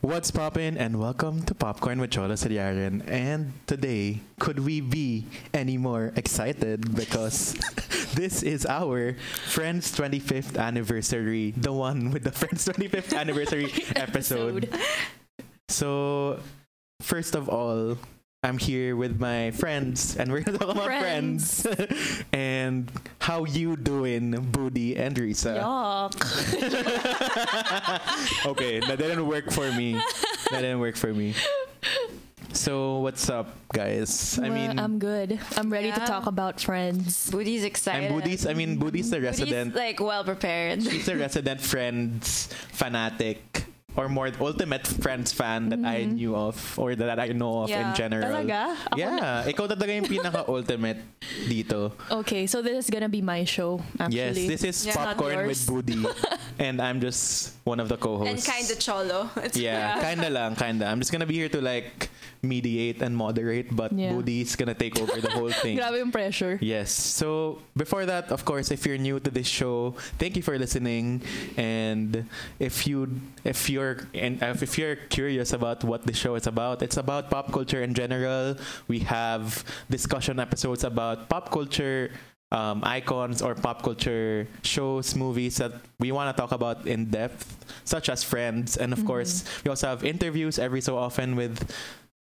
What's poppin' and welcome to Popcorn with Chola Sariaran. And today, could we be any more excited because this is our Friends 25th anniversary, the one with the Friends 25th anniversary episode. So, first of all, I'm here with my friends and we're gonna talk about friends, and how you doing, Booty and Risa. Yuck. okay, that didn't work for me. That didn't work for me. So what's up, guys? I Well, mean, I'm good. I'm ready to Yeah. talk about friends. Booty's excited. I'm Buddhist. I mean, Buddhist the Booty's, resident. like well prepared. She's a resident Friends fanatic, or more ultimate Friends fan that I knew of, or that I know of in Yeah. general. Mm-hmm. Talaga? Ako na- Yeah, ikaw talaga yung pinaka ultimate dito. Okay, so this is gonna be my show, Yes, actually. this is Yeah. Not popcorn with yours. Budi, and I'm just one of the and co-hosts. kind of cholo. It's- Yeah, kinda lang, kinda. I'm just gonna be here to like mediate and moderate, but Yeah. Budi's gonna take over the whole thing. Grabe yung pressure. Yes. So before that, of course, if you're new to this show, thank you for listening. And if you if you're and if you're curious about what the show is about, it's about pop culture in general. We have discussion episodes about pop culture um, icons or pop culture shows, movies that we want to talk about in depth, such as Friends. And of course, we also have interviews every so often with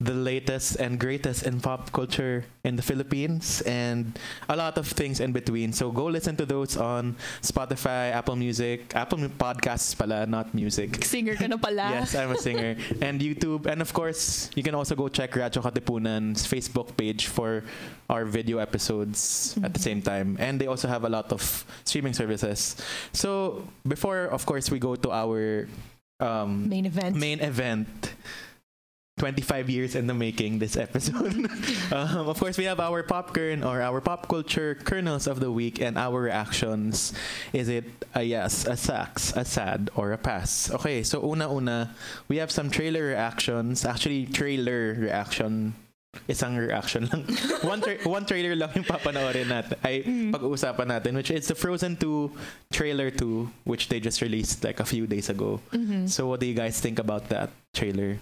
the latest and greatest in pop culture in the Philippines and a lot of things in between. So go listen to those on Spotify, Apple Music, Apple Podcasts pala, not music. Singer ka na pala. Yes, I'm a singer. and YouTube. And of course, you can also go check Racho Katipunan's Facebook page for our video episodes at the same time. And they also have a lot of streaming services. So before, of course, we go to our um, Main event. main event 25 years in the making this episode um, of course we have our popcorn or our pop culture kernels of the week and our reactions is it a yes a sucks a sad or a pass okay so una una we have some trailer reactions actually trailer reaction isang reaction lang one, tra- one trailer lang yung papanoorin natin ay pag-uusapan natin which is the Frozen 2 trailer 2 which they just released like a few days ago Mhm. so what do you guys think about that trailer?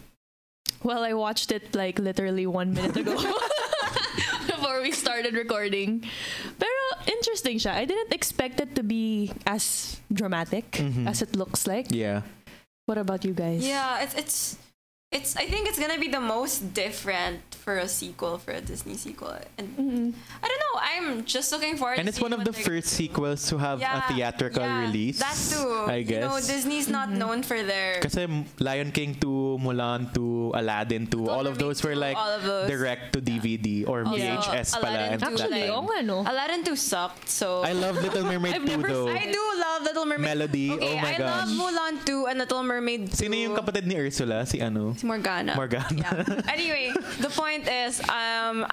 Well, I watched it like literally one minute ago before we started recording. Pero interesting siya. I didn't expect it to be as dramatic Mhm. as it looks like. Yeah. What about you guys? yeah. It's it's it's. I think it's gonna be the most different for a sequel for a Disney sequel. And Mhm. I don't know. I'm just looking forward. And to it's one seeing of the what they're first gonna do. sequels to have a Yeah, theatrical yeah, release. That too. I guess. You know, Disney's not known for their. Kasi Lion King 2, Mulan 2 Aladdin 2, all of Ptolemy those were too, like all of those. direct to DVD or Also, VHS pala. Aladdin and two, that Actually, like- oo time. nga no. Aladdin 2 sucked, so. I love Little Mermaid I've 2 never though. I do love Little Mermaid. Melody, oh Okay, my I gosh. love Mulan 2 and Little Mermaid 2. Sino yung kapatid ni Ursula? Si ano? Si Morgana. Morgana. Yeah. anyway, the point is, um,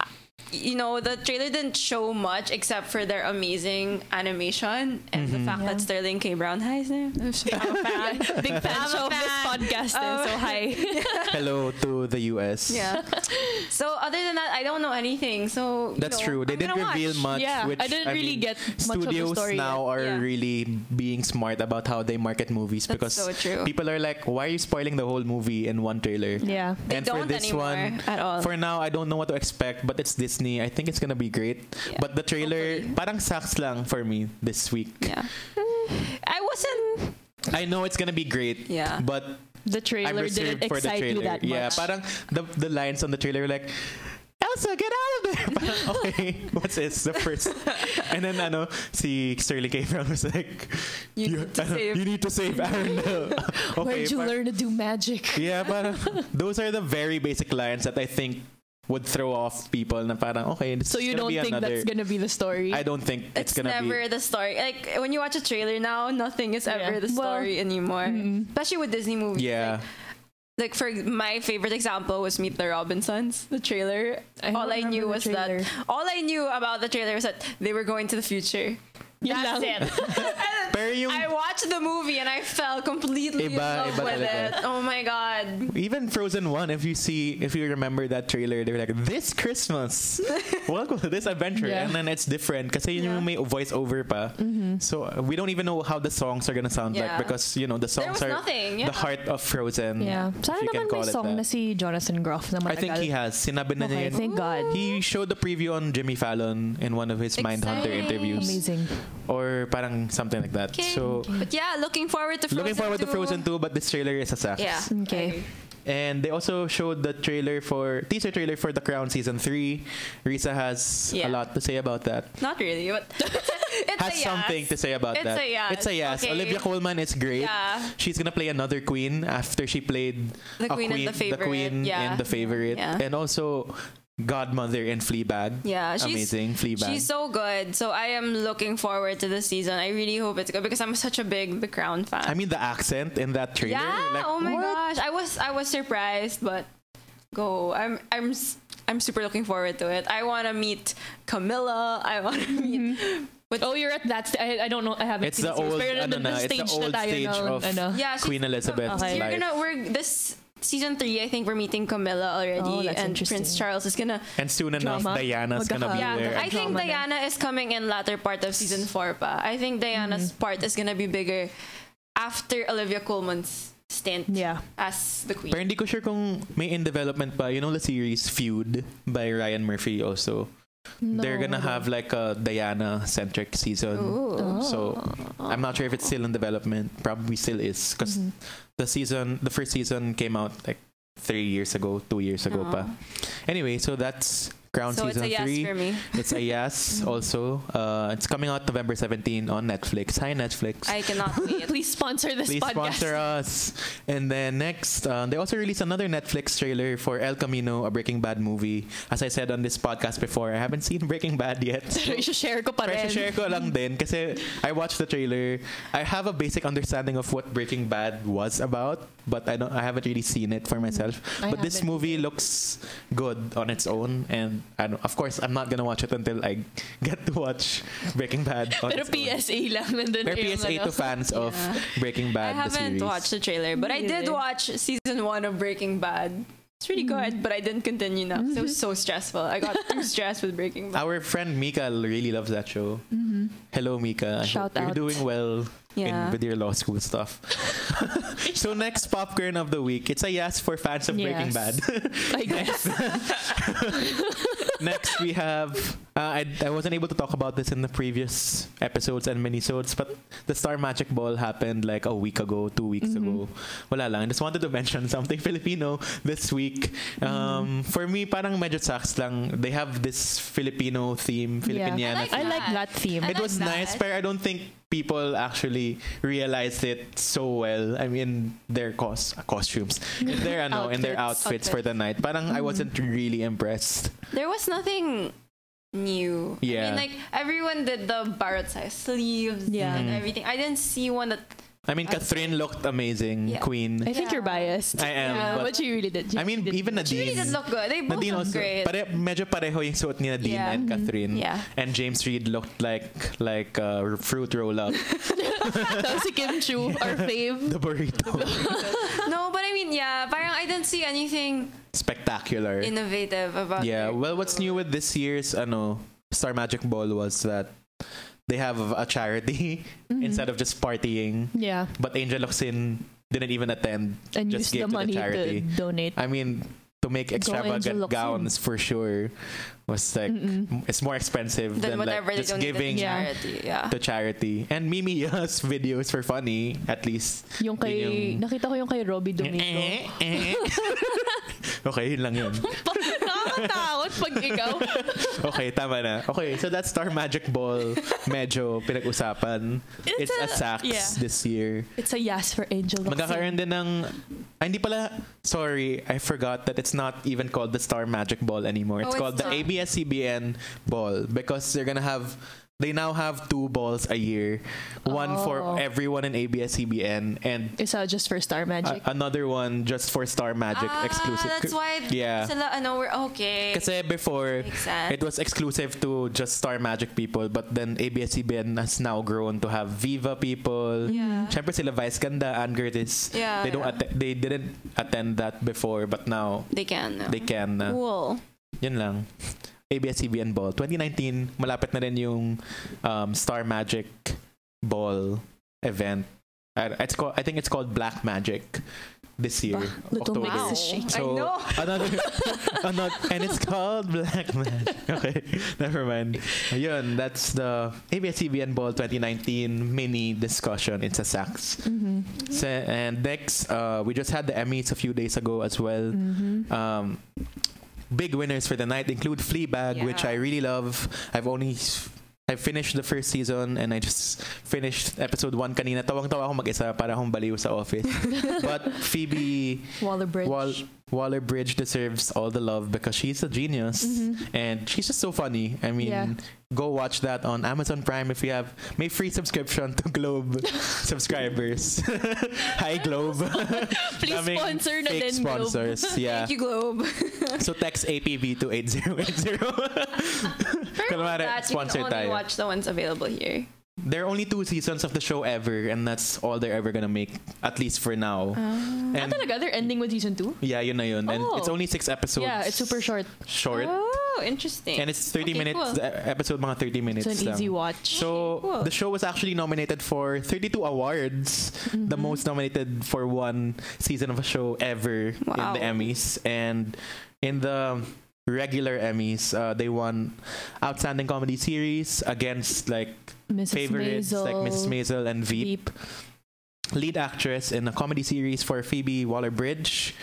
you know, the trailer didn't show much except for their amazing animation and Mm-hmm. the fact that Yeah. Sterling K. Brown hi, is there. Big fan I'm a of this fan. podcast, eh, Oh. so hi. Hello to the US. Yeah. so other than that, I don't know anything. So you That's know, true. They I'm didn't gonna reveal watch. much. Yeah, which, I didn't really mean, get much of the studios story now are Yeah. really being smart about how they market movies That's because so true. people are like, why are you spoiling the whole movie in one trailer? yeah. and They for don't this anymore one, at all. for now, I don't know what to expect, but it's Disney. I think it's gonna be great. Yeah, but the trailer, hopefully. parang sucks lang for me this week. yeah. I wasn't. I know it's gonna be great, Yeah. but The I'm trailer reserved didn't for the excite trailer. me that much. Yeah, parang the the lines on the trailer were like, Elsa, get out of there! Parang, okay, what's this? The first. And then ano, si Sterling K. Brown was like, You need to ano, save- you need to save Arendelle." okay, Where'd you par- learn to do magic? Yeah, parang, those are the very basic lines that I think would throw off people na parang, okay, this So is you gonna don't be think another... that's gonna be the story? I don't think it's, It's, gonna never be... the story. Like when you watch a trailer now, nothing is ever Yeah. the Well, story anymore. mm. Especially with Disney movies. Yeah. Like, like for my favorite example was Meet the Robinsons, the trailer. I don't all I remember knew the was trailer. that all I knew about the trailer was that they were going to the future. Yun That's it. lang. And Pero yung- I watched the movie and I fell completely in Iba- love iba with talaga. it. Oh my god. Even Frozen 1, if you see, if you remember that trailer, they're like, this Christmas, welcome to this adventure. Yeah. Mm-hmm. And then it's different because yun Yeah. yung may voiceover pa. So uh, we don't even know how the songs are gonna sound Yeah. like because, you know, the songs was are nothing, yeah. the heart of Frozen. Yeah. Mm-hmm. if Sana you can naman may call it song na that. si Jonathan Groff na I matagal. think he has. Sinabi na niya yun. Okay, thank God. He showed the preview on Jimmy Fallon in one of his Mindhunter Exciting. interviews. Amazing. Or parang something like that. Okay. So but yeah, looking forward to Frozen looking forward to 2. Frozen 2, but this trailer is a success. Yeah. Okay. I agree. And they also showed the trailer for teaser trailer for The Crown season three. Risa has a Yeah. lot to say about that. Not really, but it's Has a yes. something to say about that. It's a yes. It's a yes. Okay. Olivia Colman is great. Yeah. She's gonna play another queen after she played The a Queen and The Favourite, Queen yeah. and the favorite, Yeah. and also Godmother in Fleabag. Yeah, she's- amazing Fleabag. She's so good. So I am looking forward to this season. I really hope it's good because I'm such a big The Crown fan. I mean the accent in that trailer. yeah. like, oh my what? gosh. I was I was surprised, but go. I'm I'm s- I'm super looking forward to it. I want to meet Camilla. I want to meet. Mm-hmm. Oh, you're at that. St- I, I don't know. I haven't. It's seen the series, old, pero ano nandun na, yung it's the na old tayo stage ng, of ano. Yeah. she's- Queen Elizabeth's Okay. You're life. gonna we're this season three. I think we're meeting Camilla already, Oh, that's and interesting. Prince Charles is gonna. and soon enough, Drama. Diana's gonna be Magkaka- Yeah, there. I think Drama na. Diana is coming in latter part of season four. Pa, I think Diana's Mm-hmm. part is gonna be bigger after Olivia Colman's stint Yeah. as the queen. Pero hindi ko sure kung may in development pa. You know the series Feud by Ryan Murphy also. They're gonna have like a Diana centric season. Ooh. So Oh. I'm not sure if it's still in development. Probably still is because Mm-hmm. Mm-hmm. the season, the first season came out like three years ago, two years ago Aw. pa. Anyway, so that's Crown Uh-huh. So it's season a yes three. for Mm-hmm. me. It's a yes also. Uh, it's coming out November 17 on Netflix. Hi Netflix. I cannot wait. Please sponsor this Please podcast. sponsor us. And then next, uh, they also released another Netflix trailer for El Camino, a Breaking Bad movie. As I said on this podcast before, I haven't seen Breaking Bad yet. Pero share ko pa Pero rin. share ko lang din kasi I watched the trailer. I have a basic understanding of what Breaking Bad was about, but I don't I haven't really seen it for myself. Mm, I but this haven't movie looks good on its own and I don't, of course I'm not going to watch it until I get to watch Breaking Bad on Pero its own. PSA lang. Nandun Pero na yung PSA ano. to fans of Yeah. Breaking I Bad the haven't series. watched the trailer, but I did Really? watch season one of Breaking Bad. It's really good, but I didn't continue now. 'cause It was so stressful. I got too stressed with Breaking Bad. Our friend Mika really loves that show. Hello, Mika. I Shout hope out. You're doing well in, Yeah. with your law school stuff. so next popcorn of the week. It's a yes for fans of Breaking Yes. Bad. I guess. next we have. Uh, I, I wasn't able to talk about this in the previous episodes and minisodes, but the Star Magic Ball happened like a week ago, two weeks Mm-hmm. ago. Wala lang. I just wanted to mention something Filipino this week. Mm-hmm. Um, For me, parang medyo sucks lang. They have this Filipino theme, Filipiniana Yeah. like I like that. that theme. I it like was nice, that. but I don't think people actually realized it so well. I mean, their cos costumes, in their ano, in their outfits Outfits. Mm-hmm. for the night. Parang I wasn't really impressed. There was nothing new. I Yeah. mean, like everyone did the Barrett size sleeves Yeah. and Mhm. everything. I didn't see one that. I mean, I- Catherine looked amazing, Yeah. Queen. I think you're biased. I am, Yeah, but- but she really did. I mean, she did. even She really did Nadine. look good. They both Nadine looked also, great. pare, medyo pareho yung suot ni Nadine Yeah. and Catherine. Yeah. And James Reed looked like like uh, fruit roll up, Tapos si Kim Chu, our fave. the burrito, no, but I mean, yeah, parang I didn't see anything spectacular. innovative about. Yeah. their Well, what's clothes. new with this year's ano Star Magic Ball was that they have a charity instead of just partying. Yeah, But Angel Locsin didn't even attend. and just gave to use the the money charity. to donate. I mean, to make Go Angel extravagant Locsin. gowns for sure was like m Mm-hmm. it's more expensive Than than, whatever like they just donated to giving. Yeah. charity. Yeah. To charity and Mimi Ya's videos were funny at least. Yung kay, Yun yung- nakita ko yung kay Robbie Domingo. Eh, eh. okay, yun lang yun. Nakakatakot pag ikaw. Okay, tama na. Okay, so that's Star Magic Ball. Medyo pinag-usapan. It's, It's a, a- Saks yeah. this year. It's a yes for Angel. Locsin. Magkakaroon din ng... Ay, hindi pala... Sorry, I forgot that it's not even called the Star Magic Ball anymore. It's Oh, it's called the not. ABS-CBN Ball because they're gonna have they now have two balls a year, one Oh. for everyone in ABS-CBN and It's uh, just for Star Magic. a- another one just for Star Magic Ah, exclusive. That's why yeah. sila ano we're okay. Kasi before, Makes sense. it was exclusive to just Star Magic people, but then ABS-CBN has now grown to have Viva people. Yeah. Siyempre sila Vice Ganda and Curtis. Yeah, They don't yeah. atte- they didn't attend that before, but now they can. No. they can. na. Cool. Yun lang. ABS-CBN Ball. 2019, malapit na rin yung um, Star Magic Ball event. I, it's called, I think it's called Black Magic this year. Ah, Little October. mix Wow. is shaking. I know. Another, another, and it's called Black Magic. Okay, never mind. Yun, that's the ABS-CBN Ball 2019 mini discussion. It's a sax. Mm-hmm. So, and next, uh, we just had the Emmys a few days ago as well. Mm-hmm. Um, big winners for the night include Fleabag, which Yeah. I really love. I've only I finished the first season and I just finished episode 1 kanina. Tawang-tawa ako mag-isa para akong baliw sa office. But Phoebe Waller Bridge. Wall- Waller-Bridge deserves all the love because she's a genius and she's just so funny. I mean, Mm-hmm. Yeah. go watch that on Amazon Prime if you have may free subscription to Globe subscribers. Hi Globe. Please Daming sponsor na fake din, Globe. sponsors. Yeah. Thank you Globe. So text APV to 8080. Kalmari, that, sponsor you can only tayo. watch the ones available here. there are only two seasons of the show ever, and that's all they're ever gonna make, at least for now. Ah, and talaga? They're ending with season 2? yeah, yun na yun. And Oh. it's only six episodes. yeah, it's super short. Short. Oh, interesting. And it's 30 Okay, minutes, cool. the episode mga 30 minutes. It's an lang. easy watch. So Cool. the show was actually nominated for 32 awards, Mm-hmm. the most nominated for one season of a show ever Wow. in the Emmys, and in the regular Emmys, uh, they won outstanding comedy series against like Mrs. favorites Mm-hmm. Maisel, like Mrs. Maisel and Veep. Veep. Lead actress in a comedy series for Phoebe Waller-Bridge,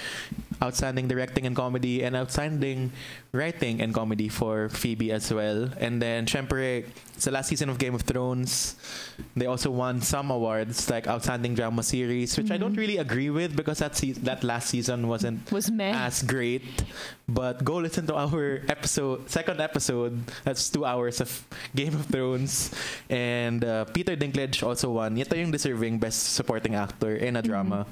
outstanding directing and comedy, and outstanding writing and comedy for Phoebe as well. And then, syempre, it's the last season of Game of Thrones. They also won some awards like outstanding drama series, which I don't really agree with because that se- that last season wasn't was meh. as great. But go listen to our episode, second episode. That's two hours of Game of Thrones. And uh, Peter Dinklage also won. Ito yung deserving best supporting actor in a drama.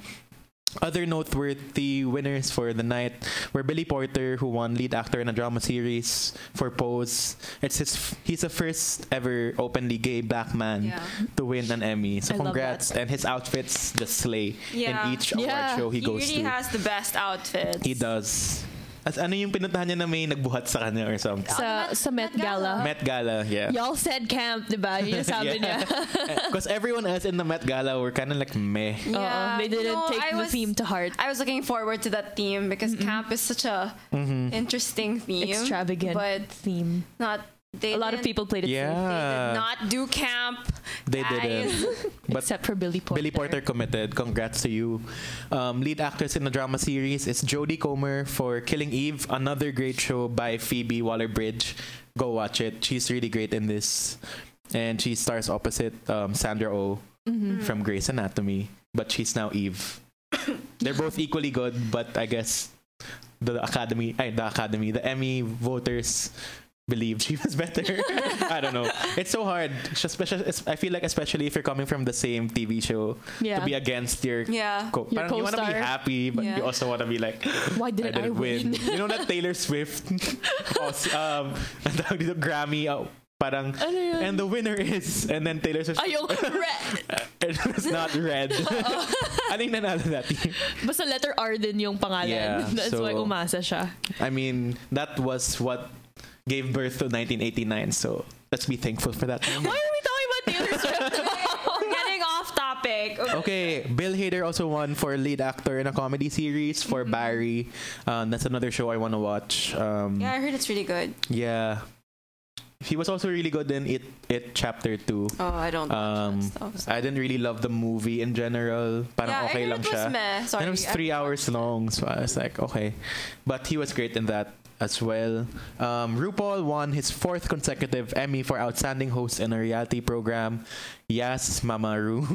Other noteworthy winners for the night were Billy Porter, who won lead actor in a drama series for Pose. It's his he's the first ever openly gay black man Yeah. to win an Emmy. So I love congrats! And his outfits just slay in Yeah. each award Yeah. show he, He, goes to. really has the best outfits. He does. As ano yung pinuntahan niya na may nagbuhat sa kanya or something? sa, Met- sa Met Met Gala. Gala. Met Gala, yeah. Y'all said camp, di ba? Yun yung sabi niya. Because everyone else in the Met Gala were kind of like meh. Yeah. Oo, Uh-uh, they didn't No, take I the was, theme to heart. I was looking forward to that theme because camp is such a Mm-hmm. interesting theme. Extravagant But theme. not they A lot of didn't- people played it they Yeah. safe, Ah. did not do camp. They guys. didn't. But except for Billy Porter. Billy Porter committed. Congrats to you. Um, lead actress in the drama series is Jodie Comer for Killing Eve, another great show by Phoebe Waller-Bridge. Go watch it. She's really great in this, and she stars opposite um, Sandra Oh Mm-hmm. Mm. from Grey's Anatomy, but she's now Eve. They're both equally good, but I guess the Academy, ay, the Academy, the Emmy voters believed she was better. I don't know. It's so hard. Especially, I feel like especially if you're coming from the same TV show Yeah. to be against your Yeah. co- Your parang you want to be co-star. happy, but you Yeah. also want to be like, Why I didn't I, didn't win. win? you know that Taylor Swift, Os- um, ang tawag dito, Grammy, oh, parang, Ano yun? and the winner is, and then Taylor Swift, Ay, yung red. it was not red. ano yung nanalo natin? Basta letter R din yung pangalan. Yeah, That's so- why umasa siya. I mean, that was what gave birth to 1989, so let's be thankful for that. Why are we talking about Taylor Swift? We're getting off topic. Okay, Bill Hader also won for lead actor in a comedy series for Mm-hmm. Barry. Um, that's another show I want to watch. Um, Yeah, yeah. I heard it's really good. He was also really good in It It Chapter 2. Oh, I don't. Um, watch that stuff. I didn't really love the movie in general. Parang yeah, okay I heard lang it was siya. meh. Sorry, and it was I- three hours long, so I was like, okay. But he was great in that as well. Um, RuPaul won his fourth consecutive Emmy for Mm-hmm. Outstanding Host in a Reality Program. Yes, Mama Ru.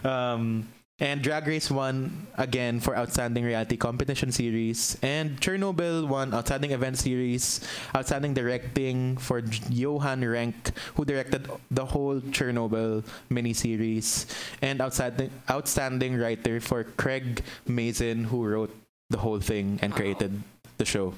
um, And Drag Race won again for Outstanding Reality Competition Series. And Chernobyl won Outstanding Event Series, Outstanding Directing for J- Johan Renk, who directed the whole Chernobyl miniseries, and Outstanding, outstanding Writer for Craig Mazin, who wrote the whole thing and Wow. created the show.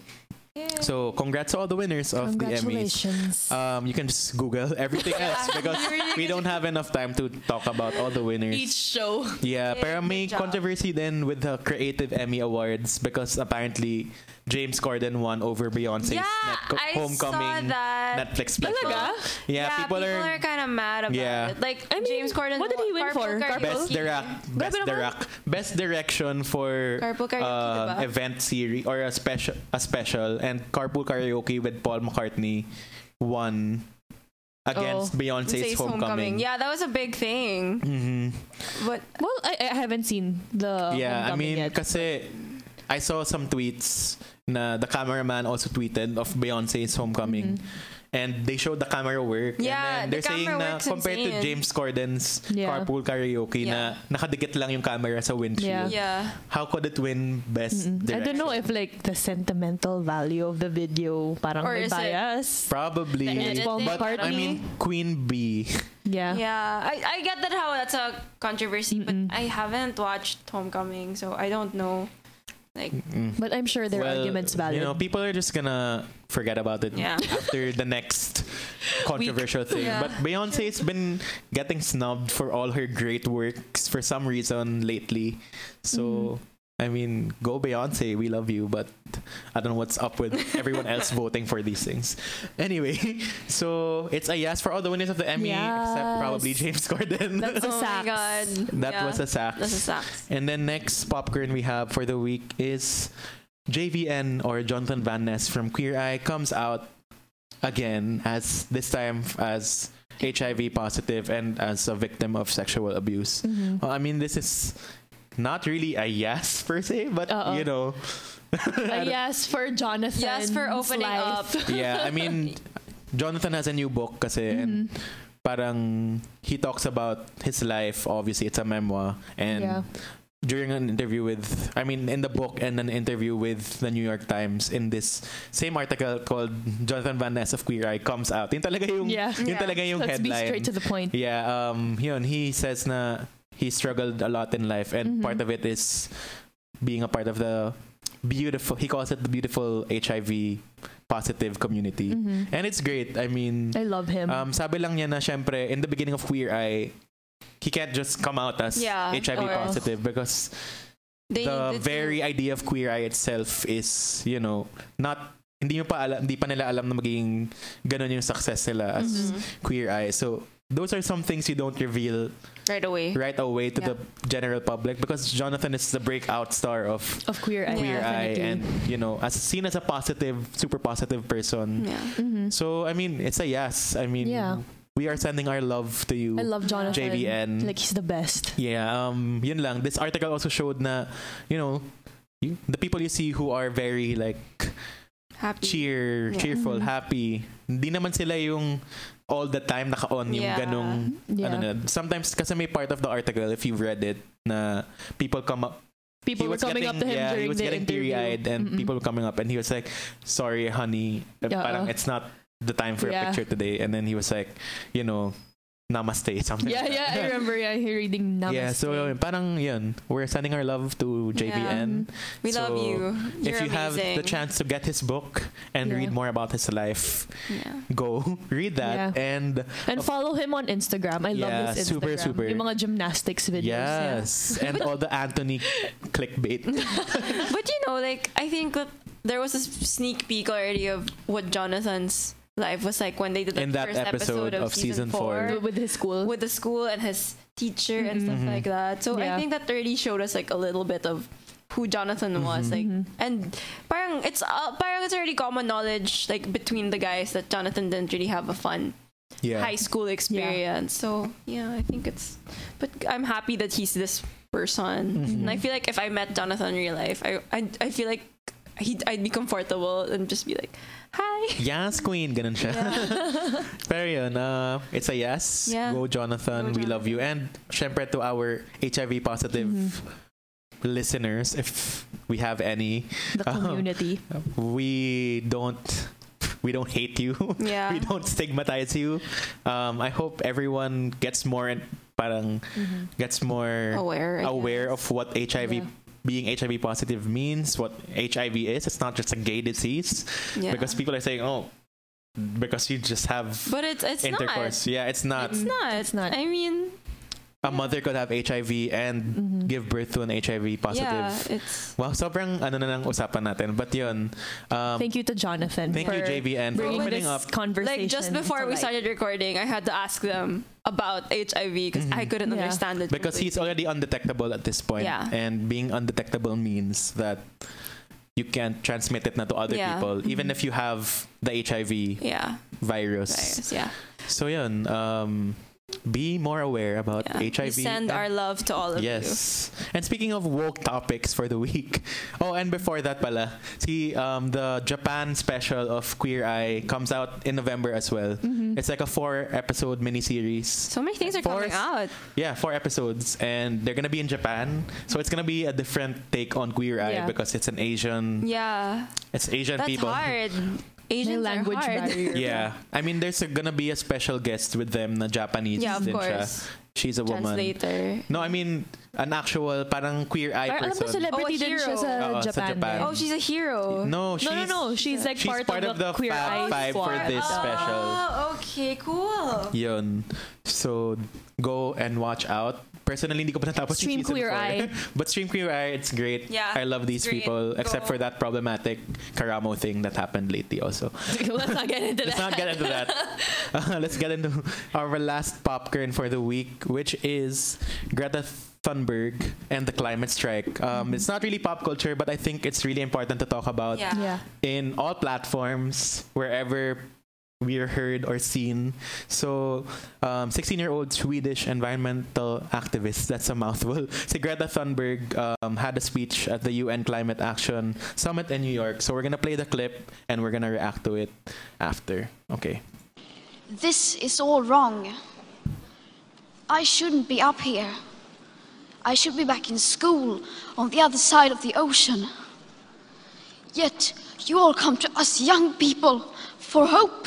So, congrats to all the winners of the Emmys. Congratulations. Um, you can just Google everything else because we don't have enough time to talk about all the winners. Each show. Yeah, Yeah, pero good may job. controversy then with the Creative Emmy Awards because apparently James Corden won over Beyonce's yeah, Netco- I saw Homecoming that. Netflix Talaga? platform. Yeah, people, are, kind of mad about Yeah. it. Like I mean, James Corden. what did he win for? Carpool best karaoke. direct, best Grabe naman. direct, best direction for Carpool karaoke, um, diba? event series or a special, a special, and Carpool Karaoke with Paul McCartney won against Oh, Beyonce's Says Homecoming. Yeah, that was a big thing. Mhm. But Well, I, I haven't seen the yeah, I homecoming mean, yet. kasi I saw some tweets na the cameraman also tweeted of Beyonce's homecoming. Mm-hmm. And they showed the camera work. Yeah, and then they're the saying camera na work's compared to insane. James Corden's Yeah. carpool karaoke Yeah. na nakadikit lang yung camera sa Yeah. windshield. yeah, How could it win best Mm-mm. I direction? don't know if like the sentimental value of the video parang Or may is it- bias. Probably. The editing, But I parang- mean, Queen Bee. Yeah. yeah. I, I get that how that's a controversy, Mm-mm. but I haven't watched Homecoming, so I don't know. Like Mm. But I'm sure their Well, argument's valid. You know, people are just gonna forget about it Yeah. after the next controversial thing. Yeah. But Beyonce's been getting snubbed for all her great works for some reason lately. So Mm-hmm. I mean, go Beyonce, we love you, but I don't know what's up with everyone else voting for these things. Anyway, so it's a yes for all the winners of the Emmy, except probably Yes. James Corden. That's a oh sax. my god, that yeah. was a sack. That's a sucks. And then next popcorn we have for the week is JVN or Jonathan Van Ness from Queer Eye comes out again as this time as HIV positive and as a victim of sexual abuse. Mhm. Well, I mean, this is not really a yes per se, but Uh-oh. you know, A Uh, yes for Jonathan. Yes for opening life. up. yeah. I mean, Jonathan has a new book kasi and Mhm. parang he talks about his life. Obviously, it's a memoir and. yeah. during an interview with I mean in the book and an interview with the New York Times in this same article called Jonathan Van Ness of Queer Eye comes out. Yun talaga yung Yeah. yun Yeah. talaga yung Let's be headline. straight to the point. yeah, um yun he says na he struggled a lot in life and Mhm. part of it is being a part of the beautiful he calls it the beautiful HIV positive community. Mhm. And it's great. I mean I love him. um, sabi lang niya na syempre, in the beginning of Queer Eye, he can't just come out as Yeah, HIV or- positive because They the needed to- very idea of Queer Eye itself is, you know, not hindi mo pa alam, hindi pa nila alam na magiging ganun yung success nila as Mhm. Queer Eye. So, those are some things you don't reveal right away. right away to Yeah. the general public because Jonathan is the breakout star of of queer eye. Queer Eye definitely. and, you know, as seen as a positive, super positive person. Yeah. Mhm. So, I mean, it's a yes. I mean, Yeah. we are sending our love to you, I love Jonathan. JVN. Like he's the best. yeah, um, yun lang. This article also showed na, you know, you, the people you see who are very like Happy. cheer, Yeah. cheerful, Mhm. happy. Hindi naman sila yung all the time naka-on yung Yeah. ganong Yeah. ano na. Sometimes kasi may part of the article if you've read it na people come up People he were was coming getting, up to him yeah, during he was the getting interview. Mm-hmm. teary-eyed and Mm-mm. people were coming up and he was like sorry honey eh, Yeah. uh. parang it's not the time for Yeah. a picture today and then he was like you know namaste something Yeah, like yeah, that. I remember. Yeah, he reading Namaste. um, Yeah, so um, yun, parang yun. We're sending our love to Yeah. JVN. We So, love you. You're if you amazing. have the chance to get his book and Yeah. read more about his life, Yeah. go read that. And Um, and follow him on Instagram. I Yeah, love his super, Instagram. super. Yung mga gymnastics videos. yeah. yes, and all the Anthony clickbait. But you know, like I think that there was a s- sneak peek already of what Jonathan's life was like when they did the In that first episode of season four. Wi- With his school. with the school and his teacher and stuff Mhm. like that. So Yeah. I think that already showed us like a little bit of who Jonathan was like, mm-hmm. Mhm. and parang it's uh, parang it's already common knowledge like between the guys that Jonathan didn't really have a fun Yeah. high school experience. So yeah, I think it's. But I'm happy that he's this person, Mhm. and I feel like if I met Jonathan in real life, I I, I feel like he, I'd be comfortable and just be like, hi. Yes, queen. Ganun siya. Pero yun, uh, it's a yes. Yeah. Go, Jonathan. Go, We love you. And syempre to our HIV positive Mm-hmm. listeners, if we have any, The Um, community. we don't we don't hate you. Yeah. we don't stigmatize you. Um, I hope everyone gets more and parang Mm-hmm. gets more Aware, I aware guess. of what HIV Yeah. being HIV positive means, what HIV is. It's not just a gay disease Yeah. because people are saying, "Oh, because you just have but it's it's intercourse." Yeah, it's not. not. It's not. It's not. I mean, a mother could have HIV and Mm-hmm. give birth to an HIV positive. yeah, it's Wow, sobrang ano na ng usapan natin. But yun, um, Thank you to Jonathan. thank you, for JVN, for opening bringing this up. like conversation. just before to we light. started recording, I had to ask them about HIV because I couldn't Yeah. understand it Mm-hmm. because he's completely. already undetectable at this point Yeah. and being undetectable means that you can't transmit it na to other Yeah. people even if you have the HIV yeah virus. virus yeah So yun, um be more aware about yeah. HIV. We and- send our love to all of yes. And speaking of woke topics for the week. Oh, and before that pala, see um the Japan special of Queer Eye comes out in November as well. It's like a four episode miniseries. you. So many things are Force- coming out. Yeah, four episodes, and they're gonna be in Japan, so it's gonna be a different take on Queer Eye Yeah. because it's an Asian, Yeah, it's Asian that's people. hard. May Asian language are hard. barrier. Yeah, I mean, there's a, gonna be a special guest with them, na Japanese. Yeah, of din siya. course. She's a woman. Translator. No, I mean an actual parang Queer Eye Parang alam ko person. celebrity Oh, din hero. siya sa Oo, sa Japan. Japan. eh. Oh, she's a hero. no, she's, no, no, no. She's like she's part, of, the queer Fab eye Five for squad. this Oh. special. Oh, okay, cool. Yun. So, go and watch out. Personally, hindi ko pa natapos yung Stream season Queer four. Eye. But Stream Queer Eye, it's great. Yeah, I love these it's great. people. Except Go. for that problematic Karamo thing that happened lately also. Let's not get into Let's not that. get into that. Uh, let's get into our last popcorn for the week, which is Greta Thunberg and the climate strike. Um, It's not really pop culture, but I think it's really important to talk about Yeah. Yeah. in all platforms wherever we are heard or seen. So, um, 16-year-old Swedish environmental activist, that's a mouthful, si Greta Thunberg um, had a speech at the UN Climate Action Summit in New York. So we're going to play the clip and we're going to react to it after. Okay. This is all wrong. I shouldn't be up here. I should be back in school on the other side of the ocean. Yet you all come to us young people for hope.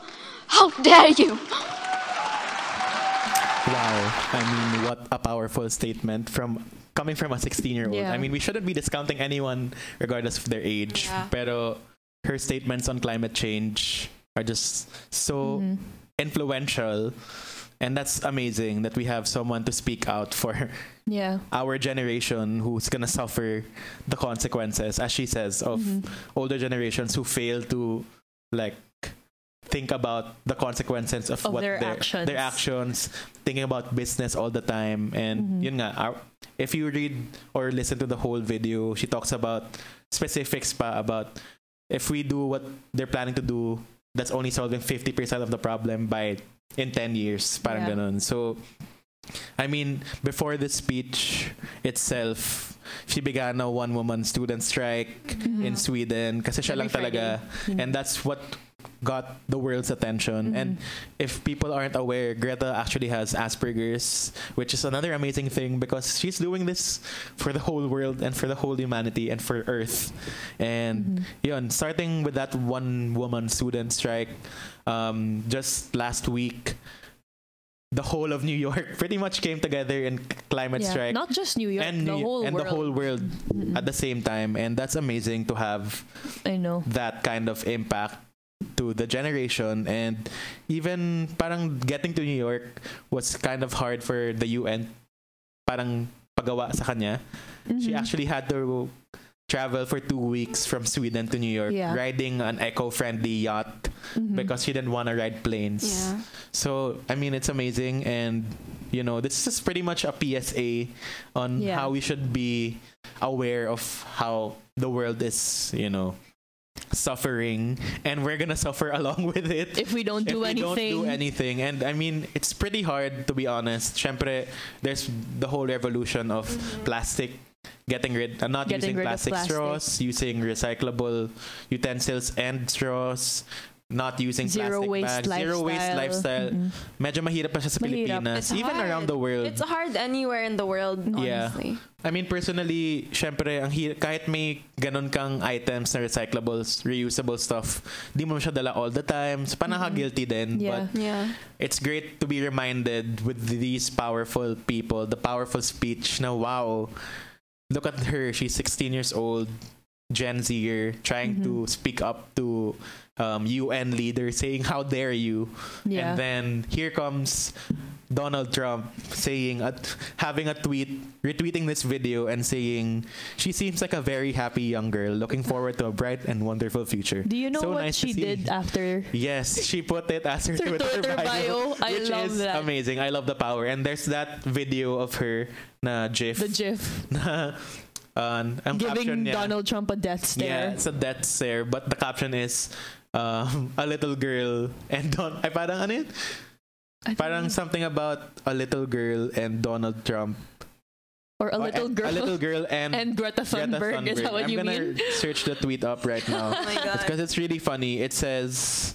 How dare you! Wow. I mean, what a powerful statement from coming from a 16-year-old. Yeah. I mean, we shouldn't be discounting anyone regardless of their age. Yeah. Pero her statements on climate change are just so Mm-hmm. influential. And that's amazing that we have someone to speak out for Yeah. our generation who's going to suffer the consequences as she says of Mm-hmm. older generations who fail to like think about the consequences of, Of what their actions. their actions thinking about business all the time and yun nga our, if you read or listen to the whole video she talks about specifics pa about if we do what they're planning to do that's only solving 50% of the problem by in 10 years parang Yeah. ganun so I mean, before the speech itself, she began a one-woman student strike Mm-hmm. in Sweden kasi siya lang Mm-hmm. Every talaga. Friday. Mm-hmm. And that's what got the world's attention. And Mm-hmm. if people aren't aware, Greta actually has Asperger's, which is another amazing thing because she's doing this for the whole world and for the whole humanity and for Earth. And Mm-hmm. yun, starting with that one woman student strike, um, just last week, the whole of New York pretty much came together in climate Yeah. strike Not just New York, and, the, New- whole and world. Mm-hmm. the whole world at the same time. And that's amazing to have I know. that kind of impact to the generation and even parang getting to New York was kind of hard for the UN parang pagawa sa kanya she actually had to travel for two weeks from Sweden to New York, Yeah. riding an eco-friendly yacht Mm-hmm. because she didn't want to ride planes. Mm-hmm. Yeah. So I mean, it's amazing, and you know, this is pretty much a PSA on Yeah. how we should be aware of how the world is, you know, suffering, and we're gonna suffer along with it if we don't if do we anything. don't do anything and i mean it's pretty hard to be honest Syempre, there's the whole revolution of plastic getting rid uh, not Mm-hmm. Getting using rid of plastic, plastic. straws using recyclable utensils and straws not using Zero plastic bags waste lifestyle. Mm-hmm. zero waste lifestyle Mm-mm. medyo mahirap pa siya sa Mahirap. Pilipinas even around the world It's hard anywhere in the world, Yeah. honestly. I mean, personally, syempre, ang hi- kahit may ganun kang items na recyclables, reusable stuff, di mo siya dala all the time. So, panaka-guilty din. Mm-hmm. Yeah. But Yeah. it's great to be reminded with these powerful people, the powerful speech na, wow, look at her. She's 16 years old, Gen Zer, trying to speak up to um, UN leaders, saying, how dare you? And Yeah. then here comes Donald Trump saying at having a tweet retweeting this video and saying she seems like a very happy young girl looking forward to a bright and wonderful future. do you know So what nice to she see. did after? Yes, she put it as her, Her Twitter, Twitter bio. bio, I which love is that. amazing. I love the power. And there's that video of her na GIF. The GIF na, uh, ang caption giving niya. Donald Trump a death Yeah, stare. it's a death stare. But the caption is um, a little girl and Don ay parang ano yun? I don't Parang know. something about a little girl and Donald Trump. or a Or eh, little a- girl. A little girl and, and Greta Greta Thunberg, is that what I'm you gonna mean? search the tweet up right now Oh my god. because it's really funny. It says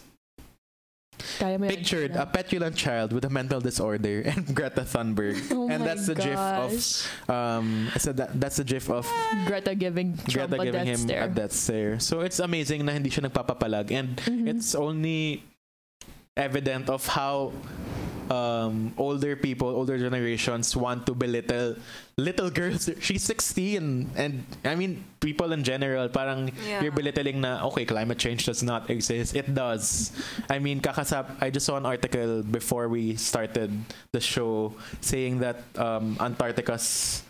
Kaya mo yan. pictured a petulant child with a mental disorder and Greta Thunberg. Oh and my that's the gif of gosh. um so that, that's the gif of Greta giving Trump Greta a giving death him stare. a death stare. So it's amazing na hindi siya nagpapapalag and Mhm. it's Mm-hmm. only evident of how um, older people, older generations want to belittle little girls. She's 16 and I mean people in general parang Yeah. you're belittling na okay, climate change does not exist. It does. I mean kakasap I just saw an article before we started the show saying that um, Antarctica's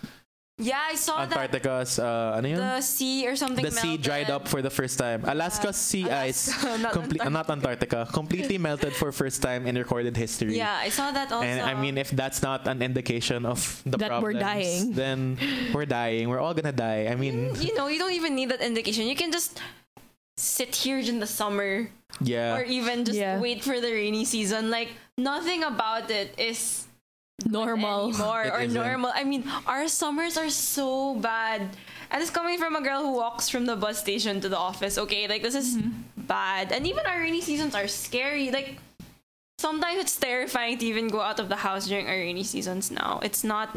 Yeah, I saw Oh, that Antarctica's uh, ano yun? the sea or something the sea melted. dried up for the first time. Alaska's sea ice, Alaska, not comple- uh, Antarctica. not Antarctica, completely melted for first time in recorded history. Yeah, I saw that also. And I mean, if that's not an indication of the That we're problems, dying. then we're dying. We're all gonna die. I mean, you know, you don't even need that indication. You can just sit here in the summer Mm-hmm. yeah, or even just Yeah. wait for the rainy season. Like nothing about it is Normal. anymore It or isn't. normal. I mean, our summers are so bad. And it's coming from a girl who walks from the bus station to the office, okay? Like, this is Mm-hmm. bad. And even our rainy seasons are scary. Like, sometimes it's terrifying to even go out of the house during our rainy seasons now. It's not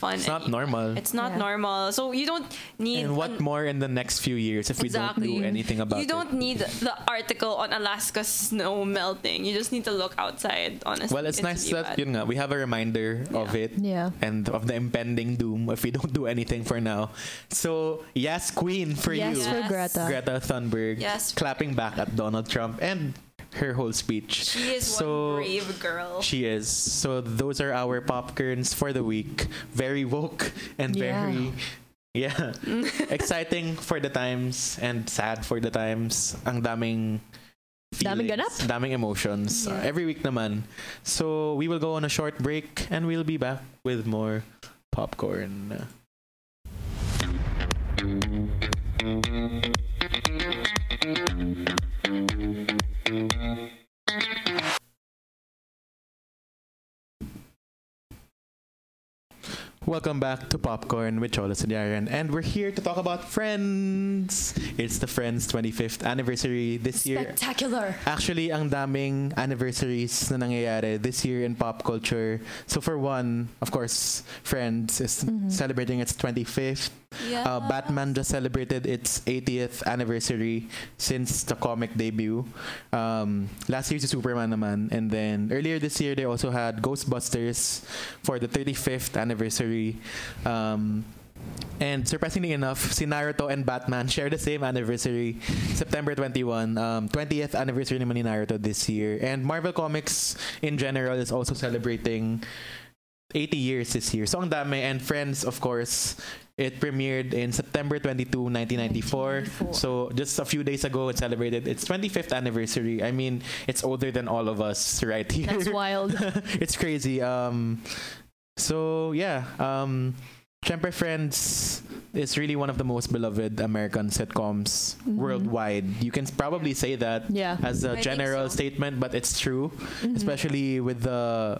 fun. it's not anymore. normal. It's not Yeah. normal. So, you don't need. and what an- more in the next few years if we don't Exactly. do anything about you don't need the article on Alaska snow melting. You just need to look outside, it? honestly. Well, it's, nice really that bad. yun nga, we have a reminder of it. Yeah. And of the impending doom if we don't do anything for now. So, yes, Queen, for yes, you. for Yes. Greta. Greta Thunberg Yes. clapping back at Donald Trump and her whole speech. She is so one brave girl. she is. So those are our popcorns for the week. Very woke and Yeah. very yeah, uh, exciting for the times and sad for the times. Ang daming feelings, Daming ganap. daming emotions. Uh, Yeah. every week naman. So we will go on a short break and we'll be back with more popcorn. Welcome back to Popcorn with Chola Sadiaran, and we're here to talk about Friends. It's the Friends 25th anniversary this year. Spectacular. Actually, ang daming anniversaries na nangyayari this year in pop culture. So for one, of course, Friends is celebrating its 25th. Yeah. Uh, Batman just celebrated its 80th anniversary since the comic debut. Um, last year's Superman naman. And then earlier this year, they also had Ghostbusters for the 35th anniversary. Um, and surprisingly enough, si Naruto and Batman share the same anniversary, September 21, um, 20th anniversary naman ni Naruto this year. And Marvel Comics in general is also celebrating 80 years this year. So ang dami and Friends of course It premiered in September 22, 1994. So just a few days ago, it celebrated its 25th anniversary. I mean, it's older than all of us right here. That's wild. it's crazy. Um, so yeah, um, Champer Friends is really one of the most beloved American sitcoms worldwide. You can s- probably say that Yeah. Mm-hmm. as a Mm-hmm. I think general so. Mm-hmm. statement, but it's true, especially with the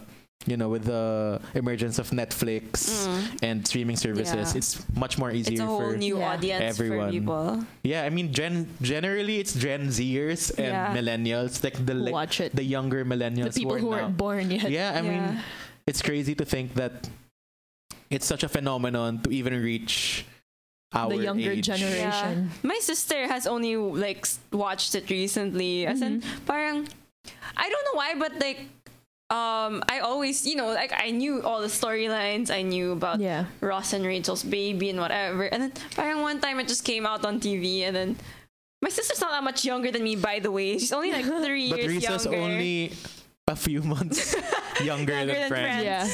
you know with the emergence of Netflix and streaming services. Yeah. It's much more easier Mm. It's a whole for new Yeah. audience everyone. for people. yeah. I mean, gen generally it's Gen Zers and Yeah. millennials, like the like, Watch it. the younger The millennials people who who are now- weren't born yet. yeah, I mean, Yeah. it's crazy to think that it's such a phenomenon to even reach our the younger age. generation. My sister has only like s- watched it recently. As in, parang I don't know why, but like um I always, you know, like I knew all the storylines, I knew about Yeah. Ross and Rachel's baby and whatever. And then parang one time it just came out on TV and then my sister's not that much younger than me, by the way. She's only like three But years Risa's younger. only a few months younger, Younger than than Fran. Fran. Yeah.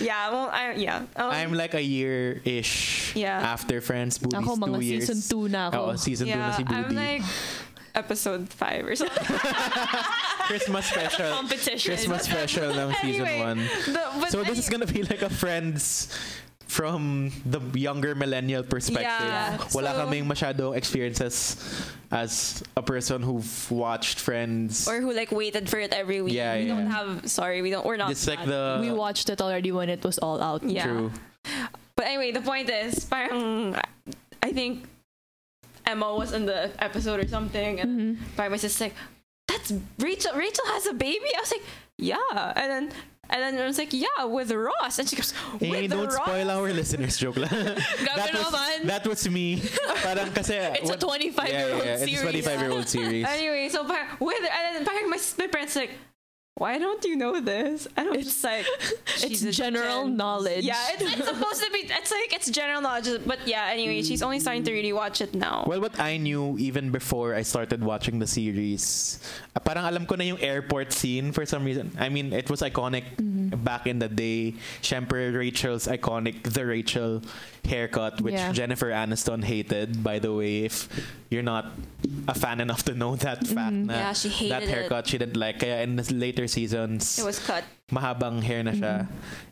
yeah, well, I, yeah. Um, I'm like a year ish Yeah. after Friends movies. Ako two mga years. season 2 na ako. Oo, season 2 na yeah, si I'm Budi. like episode five or something. Christmas special. Competition. Christmas special ng season Anyway, 1. The, but So this I- is gonna be like a Friends from the younger millennial perspective. Yeah, Wala so- kaming masyadong experiences as a person who've watched Friends. or who like waited for it every week. Yeah, we yeah. don't have. Sorry, we don't. We're not. it's like the that. we watched it already when it was all out. Yeah. true. But anyway, the point is, parang I think Emma was in the episode or something, and Mm-hmm. by my sister's like, "That's Rachel. Rachel has a baby." I was like, "Yeah," and then. And then I was like, "Yeah, with Ross," and she goes, "With Hey, Eh, don't Ross." spoil our listeners joke lang. that, was, naman. that was me. Parang kasi It's a 25 yeah, year yeah, old yeah, series. It's a 25 year old series. Anyway, so parang with and then parang my, my parents like, "Why don't you know this?" And I'm just like, It's "She's a general Gen knowledge. Yeah, it's, it's supposed to be. It's like it's general knowledge, but yeah. Anyway, she's only starting to really watch it now. Well, what I knew even before I started watching the series, ah, parang alam ko na yung airport scene for some reason. I mean, it was iconic Mm-hmm. back in the day. Siyempre, Rachel's iconic, the Rachel haircut, which Yeah. Jennifer Aniston hated, by the way, if you're not a fan enough to know that Mm-hmm. fact na Yeah, she hated that it. haircut she didn't like. Kaya in the later seasons, It was Mm-hmm. cut. mahabang hair na siya.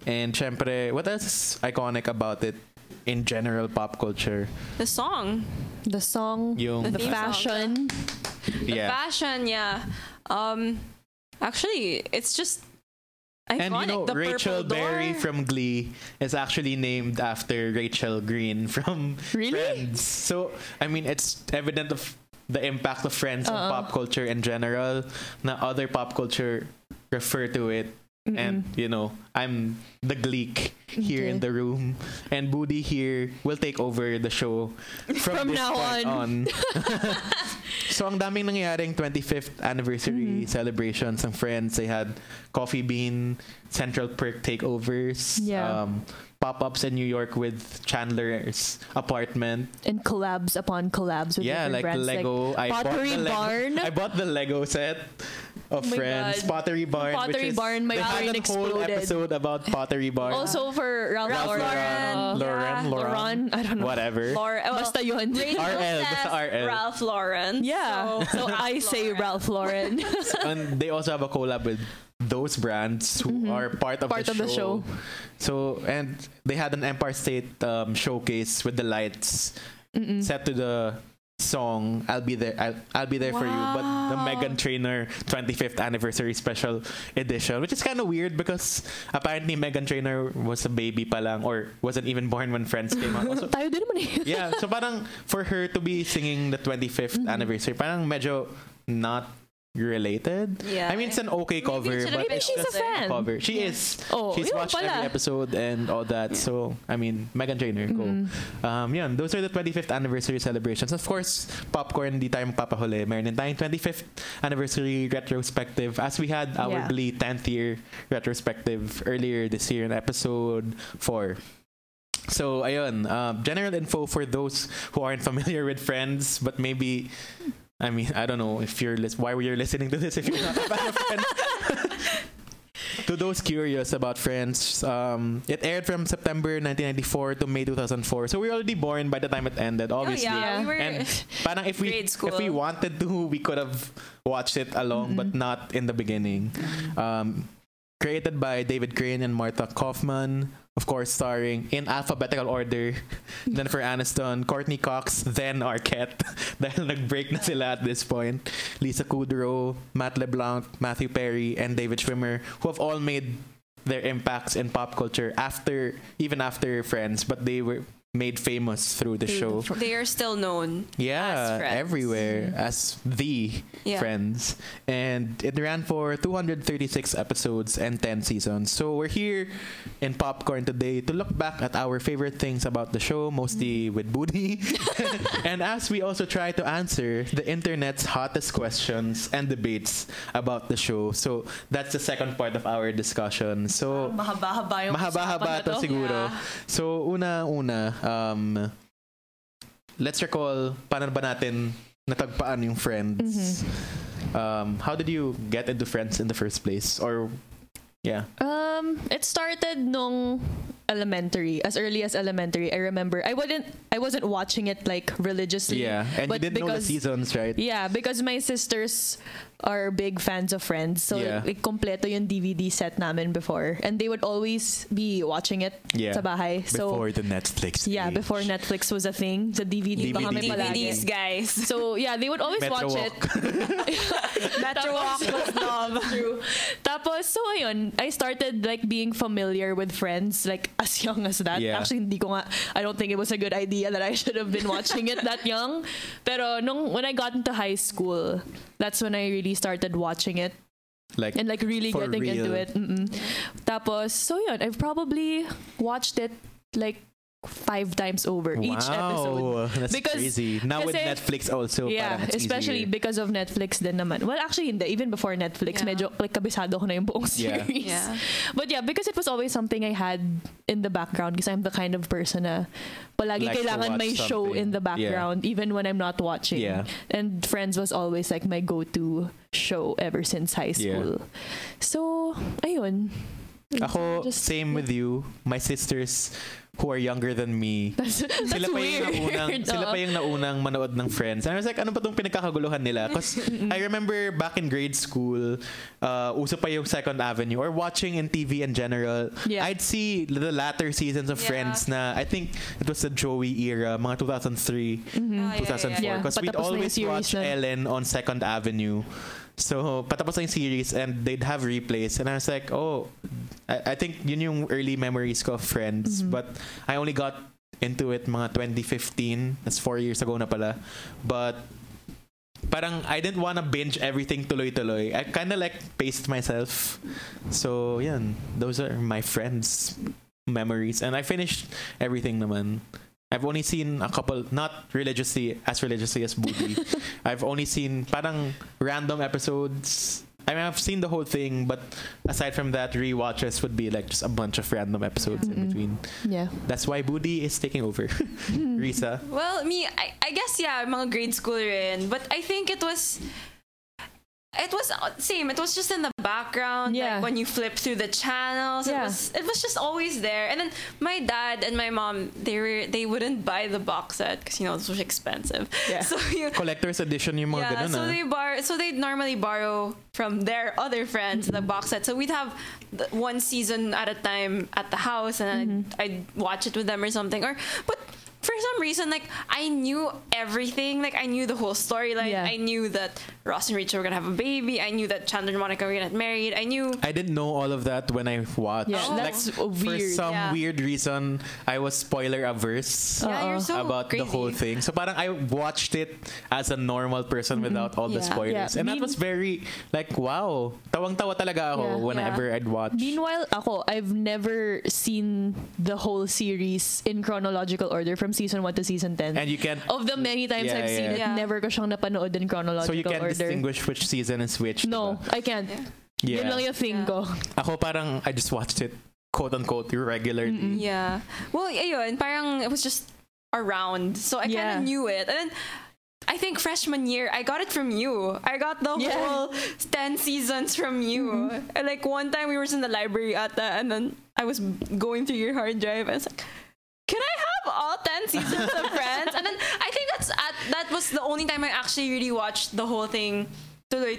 And syempre, what else is iconic about it in general pop culture? The song, The song, Yung the The theme fashion. the yeah. fashion, yeah. Um, actually, it's just iconic. And you know, the Rachel purple door. Berry from Glee is actually named after Rachel Green from Really? Friends. So, I mean, it's evident of the impact of Friends on Uh-uh. pop culture in general. Na other pop culture refer to it. And, you know, I'm the Gleek here in Okay. the room. And Booty here will take over the show from, From this now point on. on. So ang daming nangyaring 25th anniversary Mm-hmm. celebrations ng Friends. They had Coffee Bean, Central Perk takeovers, Yeah. um, pop-ups in New York with Chandler's apartment. And collabs upon collabs with yeah, like different brands. Lego. I bought Pottery the Lego. Barn. I bought the Lego set of Oh my Friends. God. Pottery Barn. Pottery which is, Barn, my they had brain a whole exploded. episode about Pottery Barn. also for Ralph, Ralph Lauren, Lauren. uh, Lauren, Lauren, yeah. Lauren, I don't know. whatever. Laura, well, Basta yun. Rachel RL, says basta RL. Ralph Lauren. Yeah. So, I say Lauren. Ralph Lauren. and they also have a collab with those brands who are part of, Mm-hmm. Part the, of the show. show. So and they had an Empire State um, showcase with the lights Mm-hmm. set to the song "I'll Be There." I'll, I'll be there for you. But the Wow. Megan Trainor 25th anniversary special edition, which is kind of weird because apparently Megan Trainor was a baby palang or wasn't even born when Friends came out. Also, Tayo din naman eh. yeah, so parang for her to be singing the 25th Mm-hmm. anniversary, parang medyo not related. Yeah. I mean, it's an okay cover, it should have but been it's Maybe she's just a fan. cover. She is. Oh, She's yun watched pala. every episode and all that. So, I mean, Megan Trainor, go. Mm-hmm. Um, yun, those are the 25th anniversary celebrations. Of course, popcorn, di tayo magpapahuli. Meron din tayong 25th anniversary retrospective as we had our Yeah. Glee 10th year retrospective earlier this year in episode 4. So, ayun, uh, general info for those who aren't familiar with Friends, but maybe, I mean, I don't know if you're lis- why were you listening to this if you're not a fan of Friends. to those curious about Friends, um, it aired from September 1994 to May 2004. So we were already born by the time it ended, Oh obviously. yeah, Yeah. we were. And parang if we grade school. if we wanted to, we could have watched it along, but not in the beginning. Um, created by David Crane and Martha Kaufman, of course, starring in alphabetical order Jennifer Aniston, Courtney Cox, then Arquette. Dahil nag-break na sila at this point. Lisa Kudrow, Matt LeBlanc, Matthew Perry, and David Schwimmer, who have all made their impacts in pop culture after, even after Friends, but they were made famous through the show. they are still known. Yeah, as friends. everywhere as the Yeah. friends. And it ran for 236 episodes and 10 seasons. So we're here in Popcorn today to look back at our favorite things about the show, Mm-hmm. mostly with booty. and as we also try to answer the internet's hottest questions and debates about the show. So that's the second part of our discussion. So Mahaba-haba yung Mahaba-haba usapan na to siguro. So, una-una, um, let's recall, paano ba natin natagpaan yung friends? Mm-hmm. Um, how did you get into friends in the first place? Or, yeah. Um, it started nung elementary, as early as elementary. I remember I wouldn't, I wasn't watching it like religiously. Yeah. And but you didn't know the because- seasons, right? Yeah, because my sisters are big fans of Friends. So, Yeah. like, kompleto yung DVD set namin before. And they would always be watching it Yeah. sa bahay. So, the Netflix. yeah, before Netflix was a thing, sa DVD, DVD. pa kami palagi. DVDs, guys. So, yeah, they would always watch it. Metro Walk was love. True. Tapos, so ayun, I started like being familiar with friends like as young as that. Yeah. Actually, hindi ko nga, I don't think it was a good idea that I should have been watching it that young. Pero nung, when I got into high school, that's when I really started watching it Like, and like really For getting into real. it. Mm-mm. Tapos, so yun, I've probably watched it like five times over each episode. wow, That's Because- crazy. Now with kasi- Netflix also, Yeah, parang it's especially easier. because of Netflix din naman. Well, actually hindi. Even before Netflix, Yeah. medyo like kabisado ko na yung buong Yeah. series. Yeah. But yeah, because it was always something I had in the background because I'm the kind of person na palagi Likes to kailangan watch may show something. in the background even when I'm not watching. Yeah. And Friends was always like my go-to show ever since high Yeah. school. So, ayun. Ako, Just- same with you. My sisters who are younger than me, That's, that's sila pa yung weird. naunang no? sila pa yung naunang manood ng Friends. And I was like, ano pa tong pinagkakaguluhan nila? Cause I remember back in grade school, uh, uso pa yung Second Avenue or watching in TV in general. Yeah. I'd see the latter seasons of Yeah. Friends na I think it was the Joey era, mga 2003, Oh, Mm-hmm. 2004 Yeah, because we'd patapos na yung always series watch na. Ellen on Second Avenue. So, patapos na yung series and they'd have replays. And I was like, oh, I, I think yun yung early memories ko of Mm-hmm. Friends. But I only got into it mga 2015. That's four years ago na pala. But parang I didn't wanna binge everything tuloy-tuloy. I kinda like paced myself. So, yan. Those are my friends' memories. And I finished everything naman. I've only seen a couple, not religiously, as religiously as Booty. I've only seen parang random episodes. I mean, I've seen the whole thing, but aside from that, rewatches would be like just a bunch of random episodes in Mm-hmm. Mm-mm. between. Yeah. That's why Booty is taking over. Mm-hmm. Risa. Well, me, I, I guess yeah, mga grade school rin. But I think it was, it was uh, same. It was just in the background. Yeah. Like when you flip through the channels, Yeah. it was it was just always there. And then my dad and my mom, they were they wouldn't buy the box set because you know this was expensive. Yeah. So you. Collector's edition yung mga Yeah, ganun so ah. they borrow, so they'd normally borrow from their other friends the box set. So we'd have the- one season at a time at the house, and I'd, I'd watch it with them or something. Or but for some reason, like I knew everything. Like I knew the whole storyline. Yeah. I knew that Ross and Rachel were gonna have a baby. I knew that Chandler and Monica were gonna get married. I knew. I didn't know all of that when I watched. Yeah, Oh. Like, that's for weird. some Yeah. weird reason, I was spoiler averse. yeah, Uh-oh. you're so about crazy. the whole thing. So parang I watched it as a normal person without all the Yeah. spoilers. Mm-hmm. Yeah. And that Mean- was very like wow. Tawang-tawa talaga ako Yeah. whenever I'd watch. Meanwhile, ako, I've never seen the whole series in chronological order from season 1 to season 10. and you can't of the many times Yeah, I've seen yeah. Yeah. it, never ko siyang napanood in so chronological you can't order. distinguish which season is which. No, diba? I can't. Yun lang Yeah. yung thing Yeah. ko. Ako parang I just watched it quote unquote regularly. Mm-hmm. Yeah. Well, ayun, parang it was just around. So I kind Yeah. of knew it. And then I think freshman year, I got it from you. I got the Yeah. Mm-hmm. whole 10 seasons from you. And like one time we were in the library at the, and then I was going through your hard drive. I was like, can I have all 10 seasons of Friends? And then I think that's at, that was the only time I actually really watched the whole thing tuloy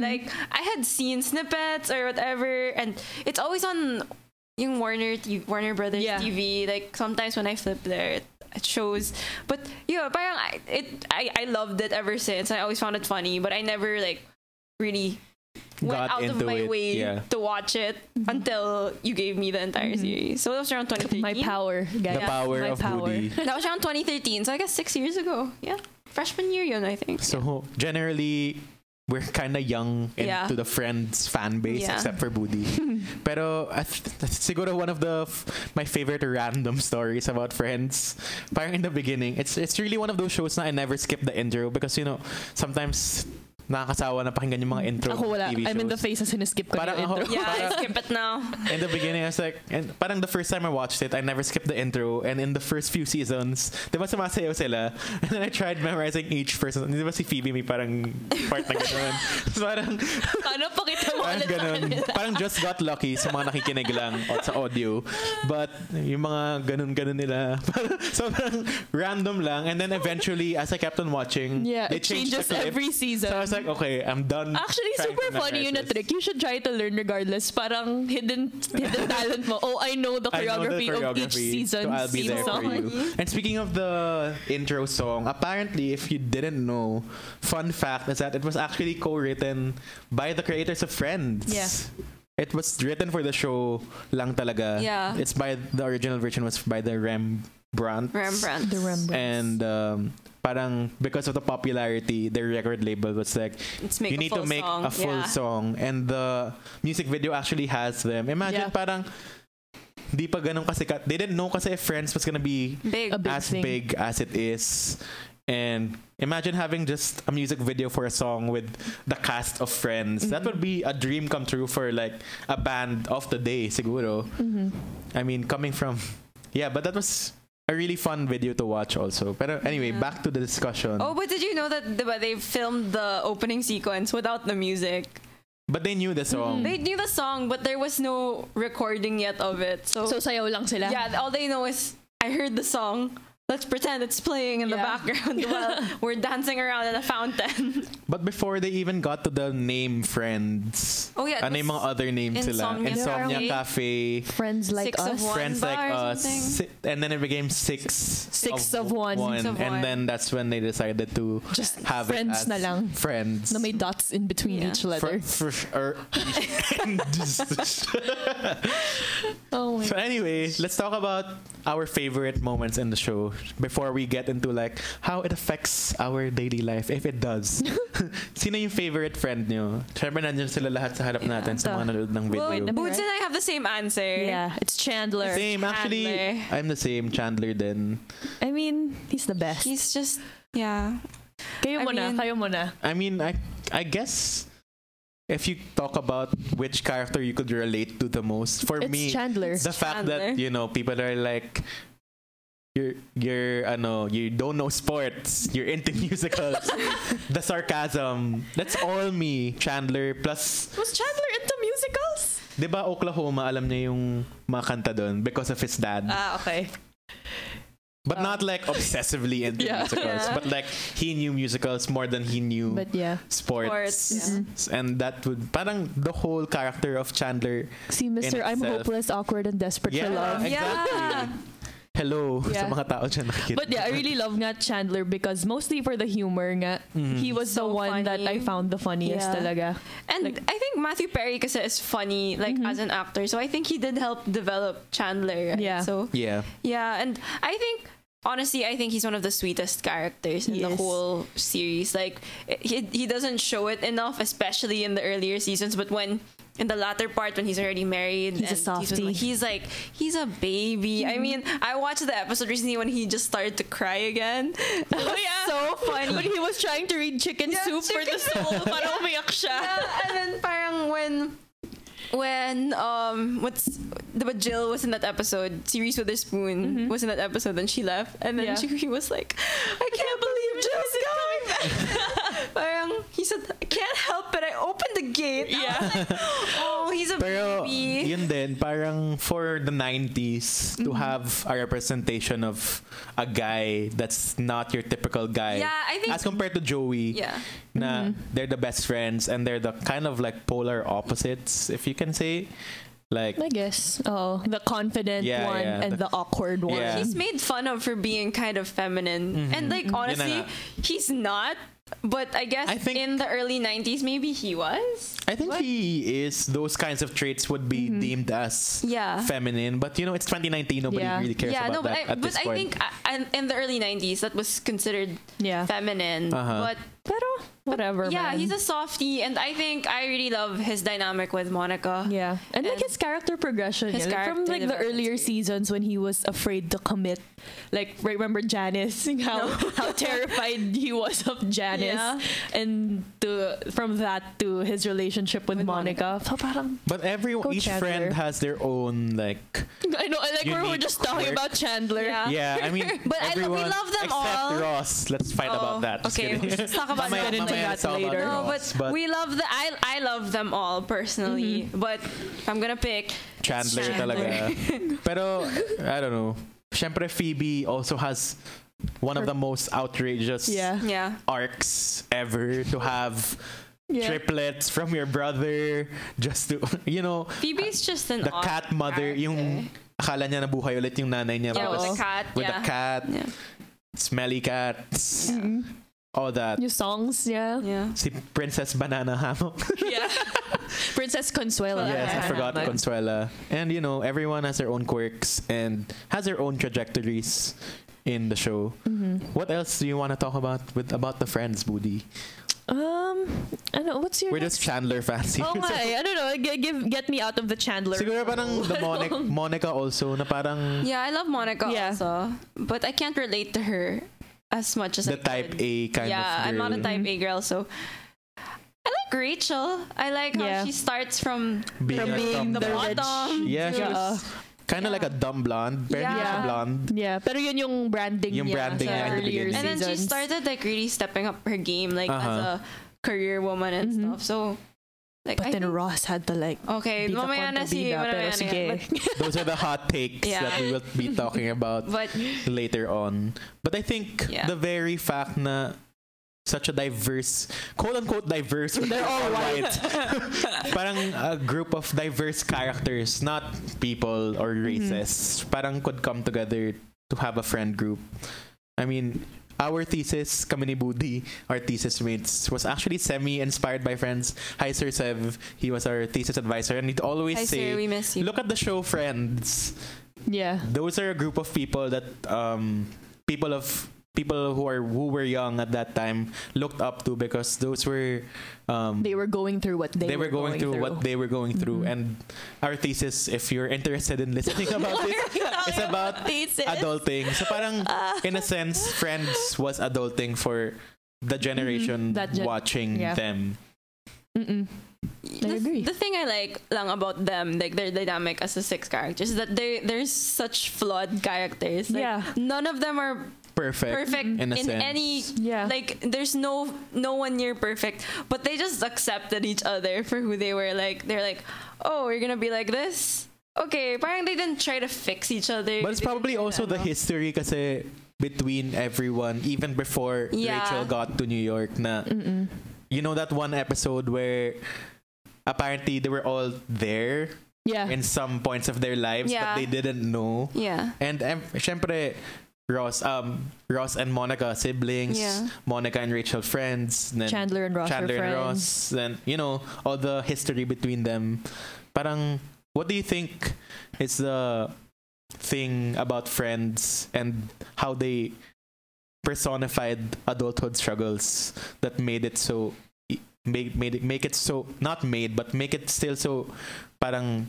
Mm-hmm. Like I had seen snippets or whatever and it's always on yung Warner T- Warner Brothers Yeah. TV. Like sometimes when I flip there it, it shows but yeah, parang I, it I I loved it ever since. I always found it funny, but I never like really Got went out of into my it, way yeah. Mm-hmm. to watch it until you gave me the entire series. So that was around 2013. My power, guys. The power My of power. Woody. That was around 2013, so I guess six years ago. Yeah, freshman year yun, I think. So generally, we're kind of young into Yeah. the Friends fan base, Yeah. except for Budi. Pero I th- siguro one of the f- my favorite random stories about Friends. Parang in the beginning, it's it's really one of those shows na I never skip the intro because you know sometimes nakakasawa na pakinggan yung mga intro ng Ako wala. TV shows. I'm in the phase na siniskip ko Parang yung ako- intro. Yeah, Para- I skip it now. in the beginning, I was like, and parang the first time I watched it, I never skipped the intro. And in the first few seasons, di ba sumasayaw sila? And then I tried memorizing each person. Di ba si Phoebe may parang part na ganun? So parang, Paano pa kita mo parang ulit sa ganun. kanila? Parang just got lucky sa mga nakikinig lang o sa audio. But yung mga ganun-ganun nila, parang, so parang random lang. And then eventually, as I kept on watching, Yeah, they it changed changes the clip. every season. So I was like, okay, I'm done. Actually, trying to super funny yun na memorize this. trick. You should try to learn regardless. Parang hidden hidden talent mo. Oh, I know the I know the choreography, of each choreography, season. So I'll be there for song. you. And speaking of the intro song, apparently, if you didn't know, fun fact is that it was actually co-written by the creators of Friends. Yeah. It was written for the show lang talaga. Yeah. It's by the original version was by the Rembrandt. Rembrandt. The Rembrandt. And um, parang because of the popularity, their record label was like, Let's make you a need to full make song. a full yeah. song and the music video actually has them imagine Yeah. parang di pa ganun kasikat they didn't know kasi if Friends was gonna be Big. A big as thing. big as it is and imagine having just a music video for a song with the cast of Friends Mm-hmm. that would be a dream come true for like a band of the day siguro Mm-hmm. I mean coming from yeah but that was a really fun video to watch also but anyway Yeah. back to the discussion Oh, but did you know that the, they filmed the opening sequence without the music? but they knew the song Mm-hmm. They knew the song, but there was no recording yet of it. So, So sayaw lang sila. yeah, all they know is I heard the song. Let's pretend it's playing in Yeah. the background while we're dancing around in a fountain. But before they even got to the name Friends, Oh, yeah, it ano yung was mga other names sila? Insomnia Insomnia Cafe, Friends like Six of us. One Friends Bar Like or Us, something. si- and then it became Six. Six of One. Six of and One. then that's when they decided to Just have it friends as na lang. Friends. Na may dots in between Yeah. each letter. Fr- fr- or- oh my so God. anyway, let's talk about our favorite moments in the show before we get into like how it affects our daily life, if it does. Sino yung favorite friend nyo? Siyempre nandiyan sila lahat sa harap natin sa mga nanood ng video. Well, Wait, Boots and I have the same answer. Yeah, it's Chandler. Same, actually. Chandler. I'm the same Chandler then. I mean, he's the best. He's just, yeah. kayo I muna, mean- kayo muna. I mean, I I guess if you talk about which character you could relate to the most, for It's me, Chandler. the fact that Chandler. you know people are like. You're, you're, ano, you don't know sports. You're into musicals. the sarcasm. That's all me, Chandler. Plus, Was Chandler into musicals? di ba Oklahoma, alam niya yung mga kanta doon because of his dad. Ah, okay. But not like obsessively into Ah. Yeah. musicals. Yeah. But like he knew musicals more than he knew But yeah, sports. Sports, And that would parang the whole character of Chandler. see, Mister, I'm itself. hopeless, awkward, and desperate Yeah, for love. exactly. Yeah. Hello sa Yeah. mga tao dyan nakikinig. But yeah, I really love nga Chandler because mostly for the humor nga, Mm-hmm. he was the So one that I funny. found the funniest Yeah. talaga. And Like- Mm-hmm. I think Matthew Perry kasi is funny like as an actor. So I think he did help develop Chandler. right? Yeah. So yeah. yeah, and I think honestly I think he's one of the sweetest characters in He the is. whole series. Like he he doesn't show it enough especially in the earlier seasons, but when in the latter part when he's already married He's a and he's with- softie. Mm-hmm. he's like he's a baby. I mean, I watched the episode recently when he just started to cry again. Oh yeah. So funny. when he was trying to read chicken Yeah, soup for the chicken soul, para umiyak siya. Yeah, and then parang when when um what's the Jill was in that episode, si Reese Witherspoon was in that episode and she left and then Mm-hmm. Yeah. she was like, I can't believe Jill's coming back. open the gate. I was like, oh, he's a Pero baby. yun din, parang for the 90s, to have a representation of a guy that's not your typical guy. Yeah, I think- As compared to Joey, Yeah. na they're the best friends and they're the kind of like polar opposites, if you can say. Like, I guess. Oh, the confident Yeah, one yeah, and the- the, awkward one. Yeah. He's made fun of for being kind of feminine. And like honestly, Mm-hmm. nga. he's not. But I guess I think- in the early 90s maybe he was. I think he is. Those kinds of traits would be deemed as Mm-hmm. Yeah. feminine, but you know, it's 2019. Nobody Yeah. really cares yeah, about no, that but I, at but this I point. think I, I- in the early 90s that was considered Yeah. feminine. Uh-huh. But Pero whatever. Yeah, man. he's a softie, and I think I really love his dynamic with Monica. yeah, and, like and- his character progression, His yeah, like, from character like the development's earlier great. seasons when he was afraid to commit, like remember Janice, how how terrified he was of Janice, Yeah. and to, from that to his relationship with, With Monica. So parang but every Go each Chandler. friend has their own like. I know, like we were Unique just quirk. talking about Chandler. Yeah. Yeah, I mean, But I lo- we everyone love them except all. Oh, Ross. Let's fight about that. Just okay, kidding. let's talk about Mamaya- Get into mamaya that it's all about later. No, Ross, but, we love the I I love them all personally. Mm-hmm. But if I'm gonna pick Chandler, Chandler. talaga. Pero I don't know. Siyempre Phoebe also has one of the most outrageous Yeah. yeah. arcs ever to have Yeah. triplets from your brother just to you know Phoebe's just an the odd cat mother character. yung akala niya nabuhay ulit yung nanay niya yeah tapos with the cat with yeah. the cat Yeah. smelly cats all that Mm-hmm. New songs, yeah. yeah si Princess Banana Hammock Yeah. Princess Consuelo. Yes, I Yeah. forgot Hammock. Consuela. And you know, everyone has their own quirks and has their own trajectories in the show. What else do you want to talk about with about the friends, Booty? Um, ano, what's your We're next? just Chandler fans. here. Oh So, my, I don't know. G- give get me out of the Chandler. Siguro parang the Monica, Monica also na parang yeah I love Monica Yeah. also, but I can't relate to her as much as the I could. type A kind yeah, of I'm girl. Mm-hmm. not a type A girl, so I like Rachel. I like Yeah. how she starts from Being From a being dumb the blonde. rich- bottom. Yeah, she Yeah. was kind of like a dumb blonde. Barely Yeah. yeah. blonde. Yeah, pero yun yung branding Yung niya branding sa niya in the earlier beginning. and then she seasons. started like really stepping up her game, like Uh-huh. as a career woman and Mhm. stuff. So, like, But I then think- Ross had the like okay, bida mamaya na kontra si, bida, pero mamaya na sige. yan. But- Those are the hot takes Yeah. that we will be talking about. But later on. But I think Yeah. the very fact na such a diverse, quote unquote diverse, but they're all white. parang a group of diverse characters, not people or races, parang could come together to have a friend group. I mean, our thesis, kami ni Budi, our thesis mates, was actually semi-inspired by friends. Hi, Sir Sev. He was our thesis advisor. And he'd always I say we say, miss you. look at the show Friends yeah. those are a group of people that um people of people who are who were young at that time looked up to because those were um They were going through what they, they were going, through, what they were going through and our thesis if you're interested in listening about this it's about adulting so parang in a sense friends was adulting for the generation that gen- watching yeah. them Mm-mm. I the, agree. the thing I like lang about them, like their dynamic as the six characters, is that they there's such flawed characters. Like, Yeah. None of them are perfect perfect in in, a sense. any Yeah. like there's no no one near perfect but they just accepted each other for who they were like they're like oh you're gonna be like this okay parang they didn't try to fix each other But it's probably also the history kasi between everyone, even before Yeah. Rachel got to New York na, you know that one episode where apparently they were all there Yeah. in some points of their lives, Yeah. but they didn't know. yeah And um, syempre, Ross, um, Ross and Monica siblings, Yeah. Monica and Rachel friends, then Chandler and Ross are Chandler and friends. Ross, and you know all the history between them. Parang, what do you think is the thing about friends and how they personified adulthood struggles that made it so make made it, make it so not made but make it still so parang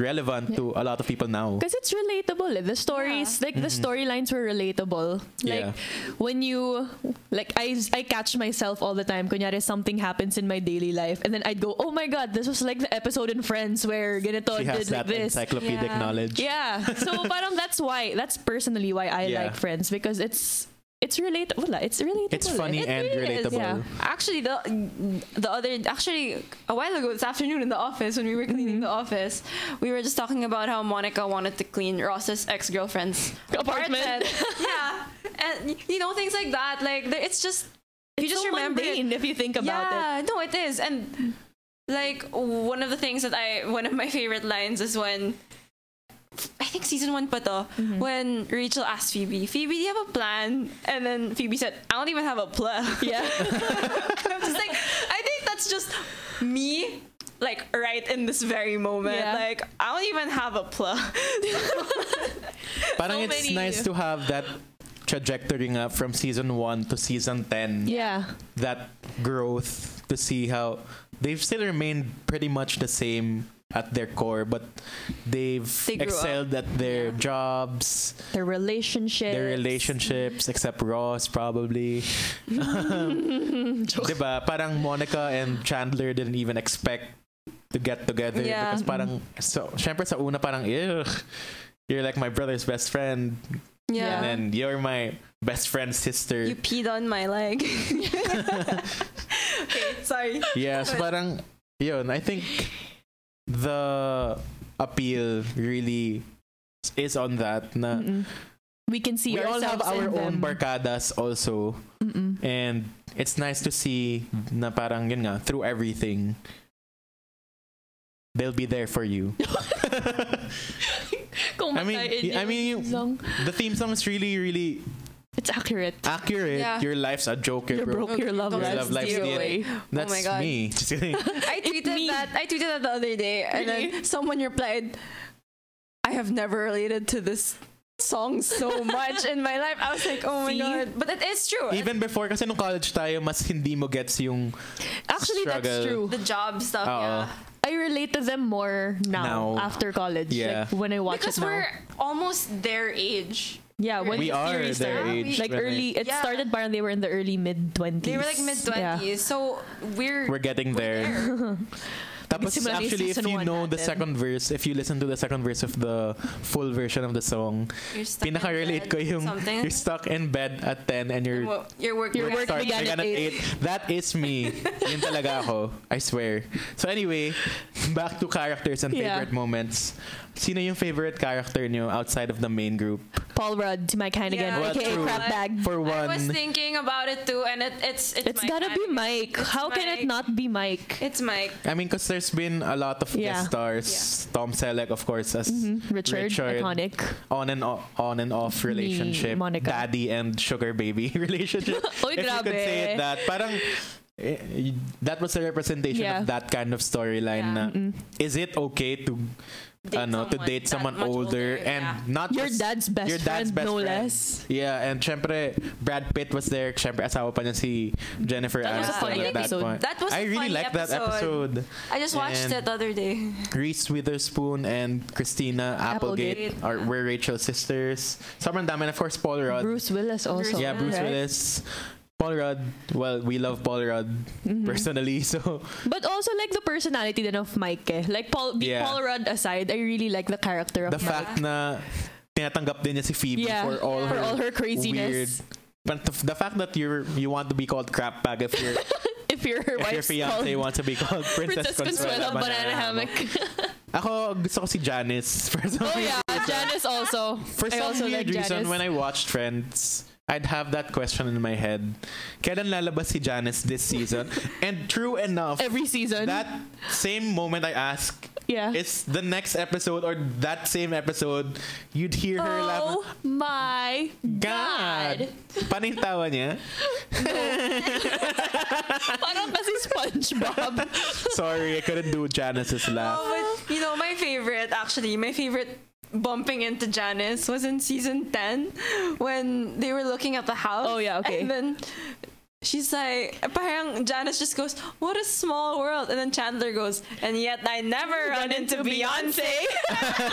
relevant to a lot of people now. Because it's relatable. eh. The stories, like the Mm-hmm. storylines were relatable. Like Yeah. when you, like I, I catch myself all the time. Kunyari, something happens in my daily life, and then I'd go, "Oh my god, this was like the episode in Friends where ganito She did has that this." encyclopedic Yeah. knowledge. Yeah. So parang that's why that's personally why I Yeah. like Friends because it's it's related. Wala, it's related. It's funny and really is. relatable. Yeah. Actually, the the other actually a while ago this afternoon in the office when we were cleaning the Mm-hmm. office, we were just talking about how Monica wanted to clean Ross's ex girlfriend's eh? Apartment. yeah, and you know things like that. Like there- it's just you just so remember it. mundane if you think about it. yeah, no, it is. And like one of the things that I one of my favorite lines is when I think season one pa to, Mm-hmm. when Rachel asked Phoebe, Phoebe, do you have a plan? And then Phoebe said, I don't even have a plan. Yeah. I'm just like, I think that's just me, like right in this very moment. Yeah. Like I don't even have a plan. Parang So it's many- nice to have that trajectory nga from season 1 to season 10. yeah. That growth to see how they've still remained pretty much the same at their core, but they've They grew excelled at their jobs, Their relationship. their relationships, except Ross probably. diba? Parang Monica and Chandler didn't even expect to get together Yeah. because parang so syempre sa una parang "Ugh, you're like my brother's best friend yeah. and then you're my best friend's sister. you peed on my leg. okay, sorry. yeah, so parang yun, I think the appeal really is on that na Mm-mm. We can see we all ourselves have our in own them. barkadas also Mm-mm. and it's nice to see na parang yun nga through everything they'll be there for you. Kung I mean, matay in I yung mean, you- song. the theme song is really really it's accurate. accurate. Yeah. Your life's a joke, you're You broke. broke your love Your life. love life's DNA. That's my God. me. Just kidding. I It tweeted me. that. I tweeted that the other day, and Really? then someone replied, "I have never related to this song so much in my life." I was like, "Oh my See? god!" But it is true. Even before kasi nung college tayo mas hindi mo gets yung Actually, that's Struggle. true. the job stuff. Oo. yeah. I relate to them more now, Now. after college. Yeah. Like, when I watch Because it now. we're almost their age. yeah, when we the are series their started. age. Like when early, it Yeah. started parang they were in the early mid twenties. They were like mid twenties, so we're We're getting there. Tapos Simula na yung actually if season you one know the natin. second verse, if you listen to the second verse of the full version of the song, You're stuck in pinaka-relate bed, ko yung something. you're stuck in bed at 10 and you're Well, Your work. Your work start began began at at 8. That is me. Yun talaga ako. I swear. So anyway, back to characters and Yeah. favorite moments. Sino yung favorite character nyo outside of the main group? Paul Rudd to my kind again, Yeah. Well, aka true. crap bag. For I was one, thinking about it too, and it, it's it's It's Mike gotta be Hannigan. Mike. It's How can Mike. it not be Mike? It's Mike. I mean, because there's been a lot of Yeah. Mm-hmm. guest stars. Tom Selleck, of course, as Richard, Richard. iconic. on and o- on and off relationship, Monica. daddy and sugar baby relationship. Oy, if you could grabe. say it that, parang eh, y- that was a representation Yeah. of that kind of storyline. Yeah. na, Is it okay to Date ano to someone date that someone much older, older, and yeah. not Your just dad's best your dad's friend, best no friend. less. Yeah, and syempre Brad Pitt was there. Syempre asawa pa niya si Jennifer That was a Aniston funny at that episode. point. That was a I really funny like that episode. episode. I just watched And- it the other day. Reese Witherspoon and Christina Applegate, Applegate. are were Rachel's sisters. Sobrang dami, and of course Paul Rudd. Bruce Willis also. Yeah, Bruce right? Willis. Paul Rudd. Well, we love Paul Rudd Mm-hmm. personally, so But also like the personality din of Mike. Eh. Like Paul, be- Yeah. Paul Rudd aside, I really like the character of the Mike. fact na tinatanggap din niya si Phoebe yeah, for all her, craziness. weird. But the, the fact that you you want to be called crap bag if, your If your if your wife's fiance called wants to be called Princess, Princess Consuelo Banana Hammock. Ako gusto ko si Janice for some oh yeah, Janice also. For I some also weird like reason, Janice. when I watched Friends, I'd have that question in my head. Kailan lalabas si Janice this season? and true enough, Every Ah. season. that same moment I ask, yeah. it's the next episode or that same episode, you'd hear her laugh. oh my God! God. Panintawa niya. Parang kasi SpongeBob. Sorry, I couldn't do Janice's laugh. Oh, but you know, my favorite actually, my favorite bumping into Janice was in season 10 when they were looking at the house. Oh, yeah, okay. And then she's like, parang Janice just goes, What a small world. And then Chandler goes, And yet I never run into Beyonce. that's,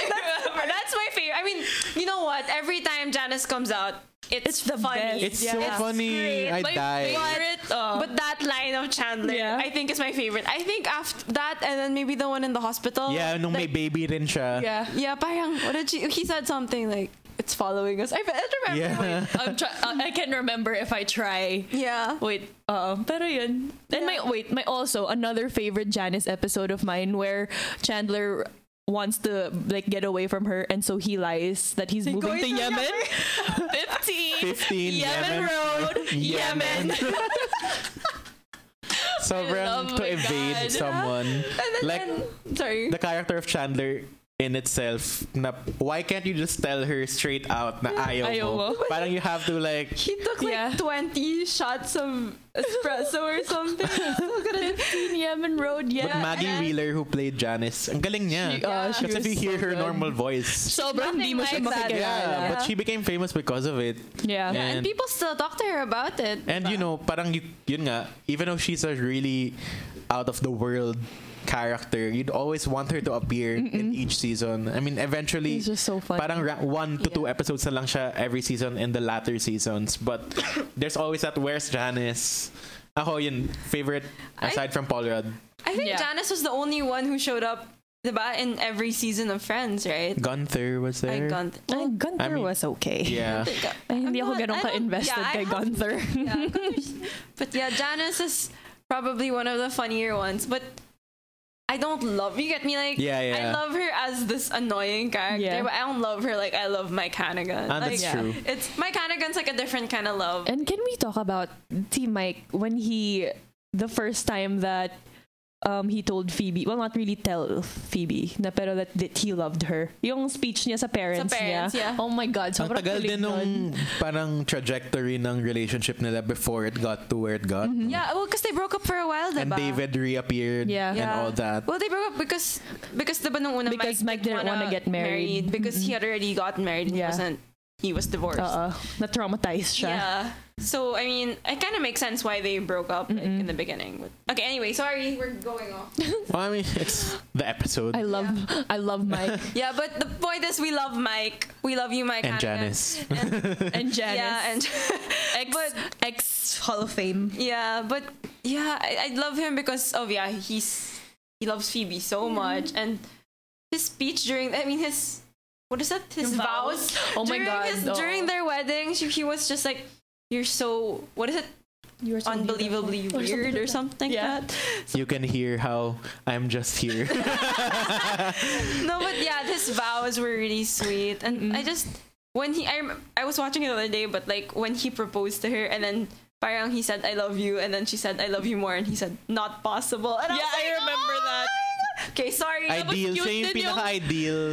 that's my favorite. I mean, you know what? Every time Janice comes out, it's, the funny. best. It's so Yeah. funny. great. I My died. favorite. uh, But that line of Chandler, Yeah. I think, is my favorite. I think after that, and then maybe the one in the hospital. Yeah, nung may baby rin siya. Oh. yeah. Yeah, parang, what did she, he said something like, it's following us. I, I remember. Yeah. Wait, I'm try- uh, I can remember if I try. Yeah. Wait, uh, pero yun. And my wait, my also another favorite Janice episode of mine where Chandler wants to like get away from her and so he lies that he's moving going to to Yemen. 15, 15, Yemen, Yemen. Road, Yemen. Sobrang love to my evade God. someone. Like Sorry. the character of Chandler in itself na why can't you just tell her straight out na ayaw, Hmm, ayaw mo? mo. Parang you have to like He took like Yeah. 20 shots of espresso or something. so good. 15 Yemen Road, yeah. But Maggie and- Wheeler who played Janice, ang galing niya. She- uh, she Kasi was if you hear so her good. normal voice. Sobrang di mo siya like that. makikilala. Yeah, but she became famous because of it. Yeah. Yeah. And, And- people still talk to her about it. And you know, parang y- yun nga, even though she's a really out of the world character, you'd always want her to appear in each season. I mean, eventually, It's just so funny. parang ra- one to two Yeah. episodes na lang siya every season in the latter seasons. But there's always that where's Janice? Ako yun, favorite I- aside from Paul Rudd. I think Yeah. Janice was the only one who showed up diba, in every season of Friends, right? Gunther was there. Oh, I Gunther. Oh, Gunther I mean- was okay. yeah. Ay, hindi I'm ako not- ganun I don't- ka-invested yeah, I kay have- Gunther. Yeah, Gunther's- but yeah, Janice is probably one of the funnier ones. But I don't love you get me like Yeah, yeah. I love her as this annoying character, Yeah. but I don't love her like I love Mike Hannigan. Ah, like, that's Yeah. true. It's Mike Hannigan's like a different kind of love. And can we talk about T Mike when he the first time that um he told Phoebe, well not really tell Phoebe, na pero that, that he loved her. Yung speech niya sa parents, parents, niya. yeah. Oh my Ang god, sobrang tagal kulit din nung parang trajectory ng relationship nila before it got to where it got. Mm-hmm. yeah, well, because they broke up for a while, And diba? David reappeared Yeah. and Yeah. all that. Well, they broke up because because the nung una Because Mike didn't wanna wanna get married. Mm-hmm. because he had already gotten married and he Yeah. wasn't he was divorced. Uh, na traumatized siya. Yeah. So I mean, it kind of makes sense why they broke up like, Mm-hmm. in the beginning. But, okay. Anyway, sorry, we're going off. Well, I mean, it's the episode I love I love Mike yeah, but the point is, we love Mike. We love you, Mike. and Hannigan. Janice. and Janice. Yeah, and ex ex Hall of Fame. yeah, but yeah, I, I love him because of yeah, he's he loves Phoebe so Mm-hmm. much, and his speech during I mean his what is that his Yung vows? vows. Oh my during God, his- no. During their wedding, she, he was just like, "You're so what is it? You were so Unbelievably beautiful. weird or something Yeah. like that." you can hear how I'm just here. no, but yeah, his vows were really sweet, and Mm. I just when he I rem- I was watching it the other day, but like when he proposed to her, and then parang he said I love you, and then she said I love you more, and he said not possible. And Yeah, was I like, remember "Oh that." my God." Okay, sorry. Tapos ideal, cute siya yung din yung- pinaka-ideal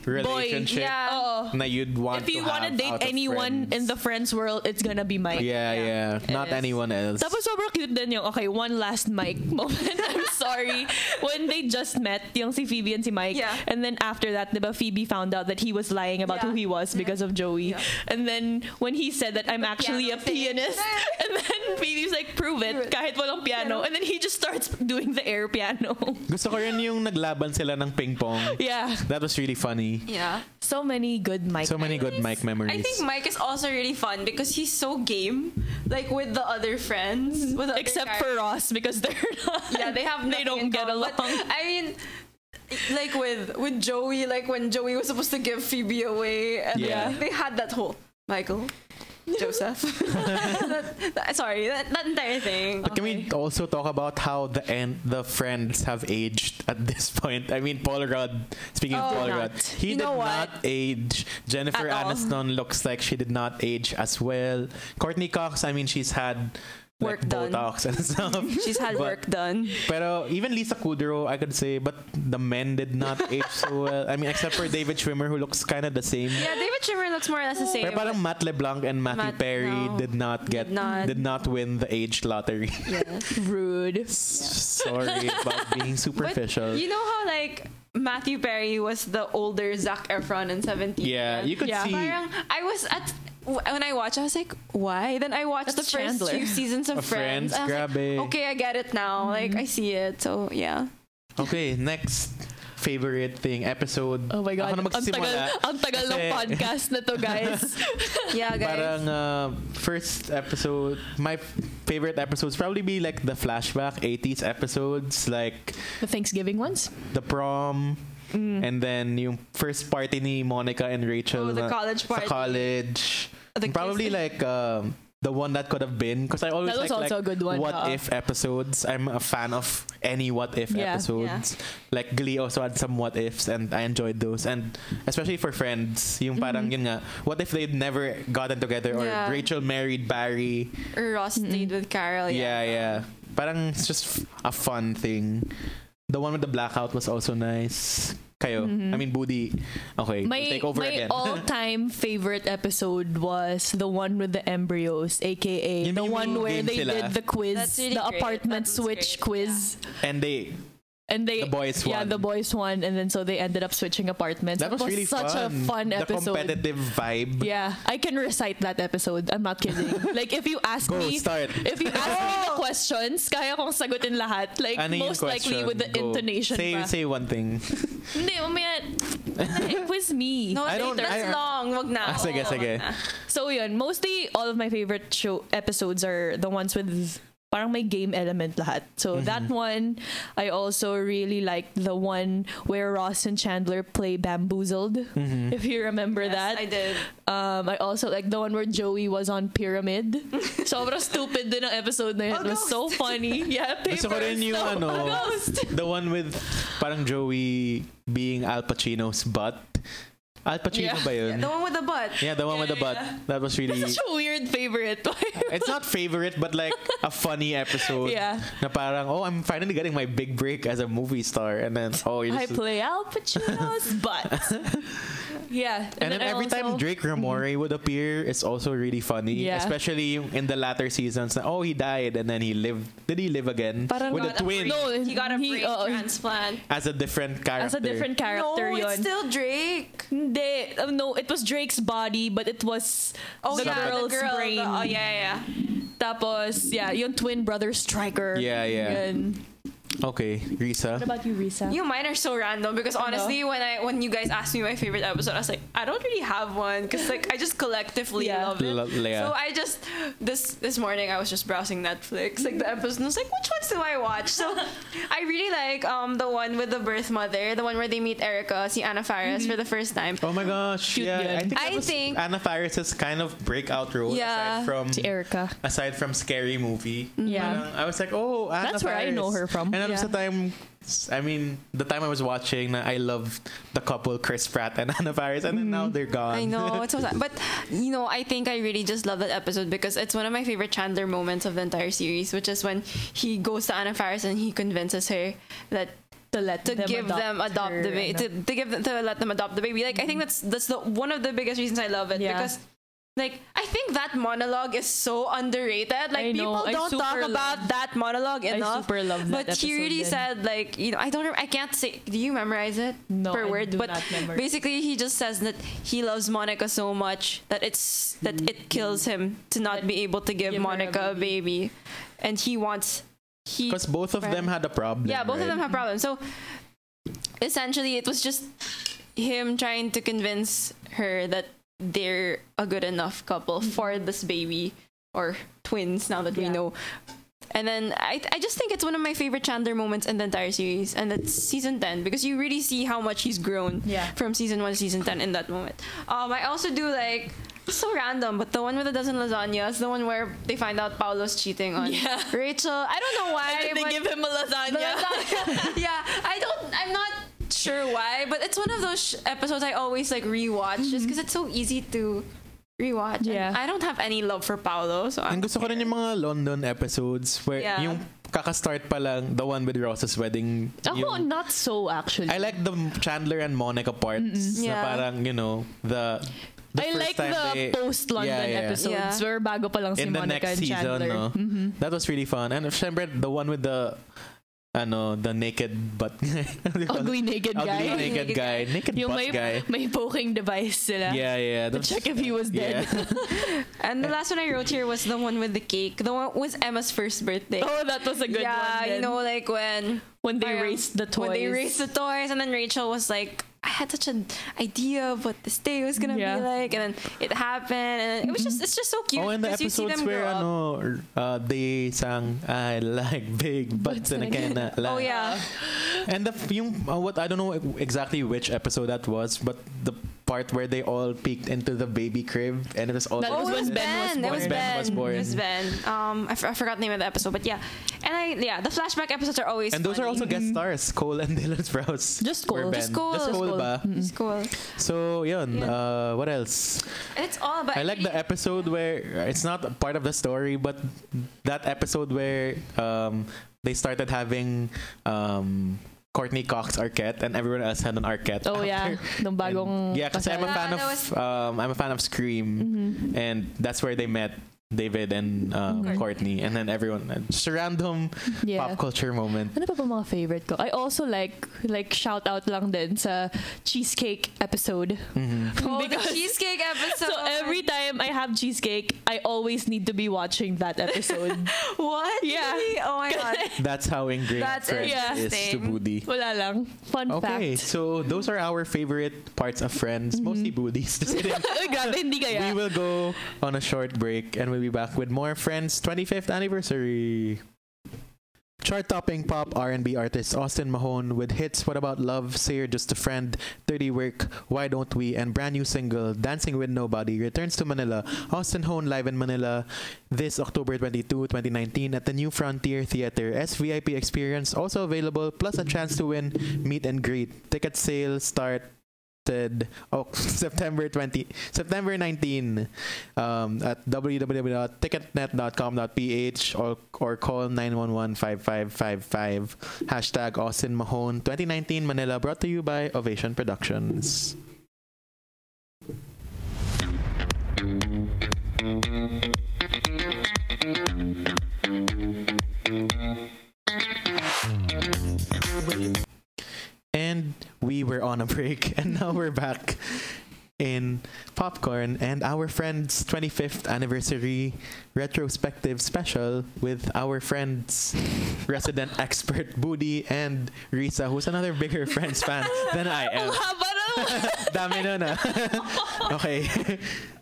relationship yeah. Oh. na you'd want If you to want to have out of date anyone friends. in the friends world, it's gonna be Mike. Yeah, yeah. Not is. anyone else. Tapos sobrang cute din yung, okay, one last Mike moment. I'm sorry. When they just met, yung si Phoebe and si Mike. Yeah. And then after that, diba, Phoebe found out that he was lying about Yeah. who he was because of Joey. Yeah. And then when he said that I'm actually a piano thing. pianist, and then Phoebe's like, prove it, kahit walang piano. And then he just starts doing the air piano. Gusto ko rin yung naglaban sila ng ping pong. yeah. That was really funny. Yeah. So many good Mike. So many good Mike memories. I think Mike is also really fun because he's so game, like with the other friends, with the other Except for Ross because they're not. yeah, they have They nothing in don't get common. along. But, I mean, like with with Joey, like when Joey was supposed to give Phoebe away, and Yeah. they had that whole Michael, Joseph. That- that- sorry, that, that entire thing. But can we also talk about how the end the friends have aged at this point? I mean, Paul Rudd. Speaking of Oh, Paul not. Rudd, he You did know what? not age. Jennifer At all. Aniston looks like she did not age as well. Courtney Cox, I mean, she's had like, Work done. Botox and stuff. She's had But- work done. Pero even Lisa Kudrow, I could say, but the men did not age so well. I mean, except for David Schwimmer, who looks kind of the same. Yeah, David Schwimmer looks more or less the same. Pero parang Matt LeBlanc and Matthew Matt- Perry no. did not get did not. not. win the age lottery. Rude. Sorry about being superficial. You know how like Matthew Perry was the older Zac Efron in Seventeen. Yeah, you could Yeah. see Parang I was at when I watched, I was like, why? Then I watched That's the first Chandler. few seasons of, Of Friends, and I was like, grabe. okay, I get it now. Like I see it. So yeah. Okay, next favorite thing episode. Oh my God. Ako na Ang tagal, Oh, magsisimula. ang tagal ng Kasi- podcast na to, guys. Yeah, guys. Parang uh, first episode, my favorite episodes probably be like the flashback 80s episodes, like the Thanksgiving ones? the prom, And then yung first party ni Monica and Rachel Oh, the na- college sa party. college. The kiss. Probably like um, the one that could have been because I always That was like, also like, a good one, what yeah. if episodes. I'm a fan of any what if Yeah, yeah. episodes. Like Glee also had some what ifs and I enjoyed those and especially for friends Mm-hmm. yung parang yun nga what if they'd never gotten together or Yeah. Rachel married Barry Or Ross stayed with Oh, Carol. yeah, Yeah. yeah. Parang it's just f- a fun thing. The one with the blackout was also nice. Kayo. Mm-hmm. I mean, Budi. Okay, My, take over my again. all-time favorite episode was the one with the embryos, aka Yun the yung one where game they sila. did the quiz, That's really the great. apartment That was switch great, quiz, and they and they The boys yeah won. the boys won, and then so they ended up switching apartments. that It was, really such fun. a fun the episode. competitive vibe. Yeah, I can recite that episode. I'm not kidding. like if you ask Go, me, start. if you ask me the questions, kaya kong sagutin lahat. Like Ano yung most likely question? with the Go. intonation. Say pa. say one thing. Hindi, mamaya. eh, It was me. No, I I don't- that's I- long. Wag na. Ah, sige, Oo, sige. wag na. So yun, mostly all of my favorite show episodes are the ones with parang may game element lahat. So Mm-hmm. that one, I also really liked the one where Ross and Chandler play Bamboozled, Mm-hmm. if you remember Yes, that. I did. Um, I also like the one where Joey was on Pyramid. Sobrang stupid din ang episode na yun. It was so funny. Yeah, papers. Gusto ko rin yung no, ano, a ghost. the one with parang Joey being Al Pacino's butt. Al Pacino Yeah. ba yun? The one with the butt. Yeah, the one with the butt. That was really Such a weird favorite. it's not favorite, but like a funny episode. Yeah. Na parang, oh, I'm finally getting my big break as a movie star, and then oh, you I just. play Al Pacino's butt. yeah. and then I every time also- Drake Ramore would appear, it's also really funny. Yeah. Especially in the latter seasons. Na, oh, he died and then he lived. Did he live again? Parang With the got a twin No, He got a he- brain oo. transplant. as a different character. as a different No, character yun. it's still Drake. Hindi. Um, no, it was Drake's body, but it was Oh, the yeah, girl's the girl, the- brain. oh, yeah, yeah. Tapos, yeah, yung twin brother striker. Yeah, yeah. Yun. Okay, Risa. What about you, Risa? You mine are so random because honestly, when I when you guys asked me my favorite episode, I was like, I don't really have one because like I just collectively Yeah. love it. Lo- yeah. So I just this this morning I was just browsing Netflix like the episode. And I was like, which ones do I watch? So I really like um the one with the birth mother, the one where they meet Erica, see Anna Faris for the first time. Oh my gosh! Cute yeah, I think, yun. that I was think- Anna Faris's kind of breakout role Yeah. aside from Si Erica. aside from scary movie. Mm-hmm. Yeah. Parang I was like, oh, Anna That's where I Faris. know her from. And that was the Yeah. time. I mean, the time I was watching, I loved the couple Chris Pratt and Anna Faris, and Mm-hmm. then now they're gone. I know it's so sad, but you know I think I really just love that episode because it's one of my favorite Chandler moments of the entire series, which is when he goes to Anna Faris and he convinces her that to let to them give adopt them adopt her the baby and- to, to give them, to let them adopt the baby like i think that's that's the one of the biggest reasons i love it Yeah. because like i think that monologue is so underrated like I know, people I don't super talk about love- that monologue enough super love that but he really said episode like you know i don't rem- i can't say do you memorize it No, per I word do but not memorize. basically he just says that he loves monica so much that it's that it kills him to not be able to give, Mm-hmm. give her a monica a baby. and he wants he because both of them had a problem. yeah, both of them right? have problems. So essentially, it was just him trying to convince her that they're a good enough couple for this baby or twins. Now that we Yeah. know. And then I, I just think it's one of my favorite Chandler moments in the entire series, and it's season ten because you really see how much he's grown Yeah. from season one to season ten in that moment. Um, I also do like so random, but the one with a dozen lasagnas, the one where they find out Paolo's cheating on Yeah. Rachel. I don't know why And they but- give him a lasagna. yeah. yeah, I don't. I'm not sure why, but it's one of those sh- episodes I always like rewatch just because it's so easy to rewatch. And Mm-hmm. Yeah. I don't have any love for Paolo, so Ang I'm. gusto ko rin yung mga London episodes where Yeah. yung kaka-start pa lang, the one with Ross's wedding. Ako, yung- not so actually. I like the Chandler and Monica parts. na Yeah. parang, you know, the, the I first like time the they- post-London Yeah, yeah. episodes Yeah. where bago pa lang si in the next Monica and season. Chandler. Mm-hmm. No? That was really fun. And syempre, the one with the ano, the naked butt guy. What do you call it? Ugly naked Ugly guy. naked guy. Naked Yung butt may, guy. may poking device sila. Yeah, yeah. To that's- check if he was dead. Yeah. And the last one I wrote here was the one with the cake. The one was Emma's first birthday. Oh, that was a good yeah, one. then. you know, like when um, when they parang- raised the when toys. they raised the toys, and then Rachel was like, "I had such an idea of what this day was gonna Yeah. be like, and then it happened, and it was just it's just so cute. Oh, and the 'cause you see episodes them where grow ano, up. uh, they sang I like big butts and I cannot lie. Oh yeah, And the f- yung uh, what I don't know exactly which episode that was, but the part where they all peeked into the baby crib and it was all That Oh, it was when was Ben Ben. was It was born. Ben Ben. was born. It was Ben. Um, I, f- I forgot the name of the episode, but yeah, and I yeah, the flashback episodes are always and those are funny. also guest stars, Cole and Dylan Sprouse. Just were Cole. Ben. Just Cole. Just Just Cole Cole. ba? It's cool. So, yun. Uh, what else? And it's all about. I like the episode where it's not a part of the story, but that episode where um, they started having um, Courtney Cox Arquette and everyone else had an Arquette. Oh after. yeah, nung bagong And- yeah, because I'm a kasal. fan Ah, that of um, I'm a fan of Scream, Mm-hmm. and that's where they met David and um, Mhm. Courtney, and then everyone uh, just a random Yeah. pop culture moment. Ano pa ba mga favorite ko? I also like, like shout out lang din sa cheesecake episode. Mhm. Oh, the Because- cheesecake So episode. every time I have cheesecake, I always need to be watching that episode. what? Yeah. Really? Oh my god. That's how ingrained That's Friends yeah. is to interesting. Budi. Wala lang. Fun Okay, fact. Mm-hmm. so those are our favorite parts of Friends, mostly Budis. Just kidding. Uy, grabe, hindi We kaya. will go on a short break and we'll be back with more Friends 25th anniversary. Chart-topping pop R&B artist Austin Mahone with hits What About Love, Say You're Just a Friend, Dirty Work, Why Don't We, and brand new single Dancing With Nobody returns to Manila. Austin Hone live in Manila this October 22, 2019 at the New Frontier Theater. SVIP experience also available plus a chance to win meet and greet. Ticket sale start started oh, September 20 September 19 um, at www.ticketnet.com.ph or, or call 911-5555 hashtag Austin Mahone 2019 Manila brought to you by Ovation Productions And we were on a break, and now we're back in Popcorn and our friend's 25th anniversary retrospective special with our friend's resident expert, Budi, and Risa, who's another bigger Friends fan than I am. Haba na Dami nun ah. okay.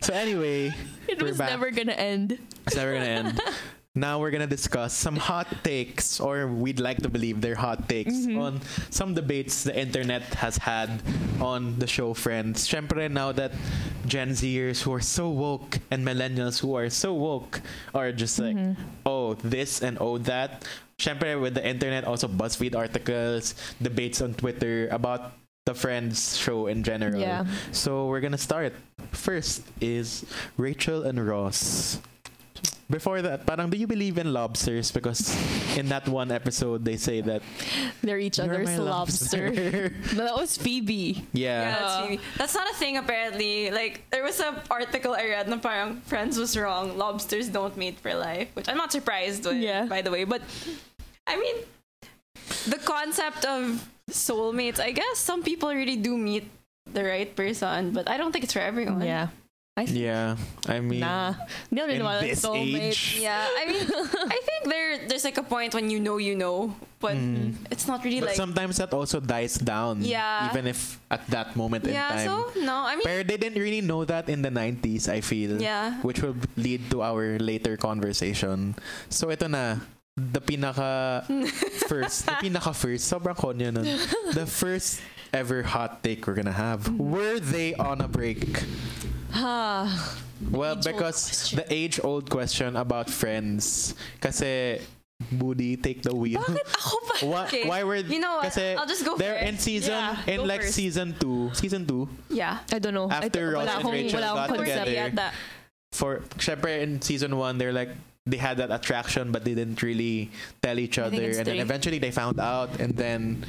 so anyway, It we're was back. never gonna end. It's never gonna end. Now we're gonna discuss some hot takes, or we'd like to believe they're hot takes on some debates the internet has had on the show Friends. Syempre now that Gen Zers who are so woke and millennials who are so woke are just like, oh this and oh that. Syempre with the internet, also BuzzFeed articles, debates on Twitter about the Friends show in general. Yeah. So we're gonna start. First is Rachel and Ross. Before that, parang do you believe in lobsters? Because in that one episode, they say that They're each "You're other's my lobster. lobster." No, that was Phoebe. Yeah, yeah. that's Yeah. Phoebe. That's not a thing apparently. Like there was an article I read na parang friends was wrong. Lobsters don't mate for life, which I'm not surprised with, Yeah. by the way. But I mean, the concept of soulmates. I guess some people really do meet the right person, but I don't think it's for everyone. Yeah. I think, Yeah, I mean, nah. Hindi ako in niniwala this sa soulmate. age, Yeah, I mean, I think there there's like a point when you know you know, but it's not really Mm. but like sometimes that also dies down. Yeah. Even if at that moment in yeah. time. So no, I mean, Pero they didn't really know that in the 90s, I feel. Yeah. Which will lead to our later conversation. So ito na, the pinaka first, the pinaka first, sobrang konya nun. The first ever hot take we're gonna have. Mm-hmm. Were they on a break? Ha. Well, Age-old because the age-old question about friends. Kasi, Budi, take the wheel. bakit ako pa? Why, Okay. why were you know what? Kasi I'll just go they're in first. season Yeah, in go like first. season two season two yeah. I don't know. I After don't- Ross wala and akong- Rachel wala akong got concept. together. Yeah, that- for syempre in season one they're like they had that attraction but they didn't really tell each I think other it's and then three. eventually they found out and then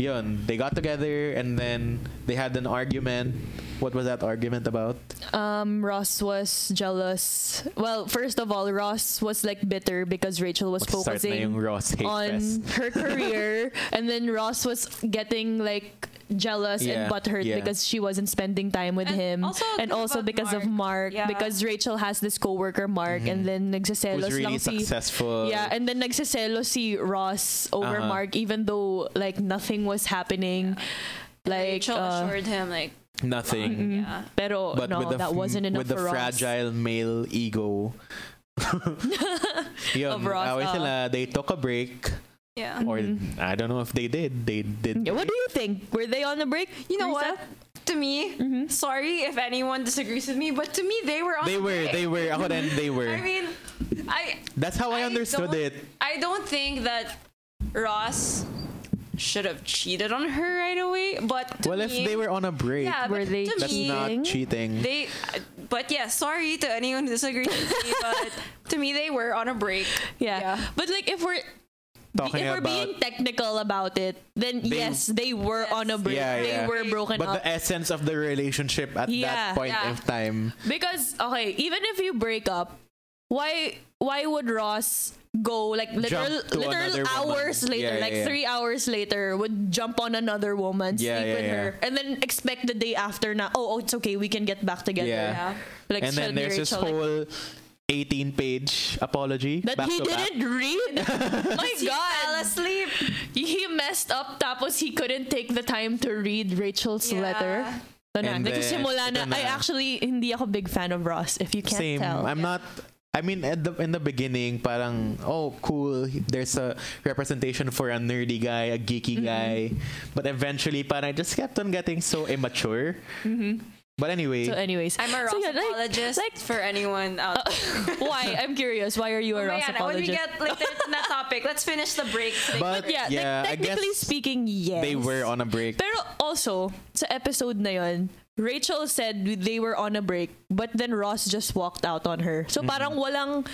yun they got together and then they had an argument what was that argument about Um, Ross was jealous. Well, first of all, Ross was like bitter because Rachel was start na yung focusing Ross hate on fest her career, and then Ross was getting like jealous Yeah, and butthurt yeah. because she wasn't spending time with And him, also and think also about because of Mark, Yeah. because Rachel has this coworker Mark, and then nagsiselos who's Mm-hmm. really lang si successful yeah, and then nagsiselos si Ross over Uh-huh. Mark even though like nothing was happening. Like, Rachel uh, assured him like Nothing. yeah. pero But no, with the, that f- wasn't enough with the for Ross. fragile male ego. Yun, Of Ross, away ah. Mm-hmm. sila, they took a break. Yeah. Or I don't know if they did. They did. Yeah, what do you think? Were they on a break? You know Risa? what? To me, sorry if anyone disagrees with me, but to me they were on They the were. break. They were. Ako din, they I were. mean, I That's how I understood don't- it. I don't think that Ross should have cheated on her right away, but to Well, if me- they were on a break, yeah, Were but they to that's me, not cheating. They, but yeah, sorry to anyone who disagrees with me, but to me they were on a break. Yeah. Yeah. But like if we're Talking if we're about being technical about it, then They- yes, they were on a break. Yeah, they yeah. were broken but up. the e-, essence of the relationship at Yeah, that point yeah. in time. Because okay, even if you break up, why why would Ross go like literal to another literal woman. hours Yeah, later, like yeah, yeah. three hours later, would jump on another woman, Yeah, sleep yeah, with yeah. her, and then expect the day after na oh, oh it's okay, we can get back together. Yeah. Yeah. Like and then Sheldon there's this Rachel, like, whole 18 page apology that back he to back. didn't read. My God, fell asleep. he messed up. Tapos he couldn't take the time to read Rachel's Yeah. letter. Ito na. And then, Nagsisimula na. ito na. I actually hindi ako big fan of Ross. If you can't Same. tell, I'm not. I mean, at the in the beginning, parang oh cool. There's a representation for a nerdy guy, a geeky Mm-hmm. guy, but eventually, parang I just kept on getting so immature. But anyway, Mm-hmm. So, anyways, I'm a Ross So, yeah, like- apologist like- for Oh anyone out there. why? I'm curious. Why are you a But oh, Ross yeah, when we apologist? get later to that topic, let's finish the break. today. but yeah, yeah, I like, guess technically speaking, yes. they were on a break. Pero also, sa episode na yon, Rachel said they were on a break, but then Ross just walked out on her. Mm-hmm. So parang walang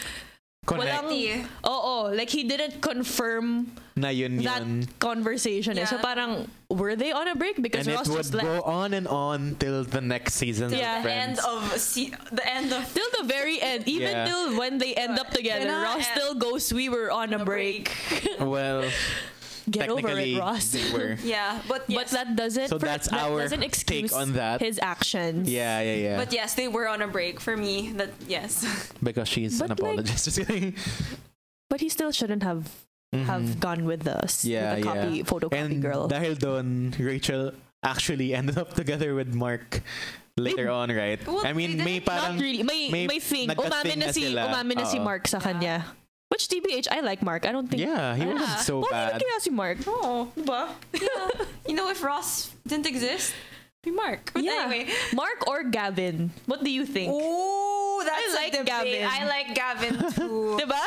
Connect walang Oo, like he didn't confirm na yun that yun. conversation. eh. Yeah. So parang were they on a break because And it Ross would just left. go on and on till the next season. Yeah. of Friends. end of se- the end of Till the very end, even Yeah. till when they end up together, Then I Ross am- still goes, We were on a the break. break. well, oh, Get over technically, it, Ross. they were. Yeah, but yes, But that doesn't. So for- that's that our doesn't take excuse on that. His actions. Yeah, yeah, yeah. but yes, they were on a break for me. That yes, because she's an But, like- apologist. Just kidding. But he still shouldn't have have gone with us. Mm-hmm. Yeah, with the copy yeah. photocopy and girl. dahil doon, Rachel actually ended up together with Mark later on, right? Hmm. Well, I mean, they may didn't- not parang Not really. May may, may thing. nagka-thing Umamin na na si sila. umamin na si Oo. Mark sa kanya. Which TBH, I like Mark. I don't think. yeah, he wasn't Yeah. so bad. Why kaya si Mark? oh, you know, if Ross didn't exist, be Mark. But Yeah. anyway, Mark or Gavin? What do you think? ooh, that's I a like debate. Gavin. I like Gavin too. Diba?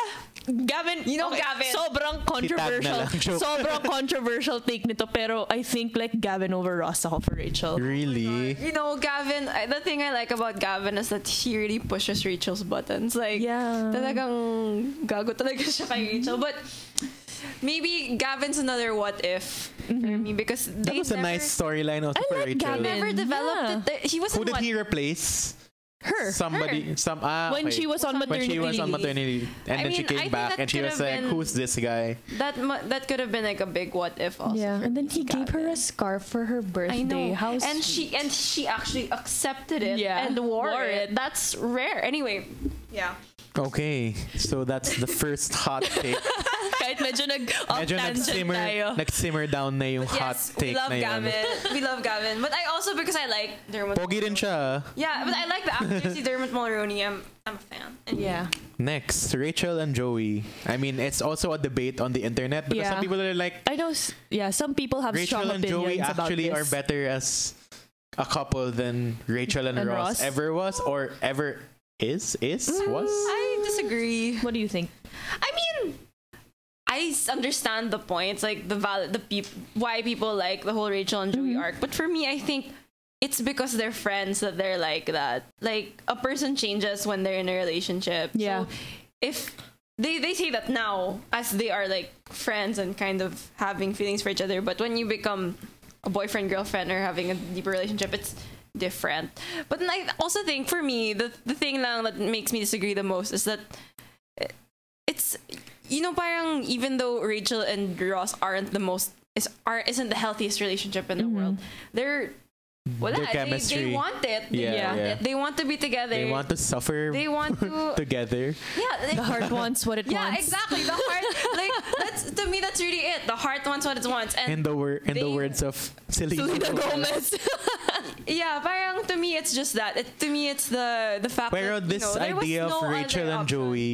Gavin, You know Gavin. Sobrang controversial. lang. Joke. sobrang controversial take nito pero I think like Gavin over Ross ako for Oh Rachel. Really? you know, Gavin. I- The thing I like about Gavin is that he really pushes Rachel's buttons. Like, Yeah. talagang gago talaga siya kay Rachel. But maybe Gavin's another what if for me because That they was a never- nice storyline also I for like Rachel. Gavin. never developed it. He wasn't Who did what he replace? Her. Somebody, some ah, When okay. she was on when maternity she was on leave. maternity, and I then she mean, I came think back that and she could was have like, been- "Who's this guy?" That mu- that could have been like a big what if also. Yeah, for and then Miss he gave her a Gavin. scarf for her birthday. I know. How and sweet. she and she actually accepted it Yeah. and wore, Wore it. it. That's rare. Anyway, yeah. Okay, so that's the first hot take. kahit medyo nag off Medyo tangent nag-simmer, tayo. nag-simmer down na yung hot yes, we take love na yun. Gavin. we love Gavin. But I also because I like Dermot. Pogi din siya. ah. Yeah, but I like the actor. See Dermot Mulroney. I'm I'm a fan. And Yeah. Next, Rachel and Joey. I mean, it's also a debate on the internet because Yeah. some people are like, I know s- yeah, some people have Rachel and strong Joey opinions about actually are this. better as a couple than Rachel and, And Ross, Ross? ever was or ever is is was. Mm, I disagree. What do you think? I mean, I s- understand the points, like the valid, the peop- why people like the whole Rachel and Joey arc. But for me, I think it's because they're friends that they're like that. Like a person changes when they're in a relationship. Yeah. So if they they say that now as they are like friends and kind of having feelings for each other, but when you become a boyfriend girlfriend or having a deeper relationship, it's different. But then I also think for me the the thing lang that makes me disagree the most is that eh, it's you know parang even though Rachel and Ross aren't the most is are isn't the healthiest relationship in the world they're Wala, Their they- They, chemistry. want it. They Yeah, want yeah. it. They want to be together. They want to suffer They want to- together. yeah, like- The heart wants what it Yeah, wants. exactly. The heart, like that's to me, that's really it. The heart wants what it wants, and In the word, in the They- words of Selena, Selena Gomez. yeah, parang to me, it's just that. It, to me, it's the the fact. Pero that, this you know, there was idea no of other Rachel and option. Joey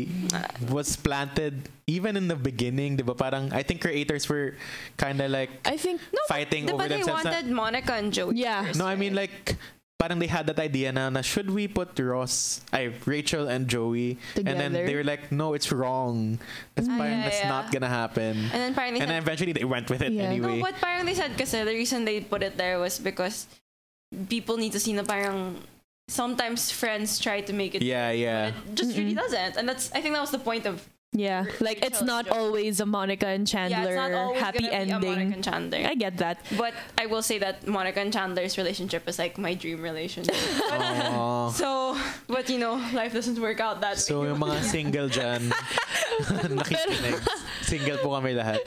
was planted even in the beginning, di ba? Parang I think creators were kind of like I think No, but- fighting but over they themselves. na- wanted Monica and Joey. Yeah. first, no, I mean right? like parang they had that idea na, na should we put Ross, I Rachel and Joey, and then Together. they were like, no, it's wrong. That's, Ah, parang, yeah, that's yeah. not gonna happen. And then parang they And then said, eventually they went with it Yeah. anyway. no, but parang they said kasi the reason they put it there was because people need to see na parang sometimes friends try to make it. yeah, yeah. But it just really doesn't, and that's I think that was the point of yeah, like it's Rachel's not joke. always a Monica and yeah, it's Chandler not always happy gonna Be a Monica ending. and Chandler. I get that. But I will say that Monica and Chandler's relationship is like my dream relationship. Aw. so, but you know, life doesn't work out that Oh. So way. yung mga single dyan, nakikinig. Single po kami lahat.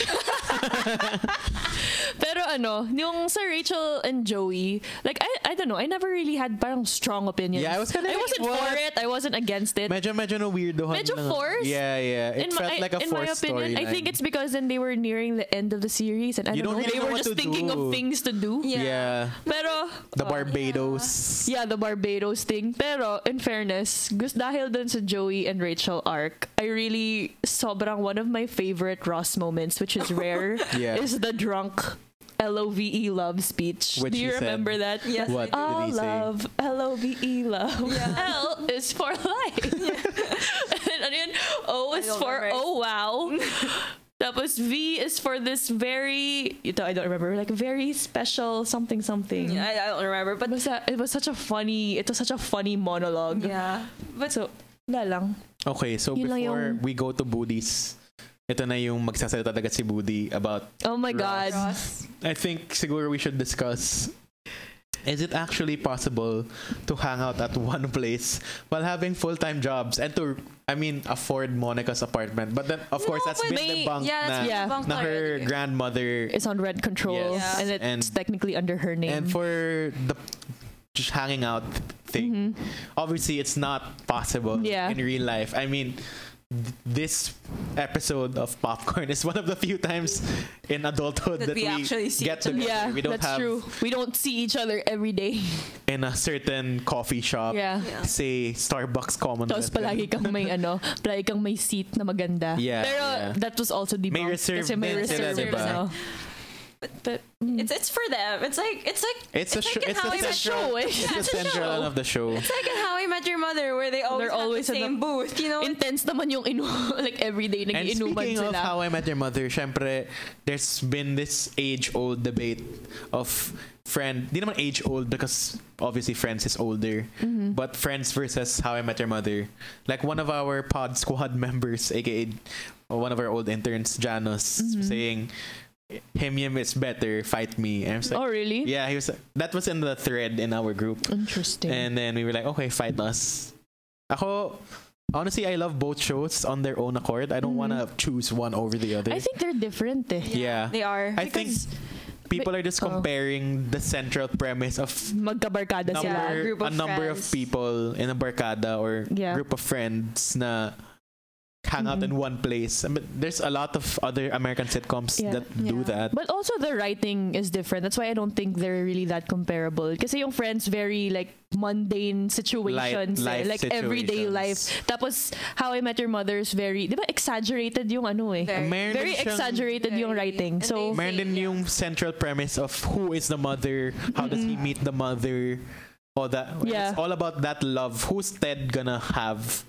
Pero ano, yung sa Rachel and Joey, like I I don't know, I never really had parang strong opinions. Yeah, I was kinda I like, wasn't for what? it. I wasn't against it. Medyo, medyo na weirdohan. Medyo lang. forced? Yeah, yeah. It felt like a in my forced opinion, I storyline. think it's because then they were nearing the end of the series and I You don't, don't know, really they know were what just to thinking do. of things to do. Yeah. Pero The Barbados. Yeah, the Barbados thing. Pero, in fairness, gusto dahil dun sa Joey and Rachel arc, I really, sobrang one of my favorite Ross moments, which is rare, Yeah. is the drunk L-O-V-E E love speech. Which Do he you said. remember that? Yes, What I did All he say? love, L-O-V-E E love. Yeah. L is for life. and ano yun? O is don't for remember. oh wow. Tapos V is for this very, ito, I don't remember, like very special something something. do. I, I don't remember, but Basta, it was such a funny, it was such a funny monologue. yeah. But So, wala lang. Okay, so Yun lang before yung- we go to Boody's, ito na yung magsasalita talaga si Boody about, Oh my Ross. God. Ross, I think siguro we should discuss, is it actually possible to hang out at one place while having full-time jobs and to, I mean, afford Monica's apartment? But then, of course, No, that's but been they- debunked yeah, na, that's Yeah. debunked na her already. grandmother It's on red control. Yes. And it's And- technically under her name. And for the just hanging out thing, obviously it's not possible Mm-hmm. Yeah. in real life. I mean, th- this episode of popcorn is one of the few times in adulthood that, That we actually see get each other. together. yeah, we don't that's have true. We don't see each other every day. in a certain coffee shop, Yeah. Yeah. say Starbucks Commonwealth. Tapos palagi kang may ano, palagi kang may seat na maganda. Yeah, Pero yeah. that was also debunked. May reserve kasi may din sila, reserve. diba? now. But, mm, it's it's for them. It's like it's like It's a like show. in It's How a I Met central. show, eh. It's the It's a central show. of the show. It's like in How I Met Your Mother, where they always They're have always the in the- same booth. You know, intense naman yung inu like everyday And nag-inuman speaking of sila. How I Met Your Mother, syempre, there's been this age-old debate of friend. Di naman age-old because obviously Friends is older. But Friends versus How I Met Your Mother. Like one of our pod squad members, aka uh, one of our old interns, Janos, saying, him him is better, fight me. And I was like, oh, really? yeah, he was like, that was in the thread in our group. Interesting. And then we were like, okay, fight us. Ako, honestly, I love both shows on their own accord. I don't want to choose one over the other. I think they're different eh. yeah. they are. I think people are just Oh. comparing the central premise of Magkabarkada number, sila. group a of number of friends. people in a barkada or Yeah. group of friends na hang out Mhm. in one place. I mean, there's a lot of other American sitcoms Yeah. that do Yeah. that. But also the writing is different. That's why I don't think they're really that comparable. Kasi yung friends very like mundane situations, Light- eh. life like everyday life. situations. Tapos how I met your mother's very, 'di ba exaggerated yung ano eh. Very- Meron Very din siyang- exaggerated yung Very- writing. and So Meron din Yeah. yung central premise of who is the mother, how does Mm-hmm. he meet the mother, all that. and Yeah. It's all about that love. Who's Ted gonna have?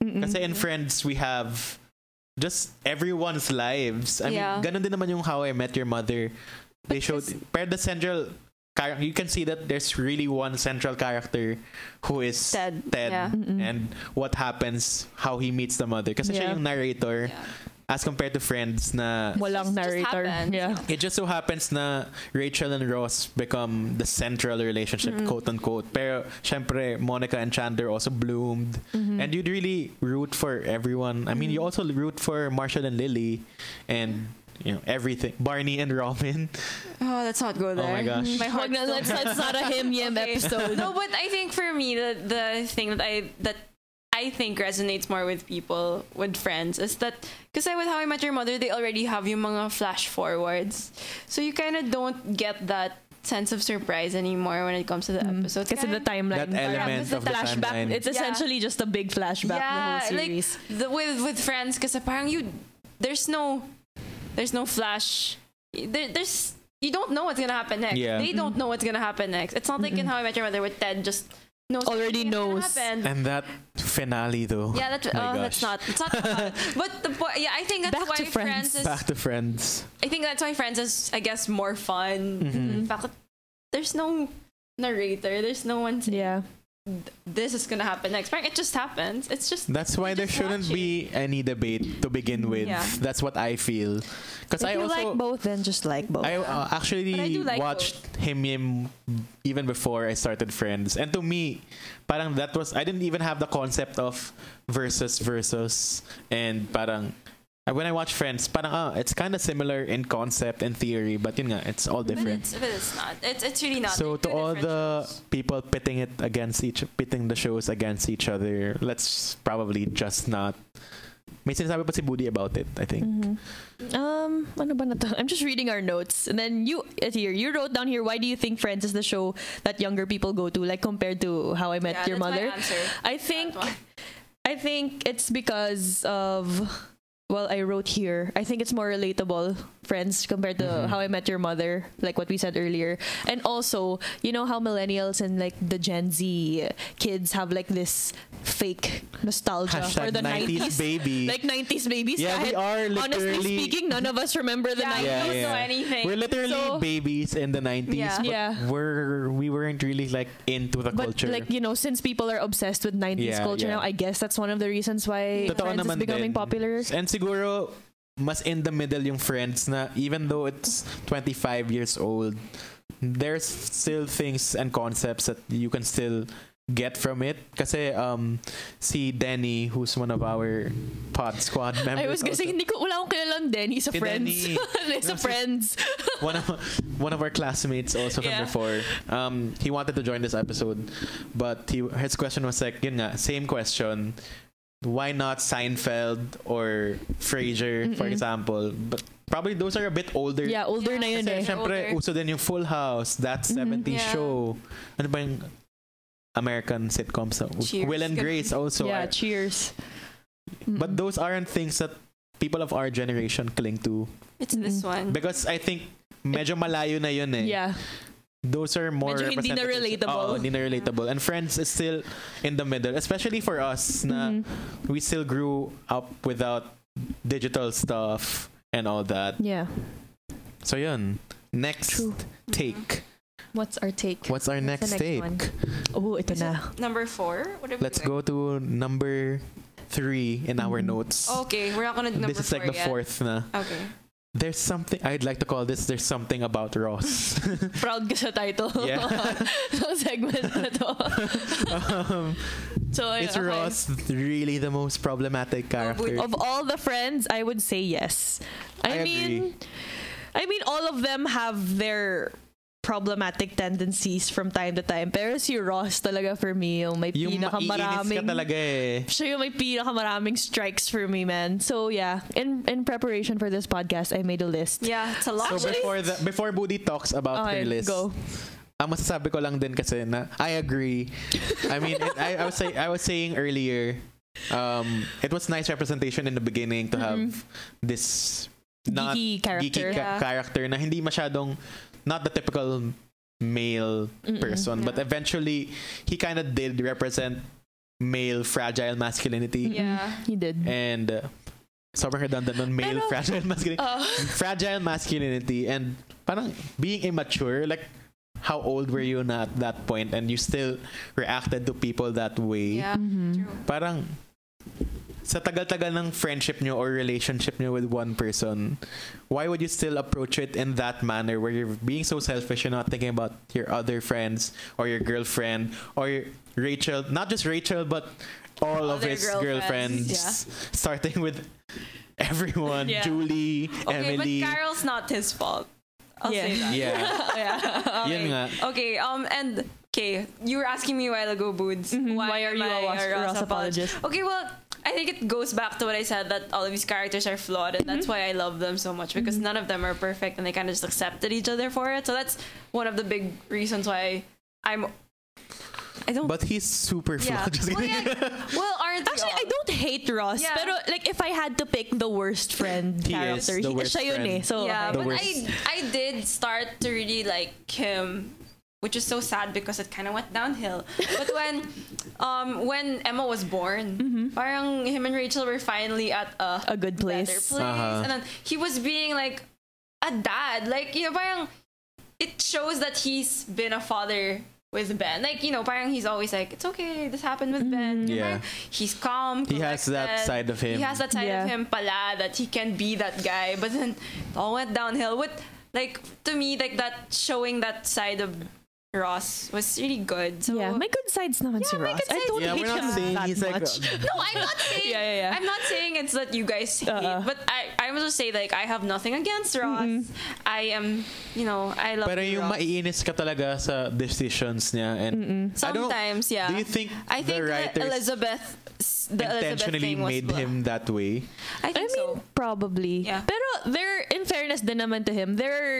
Kasi in Mm-hmm. Friends, we have just everyone's lives. I Yeah. mean, ganun din naman yung How I Met Your Mother. They But showed, this- pero the central character, you can see that there's really one central character who is Ted, yeah. and what happens, how he meets the mother. Kasi siya Yeah. yung narrator. Yeah. As compared to Friends na just walang narrator. happens. yeah. it just so happens na Rachel and Ross become the central relationship, Mm-hmm. quote unquote. Pero syempre, Monica and Chandler also bloomed. Mm-hmm. And you'd really root for everyone. I mean, you also root for Marshall and Lily and you know everything. Barney and Robin. Oh, let's not go there. my gosh. My heart's Wag na, still- let's, let's not a him yim episode. No, but I think for me the the thing that I that I think resonates more with people with friends is that because with How I Met Your Mother they already have yung mga flash forwards, so you kind of don't get that sense of surprise anymore when it comes to the episode. Mm. Kasi the timeline. That element it's a of the flashback. timeline. It's essentially just a big flashback. the whole series. like the, with with friends, because parang you there's no there's no flash. There, there's you don't know what's gonna happen next. Yeah. They don't know what's gonna happen next. It's not like in How I Met Your Mother with Ted just knows Already everything that's knows. gonna happen. And that finale though. Yeah, that's My oh, that's gosh. not it's not. about it. but the po- yeah, I think that's Back why to friends. Friends. is Back to friends. I think that's why friends is I guess more fun. Mm-hmm. Bakit- there's no narrator. There's no one saying yeah. this is gonna happen next. Parang it just happens. It's just That's why you there just shouldn't watch it. be any debate to begin with. Yeah. That's what I feel. Because I if you also like both, then just like both. I uh, Um, But I actually do like watched him Yim even before I started Friends. And to me, parang that was I didn't even have the concept of versus versus and parang uh, when I watch Friends, parang ah, it's kind of similar in concept and theory, but yun nga, it's all But different. it's, but it's not. It's, it's really not. So They're to two all different the shows. people pitting it against each pitting the shows against each other, let's probably just not May sinasabi pa si Budi about it, I Mm-hmm. think. Um, ano ba na to? I'm just reading our notes. And then you, uh, here, you wrote down here, why do you think Friends is the show that younger people go to, like compared to How I Met Yeah, Your that's my Mother? answer. I think, That one. I think it's because of, well, I wrote here, I think it's more relatable, Friends, compared to Mm-hmm. How I Met Your Mother, like what we said earlier. And also, you know how millennials and like the Gen Z kids have like this fake nostalgia for Hashtag the 90s 90s. baby. Like 90s babies. Yeah, we Kahit- are Honestly literally- speaking, none of us remember the Yeah, 90s. yeah, yeah. know anything. We're literally So- babies in the 90s. Yeah. But Yeah. We're, we weren't really like into the But culture. like you know, since people are obsessed with Yeah, 90s culture yeah. now, I guess that's one of the reasons why Totoo Friends is naman becoming din. popular. And siguro, mas in the middle yung friends na even though it's 25 years old, there's still things and concepts that you can still get from it. Kasi um, si Danny, who's one of our pod squad members. I was gonna also- say, hindi ko, wala akong kilalang Denny sa Si Friends. Denny. sa No, si- Friends. one of one of our classmates also from Yeah. before. Um, he wanted to join this episode, but he his question was like, yun nga, same question. Why not Seinfeld or Frasier, for example? But probably those are a bit older. Yeah, older Mm-hmm. na yun eh. Kasi syempre, Older. uso din yung Full House, that 70s Yeah. show. Ano ba yung American sitcoms? Cheers. Will and Grace also. yeah, are- cheers. but those aren't things that people of our generation cling to. It's this one. Because I think medyo malayo na yun eh. Yeah. those are more Medyo hindi representative. na relatable. Oo, hindi na relatable. And Friends is still in the middle, especially for us na Mhm. we still grew up without digital stuff and all that. Yeah. So yun. Next True. Mm-hmm. take. What's our take? What's our next, the next take? one? Oh, ito Is it na. Number four? What are we Let's doing? go to number three in our Mm-hmm. notes. Oh, Okay, we're not gonna do number this is four like the yet. fourth na. Okay. There's something I'd like to call this. There's something about Ross. Proud ka sa title. Yeah. Sa segment na to. um, So, is Oh, okay. Oh, Ross really the most problematic character? Of all the friends, I would say yes. I, I agree. mean, I mean, all of them have their problematic tendencies from time to time. Pero si Ross talaga for me, yung may Yung maiinis ka pinakamaraming... talaga eh. Siya yung may pinakamaraming strikes for me, man. So, yeah. In in preparation for this podcast, I made a list. Yeah, it's a lot. So before the, before Budi talks about Okay, her list, go. ang masasabi ko lang din kasi na I agree. I mean, it, I, I was say, I was saying earlier, um, it was nice representation in the beginning to have this not Mm-hmm. Geeky character. geeky ca- Yeah. character na hindi masyadong not the typical male person, but eventually he kind of did represent male fragile masculinity yeah. He did. and uh, sobrang redundant nun, male Pero- fragile masculinity Oh. Uh, fragile masculinity and parang being immature like how old were you na at that point and you still reacted to people that way Yeah. Mm-hmm. True. parang sa tagal-tagal ng friendship nyo or relationship nyo with one person why would you still approach it in that manner where you're being so selfish you're not thinking about your other friends or your girlfriend or your Rachel not just Rachel but all of Other his girlfriends, girlfriends, starting with everyone, Yeah. Julie, Okay, Emily. but Carol's not his fault. I'll Yeah. say that. yeah. yeah. Yun nga. Okay, um, and, okay, you were asking me a while ago, Boots. Mm-hmm. Why are am you a I Ross- Ross apologist? Okay, well, I think it goes back to what I said that all of these characters are flawed, and that's Mm-hmm. why I love them so much because none of them are perfect and they kind of just accepted each other for it. So that's one of the big reasons why I'm. I don't. But he's super yeah. flawed. Just well, kidding. yeah, well, aren't they Actually, I all? don't hate Ross, Yeah. pero like if I had to pick the worst friend He is character, the he- worst siya yun friend. eh. So The yeah, but worst. I I did start to really like him, which is so sad because it kind of went downhill. But when um when Emma was born, parang him and Rachel were finally at a a good better place. place, Uh-huh. and then he was being like a dad, like you know, parang it shows that he's been a father. With Ben, like you know, parang he's always like, "It's okay, this happened with Ben." You Yeah. know, parang he's calm. He has that collected. side of him. He has that side Yeah. of him pala that he can be that guy. But then it all went downhill. With like to me, like that showing that side of Ross was really good. So Yeah, my good side's naman si Yeah, my Ross. good I side's don't yeah, hate we're not him saying that he's like. much. no, I'm not saying. Yeah, yeah, yeah. I'm not saying it's that you guys hate, Uh-uh. but I, I was just say like I have nothing against Ross. Mm-hmm. I am, you know, I love. Pero yung Ross. maiinis ka talaga sa decisions niya and I don't- Sometimes, yeah. Do you think I the think that writers Elizabeth, the Elizabeth intentionally thing was made blah. him that way? I I think mean, so. probably. Yeah. Pero there, in fairness din naman to him, there are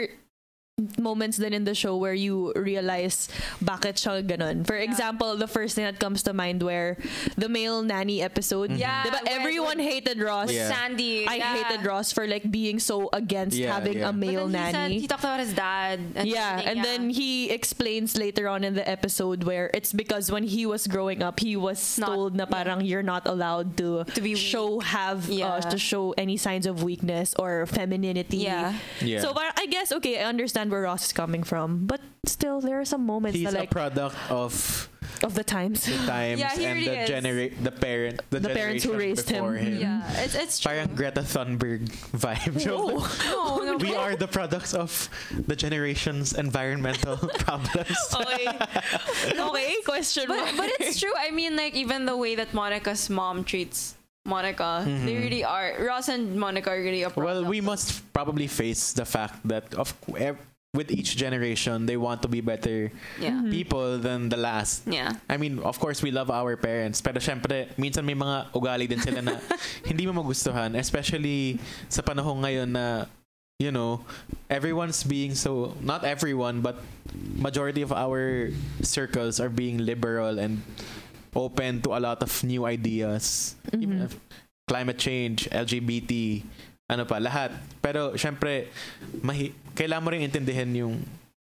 moments then in the show where you realize bakit siya ganun. For example, the first thing that comes to mind where the male nanny episode, Yeah, diba, when- everyone when- hated Ross. Mm-hmm. Yeah. Sandy. I yeah. hated Ross for like being so against Yeah, having yeah. a But But then male he said- nanny. he talked about his dad. And yeah, everything, and then he explains later on in the episode where it's because when he was growing up, he was Not- told na parang you're not allowed to, To be weak. show have Yeah. uh, to show any signs of weakness or femininity. Yeah. Yeah. So parang- I guess okay, I understand where Ross is coming from, but still there are some moments He's that, a like product of of the times. the times Yeah, he and the really is. genera- the parent the, The parents who generation raised him. before him. Mm. yeah, it's it's true. Parang Greta Thunberg vibe. no, Whoa. Oh. no, we but- are the products of the generation's environmental problems. okay. okay. Question But, but it's true. I mean, like even the way that Monica's mom treats Monica, they really are. Ross and Monica are really a Mm-hmm. Well, product we must probably face the fact that of ev- with each generation they want to be better Yeah. Mm-hmm. people than the last. Yeah. I mean, of course, we love our parents. Pero syempre, minsan may mga ugali din sila na hindi mo magustuhan. Especially sa panahon ngayon na, you know, everyone's being so, not everyone, but majority of our circles are being liberal and open to a lot of new ideas. Mm-hmm. Even if climate change, LGBT, ano pa, lahat. Pero syempre, mahi- kailangan mo rin intindihin yung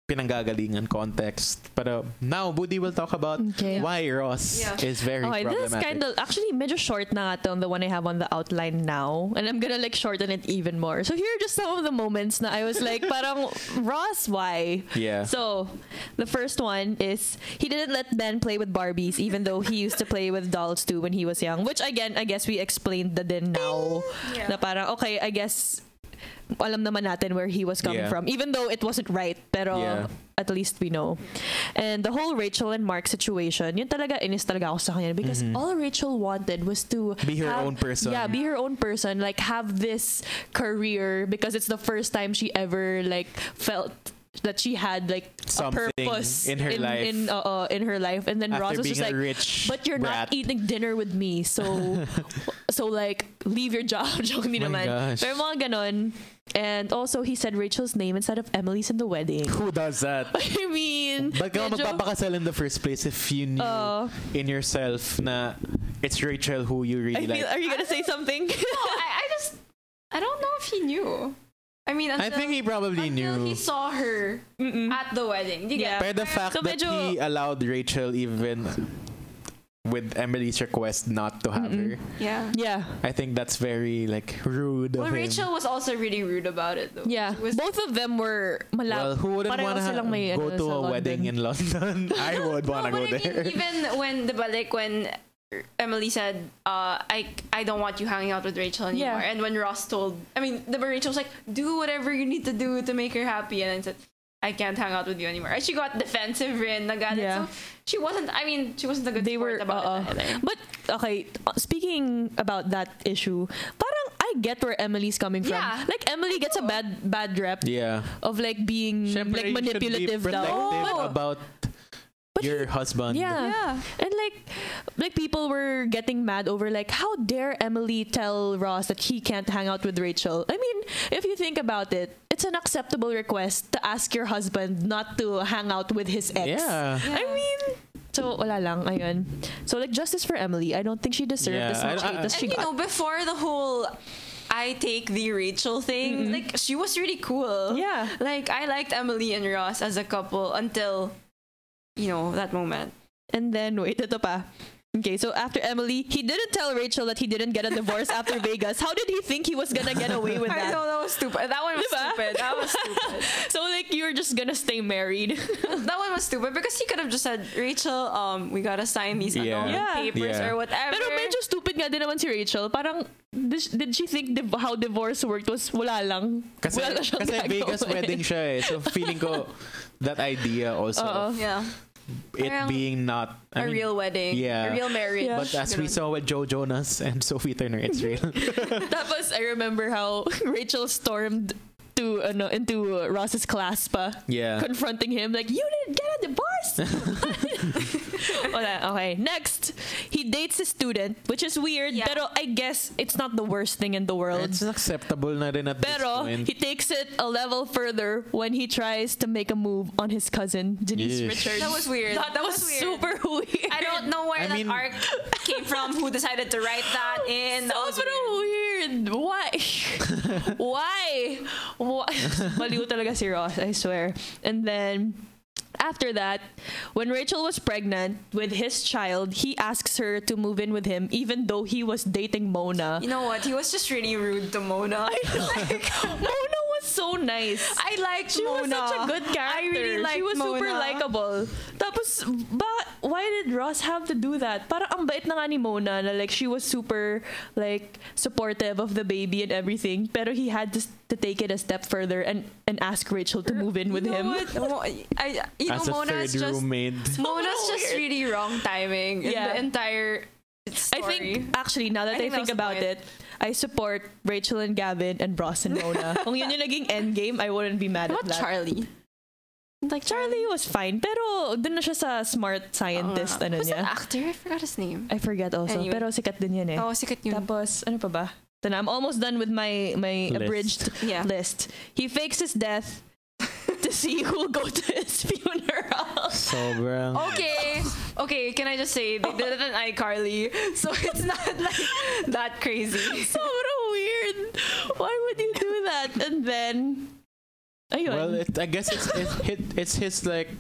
pinanggagalingan context. Pero now, Budi will talk about Okay. why Ross Yeah. is very Okay, this is problematic. kind of actually medyo short na nga to on the one I have on the outline now, and I'm gonna like shorten it even more. So here are just some of the moments na I was like, parang Ross, why? Yeah. So the first one is he didn't let Ben play with Barbies, even though he used to play with dolls too when he was young. Which again, I guess we explained the din now. Na parang okay, I guess alam naman natin where he was coming Yeah. from, even though it wasn't right. Pero Yeah. at least we know. And the whole Rachel and Mark situation, yun talaga inis talaga ako sa kanya because all Rachel wanted was to Mm-hmm. Be her own person. Yeah, be her own person, like have this career because it's the first time she ever like felt that she had like Something a purpose in her life. in, uh, uh, in her life and then After Ross was being just a like rich but you're brat." not eating dinner with me so so like leave your job joke din My naman gosh. pero mga ganon and also he said Rachel's name instead of Emily's in the wedding Who does that? I mean, Ba't ka medyo- Oh. magpapakasal in the first place if you knew Oo. in yourself na it's Rachel who you I really feel, like? are you gonna say something? No, I, I just I don't know if he knew. I mean, I until, think he probably until knew. he saw her at the wedding. Do you Yeah. get By the fact So that he medyo- allowed Rachel even with Emily's request not to have her, Yeah. yeah, I think that's very like rude Well, of him. Rachel was also really rude about it though. yeah. She was- Both of them were Well, malap. who wouldn't Pareho want to silang may, go ano, to sa a London. wedding in London? I would want to no, go but I mean, there. even when the like when Emily said, uh, "I I don't want you hanging out with Rachel anymore," Yeah. and when Ross told, I mean, the Rachel was like, "Do whatever you need to do to make her happy," and then said, "I can't hang out with you anymore." And she got defensive rin, nagalit. So Yeah. she wasn't. I mean, she wasn't a good They sport were, about uh, it either. but okay. uh, Speaking about that issue, parang I I get where Emily's coming from. Yeah. Like Emily gets a bad bad rep Yeah. of like being Syempre, like Mm, you should be manipulative daw. protective But- about but your husband. yeah. Yeah. And like like people were getting mad over like how dare Emily tell Ross that he can't hang out with Rachel. I mean, if you think about it, it's an acceptable request to ask your husband not to hang out with his ex. Yeah. I mean, so wala lang ayun. So like justice for Emily. I don't think she deserved Yeah, as much I- I- hate as And she you got. know, before the whole I take the Rachel thing, like she was really cool. Mm-hmm. Yeah. Like I liked Emily and Ross as a couple until you know, that moment. And then wait, ito pa. Okay, so after Emily, he didn't tell Rachel that he didn't get a divorce after Vegas. How did he think he was gonna get away with I that? know that was stupid. That one was Diba? stupid. That was stupid. So like you're just gonna stay married. that one was stupid because he could have just said, Rachel, um, we gotta sign these Yeah. annulment Yeah. papers Yeah. or whatever. Pero medyo stupid nga din naman si Rachel. Parang, dis- did she think div- how divorce worked was wala lang? Kasi, wala na siyang kasi gagawin. Vegas wedding siya eh. So feeling ko that idea also of Oo. yeah. it Parang being not a real wedding. yeah. A real marriage. Yeah. But as we Ganun. saw with Joe Jonas and Sophie Turner, it's real. Tapos, I remember how Rachel stormed to ano into uh, Ross's class pa. Yeah. Confronting him like, you didn't get a divorce! Wala, okay. Next, he dates a student, which is weird, Yeah. pero I guess it's not the worst thing in the world. Oh, It's acceptable na rin at Pero this point. he takes it a level further when he tries to make a move on his cousin Denise Yeesh. Richards. That was weird. That, that was, weird. super weird. I don't know where I that mean- arc came from, who decided to write that in. That was Super weird. weird. Why? Why? Why? Baliw talaga si Ross, I swear. And then after that, when Rachel was pregnant with his child, he asks her to move in with him, even though he was dating Mona. You know what? He was just really rude to Mona. like, Mona was so nice. I liked She Mona. was such a good I character. really liked She was Mona. super likable. Tapos, ba, why did Ross have to do that? Parang ang bait na nga ni Mona na like she was super like supportive of the baby and everything. Pero he had to, to take it a step further and, and ask Rachel to move in with You know him. what? Mo- I, you know, as a Mona's third just roommate. Mona's just really wrong timing in Yeah. the entire I story. think actually now that I I, think think that was the about point. it, I support Rachel and Gavin and Ross and Mona. Kung yun yung naging endgame, I wouldn't be mad What at that. Charlie? like Charlie was fine, pero dun na siya sa smart scientist ano Who's niya. that actor? I forgot his name. I forget also. Anyway. Pero sikat din yan eh. Oh, sikat yun. Tapos, ano pa ba? Ito na, I'm almost done with my, my List. abridged Yeah. list. He fakes his death to see who will go to his funeral. Sobrang. Oh, Okay, okay. Can I just say they did it in iCarly, so it's not like that crazy. Sobrang weird. Why would you do that? And then, ayun. Well, it, I guess it's it's, hit- it's his like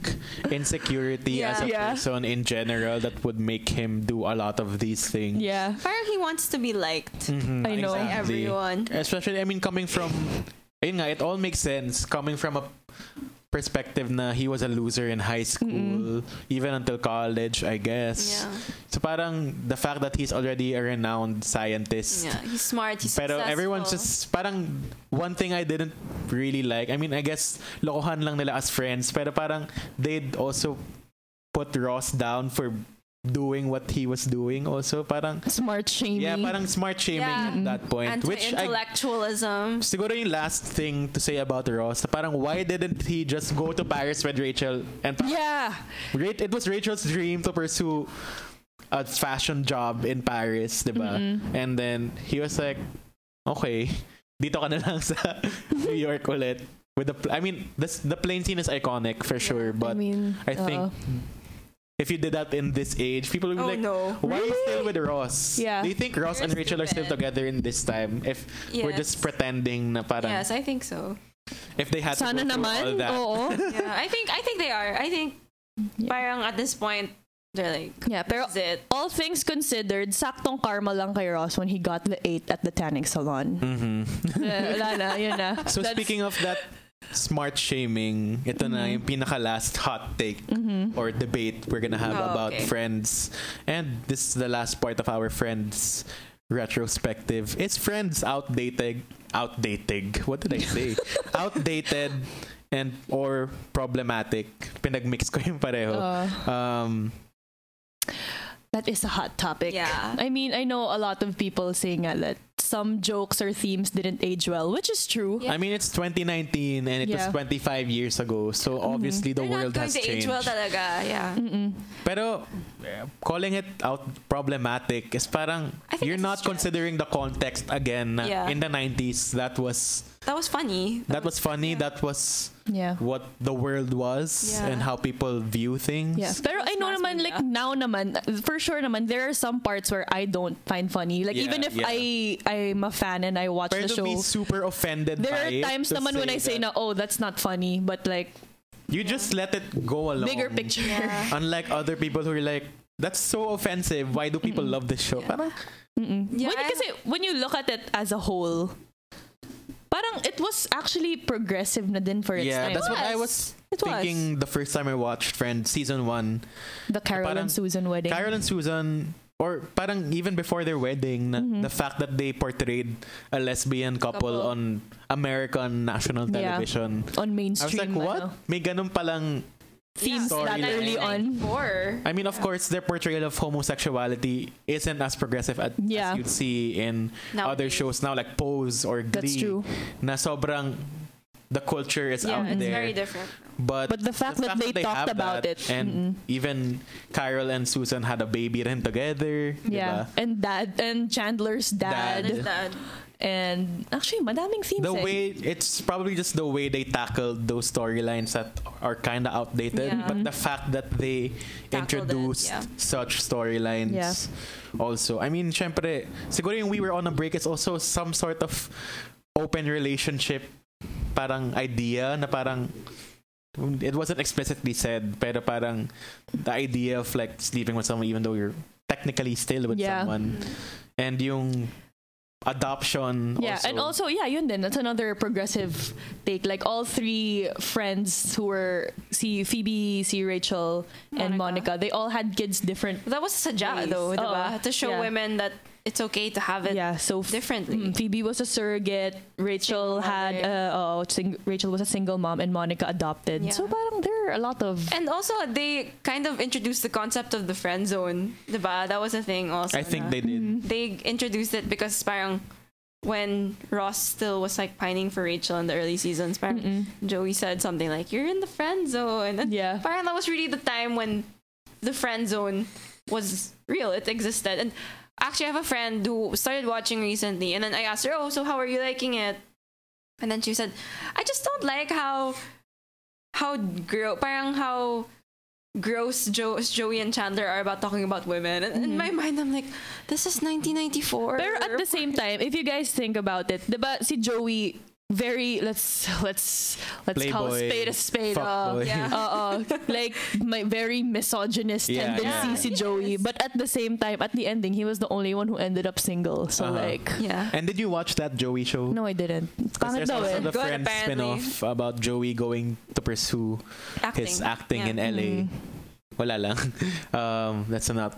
insecurity Yeah. as a Yeah. person in general that would make him do a lot of these things. yeah, Apparently, he wants to be liked Mhm, I know. by exactly. everyone. Especially, I mean, coming from, ayun nga, it all makes sense coming from a perspective na he was a loser in high school, even until college, I guess. Yeah, So parang the fact that he's already a renowned scientist. yeah. He's smart. He's Pero successful. everyone's just parang one thing I didn't really like. I mean, I guess lokohan lang nila as friends, pero parang they'd also put Ross down for doing what he was doing also. Parang smart shaming. yeah, parang smart shaming Yeah. at that point, which I Oh, Anti-intellectualism. Siguro yung last thing to say about Ross, parang why didn't he just go to Paris with Rachel? And parang yeah. Ra- it was Rachel's dream to pursue a fashion job in Paris, di ba? Mm-hmm. And then he was like, okay, dito ka na lang sa New York ulit. With the, pl- I mean, this, the plane scene is iconic for sure, but I, uh, I mean, think uh-oh. if you did that in this age, people would be Oh like, no. why are you still with Ross? Yeah. Do you think Ross and You're Rachel are still stupid. together in this time? If we're Yes. just pretending na parang Yes, I think so. if they had Sana to go through all naman. that. Oo. Yeah, I think I think they are. I think parang at this point they're like Yeah, pero this is it. all things considered, saktong karma lang kay Ross when he got the 8 at the tanning salon. Mm-hmm. Eh, Wala na, yun na. So speaking of that smart shaming, ito na Mm-hmm. yung pinaka last hot take Mm-hmm. or debate we're gonna have Oh, about okay. friends. And this is the last part of our friends retrospective. Is friends outdated outdated. What did I say? outdated and or problematic. Pinagmix ko yung pareho. Oh. Uh, um that is a hot topic. Yeah. I mean, I know a lot of people saying nga that some jokes or themes didn't age well, which is true. I mean, it's 2019 and it was Yeah. 25 years ago, so obviously the world Mm-hmm. They're not going has to changed. age well talaga. Yeah. Pero eh, calling it out problematic is parang I think you're it's a not stretch. considering the context again. na Yeah. In the 90s, that was That was funny. that was funny. That was Yeah. what the world was Yeah. and how people view things. Yeah. Pero I know mass naman, like, media. now naman, for sure naman, there are some parts where I don't find funny. Like, Yeah, even if yeah. I, I'm a fan and I watch Pero the to be show, super offended there by are it, times to naman when I say, that- na, oh, that's not funny. But, like, You just let it go along. bigger picture. Unlike other people who are like, that's so offensive. Why do people Mm-hmm. love this show? Parang, Yeah, when, kasi when you look at it as a whole, parang it was actually progressive na din for its yeah, time. that's what I was It was. thinking the first time I watched Friends season one. the Carol parang- and Susan wedding. Carol and Susan, or parang even before their wedding, na- Mm-hmm. the fact that they portrayed a lesbian couple, Couple. on American national Yeah. television. I was on like, mainstream what? ano, May ganun palang themes Story that line. early on. Four. I mean, of course, their portrayal of homosexuality isn't as progressive at, as Yeah. you'd see in Nowadays. other shows now, like Pose or Glee. That's true. Na sobrang the culture is Yeah, out it's there. very different. But, But the fact that they have talked about that, it. and even Carol and Susan had a baby rin together. Yeah. diba? And dad and Chandler's dad, Dad. Understand. and actually madaming themes. The eh. way it's probably just the way they tackled those storylines that are kind of outdated, Yeah. but the fact that they Tackled it, introduced yeah. such storylines Yeah. also. I mean, syempre, siguro yung we were on a break is also some sort of open relationship parang idea na parang it wasn't explicitly said pero parang the idea of like sleeping with someone even though you're technically still with Yeah. someone and yung adoption Yeah, and also yeah, yun din. That's another progressive take. Like all three friends who were see Phoebe, see Rachel, and Monica. Monica. They all had kids different. That was sadya Ways. though, diba? Oo. To show Yeah. women that it's okay to have it Yeah, so f- differently. Mm, Phoebe was a surrogate. Rachel Single had mother. uh, oh, sing- Rachel was a single mom, and Monica adopted. Yeah. So parang there are a lot of And also, they kind of introduced the concept of the friend zone, diba? That was a thing also. I think they na- did. they introduced it because parang when Ross still was like pining for Rachel in the early seasons, parang Joey said something like, "You're in the friend zone." And Yeah. parang that was really the time when the friend zone was real. It existed. And actually, I have a friend who started watching recently, and then I asked her, "Oh, so how are you liking it?" And then she said, "I just don't like how how gro- parang how." gross jo- Joey and Chandler are about talking about women. And in my mind, I'm like, this is 1994. Mm-hmm. Pero at the same time, if you guys think about it, diba si Joey very let's let's let's call a Playboy, spade a spade. fuckboy. Uh, Yeah. uh, like my very misogynist Yeah, tendencies yeah. si Joey. But at the same time, at the ending, he was the only one who ended up single. So Uh-huh. like, yeah. And did you watch that Joey show? no, I didn't. Because Pangit there's daw also eh. the Good, Friends apparently. spin-off about Joey going to pursue Acting. Mm-hmm. his acting eh. in LA. Mm. Wala lang. Um, that's not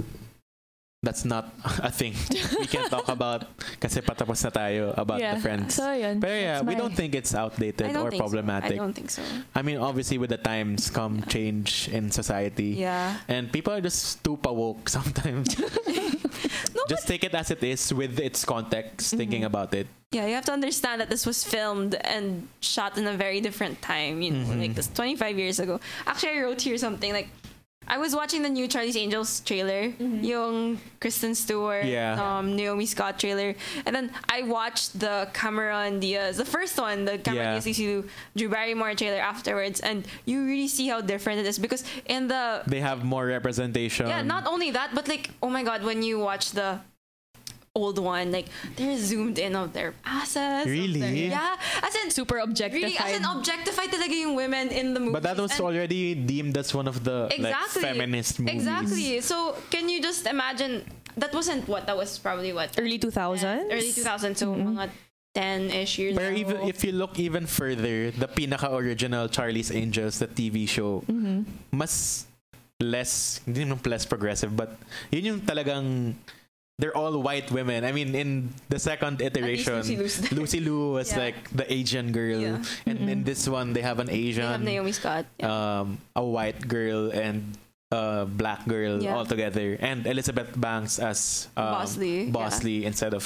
that's not a thing. we can talk about kasi patapos na tayo about yeah. the Friends. So yun. But yeah, That's we my- don't think it's outdated I don't or think so. problematic. I don't think so. I mean, obviously, with the times come change in society. Yeah. And people are just too woke sometimes. No, Mm-hmm. just take it as it is with its context, thinking about it. Yeah, you have to understand that this was filmed and shot in a very different time, you Mm-hmm. know, like this 25 years ago. Actually, I wrote here something like, I was watching the new Charlie's Angels trailer, yung Kristen Stewart, Yeah. um, Naomi Scott trailer, and then I watched the Cameron Diaz, the first one, the Yeah. Cameron Diaz Diaz Drew Barrymore trailer afterwards, and you really see how different it is because in the They have more representation. yeah, not only that, but like, oh my god, when you watch the old one, like they're zoomed in of their asses. of Really? their- yeah. As in super objectified. really as in objectified talaga yung women in the movie. But that was already deemed as one of the exactly like, feminist movies. Exactly. So can you just imagine that wasn't what that was probably what early 2000s. early 2000 so mga 10-ish years Where ago. even if you look even further, the pinaka original Charlie's Angels, the TV show, Mm-hmm. mas less hindi naman less progressive, but yun yung talagang they're all white women. I mean, in the second iteration, Lucy Lou's there. Lucy Lou was Yeah. like the Asian girl, Yeah. Mm-hmm. and in this one they have an they Asian, have Naomi Scott. Yeah. um, a white girl, and uh, black girl Yeah. altogether, and Elizabeth Banks as um, Bosley, Bosley yeah. instead of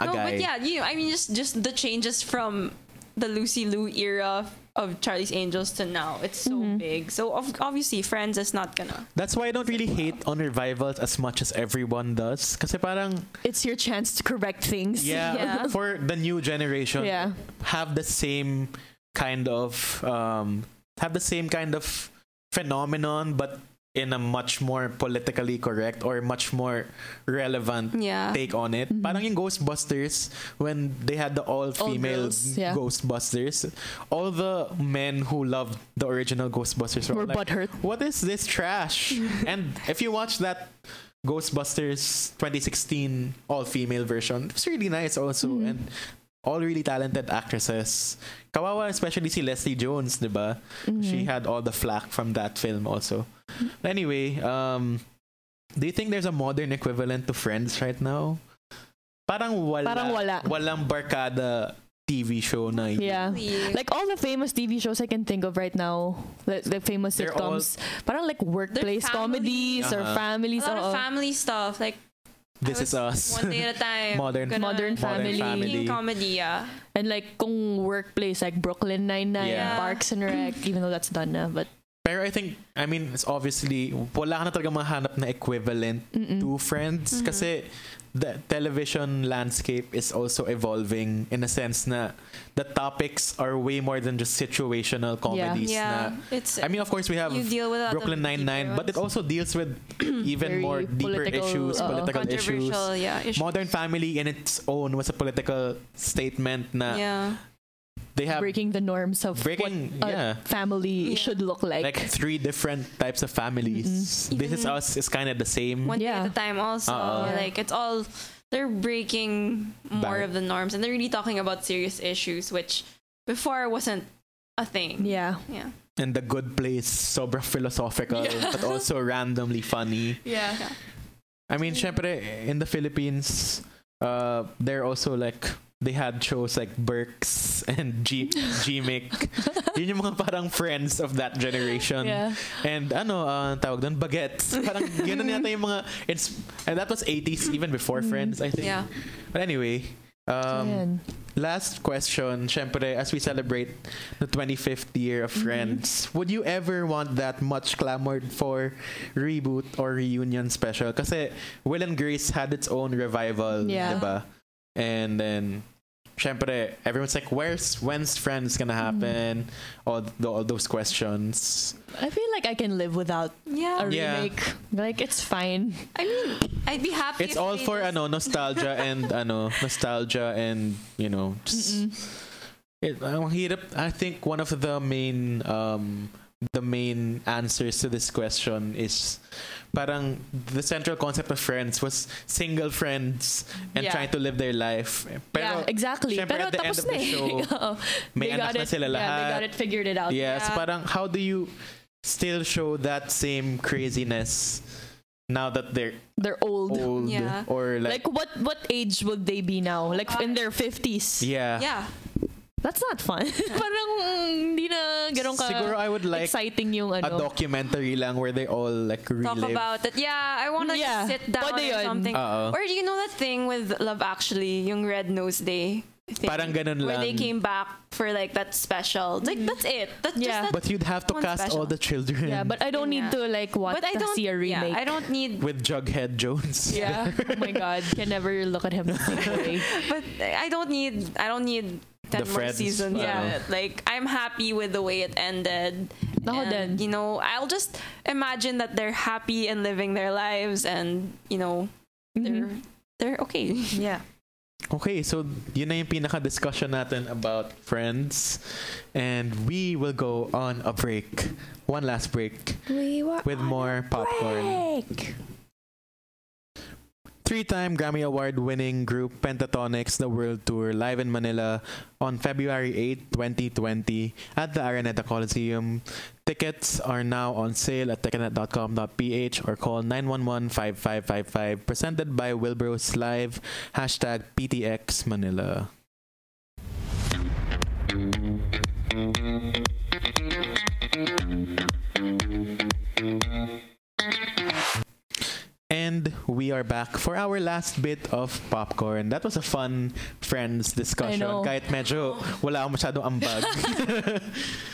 a no, guy. but yeah, you know, I mean, just just the changes from the Lucy Liu era of Charlie's Angels to now, it's so big. So of, obviously, Friends is not gonna. That's why I don't really hate on revivals as much as everyone does. Kasi parang, It's your chance to correct things. yeah, Yeah. for the new generation, Yeah. have the same kind of, um, have the same kind of phenomenon, but in a much more politically correct or much more relevant Yeah. take on it. Mm-hmm. Parang yung Ghostbusters, when they had the all-female girls, yeah. Ghostbusters, all the men who loved the original Ghostbusters were, Were like, butthurt. what is this trash? and if you watch that Ghostbusters 2016 all-female version, it's really nice also. Mm-hmm. And all really talented actresses. Kawawa, especially si Leslie Jones, di ba? She Mm-hmm. Mm-hmm. had all the flack from that film also. Anyway, um, do you think there's a modern equivalent to Friends right now? Parang wala. Parang wala. Walang barkada TV show na yun. Yeah. Really? Like all the famous TV shows I can think of right now, the, the famous They're all- sitcoms, parang like workplace family. comedies or Uh-huh. A families lot oo. of family stuff, like This I is was us. One day at a time. Modern- Gonna- Modern Family. Family. comedy, ah. yeah. and like kung workplace like Brooklyn Nine-Nine, Yeah. Parks and Rec, even though that's done na, but Pero I think, I mean, it's obviously, wala ka na talaga mahanap na equivalent Mm-hmm. to Friends kasi the television landscape is also evolving in a sense na the topics are way more than just situational comedies Yeah. na It's I mean, of course, we have You deal with a lot of Brooklyn Nine Nine, but deeper it ones. also deals with even Very more deeper political, issues, uh, political issues. controversial, yeah. Issues. Modern Family in its own was a political statement. Na yeah. they have breaking the norms of breaking- what a yeah. family Yeah. should look like. Mm-hmm. like three different types of families. This is Even- us is kind of the same. One Yeah. day at a time, also. Uh-uh. Yeah. Like, it's all. They're breaking Bar- more of the norms and they're really talking about serious issues, which before wasn't a thing. yeah. Yeah. and the good place sobra philosophical but also randomly funny. Yeah. I mean, syempre, in the Philippines, uh, they're also like, they had shows like Burks and G Gmic. Yun yung mga parang friends of that generation. Yeah. And ano, uh, ang tawag doon, baguettes. Parang ganun yata yung mga, it's, and that was 80s, even before Friends, I think. Yeah. But anyway, um, Ayan. Last question, syempre, as we celebrate the 25th year of Friends, would you ever want that much clamored for reboot or reunion special? Kasi Will and Grace had its own revival, Yeah. diba? And then, syempre, everyone's like, where's, when's Friends gonna happen? All, th- all those questions. I feel like I can live without Yeah. a Yeah. remake. Like it's fine. I mean, I'd be happy. It's if all they for, just- ano, nostalgia and, ano, nostalgia and, you know, just... It, ang hirap- I think one of the main um, the main answers to this question is parang the central concept of friends was single friends and Yeah. trying to live their life. yeah, exactly. syempre, at Pero the end tapos of the na eh. show, Oo. may They anak got na it. sila Yeah, they lahat. got it figured it out. Yes, Yeah. parang how do you still show that same craziness now that they're They're old. old Yeah. or Oh, like, Like what what age would they be now? Like in their 50s. yeah. Yeah. That's not fun. Parang mm, hindi na ganun ka Siguro I would like exciting yung a ano. documentary lang where they all like Talk relive. about it. Yeah. I want to Yeah. sit down or Pwede yun. something. Oo. Or do you know that thing with Love Actually, yung Red Nose Day? Thing, Parang ganun Where they lang. came back for like that special. Like that's it. That's Mm. Yeah. just that. but you'd have to Someone cast special. all the children yeah, but I don't need to Yeah. like watch but I to don't see a remake. Yeah, I don't need. with Jughead Jones. Yeah. oh my god, can never look at him the same way. But I don't need. I don't need ten The more Friends, seasons. yeah. of it. Like I'm happy with the way it ended. Ako And, din. You know, I'll just imagine that they're happy and living their lives, and you know, Mm-hmm. they're they're okay. Yeah. Okay, so yun na yung pinaka-discussion natin about friends. And we will go on a break. One last break. with more popcorn. Three-time Grammy Award-winning group Pentatonix The World Tour live in Manila on February 8, 2020 at the Araneta Coliseum. Tickets are now on sale at ticketnet.com.ph or call 911-5555 presented by Wilbros Live, hashtag PTX Manila. And we are back for our last bit of popcorn. That was a fun friends discussion. I know. Kahit medyo wala akong masyadong ambag.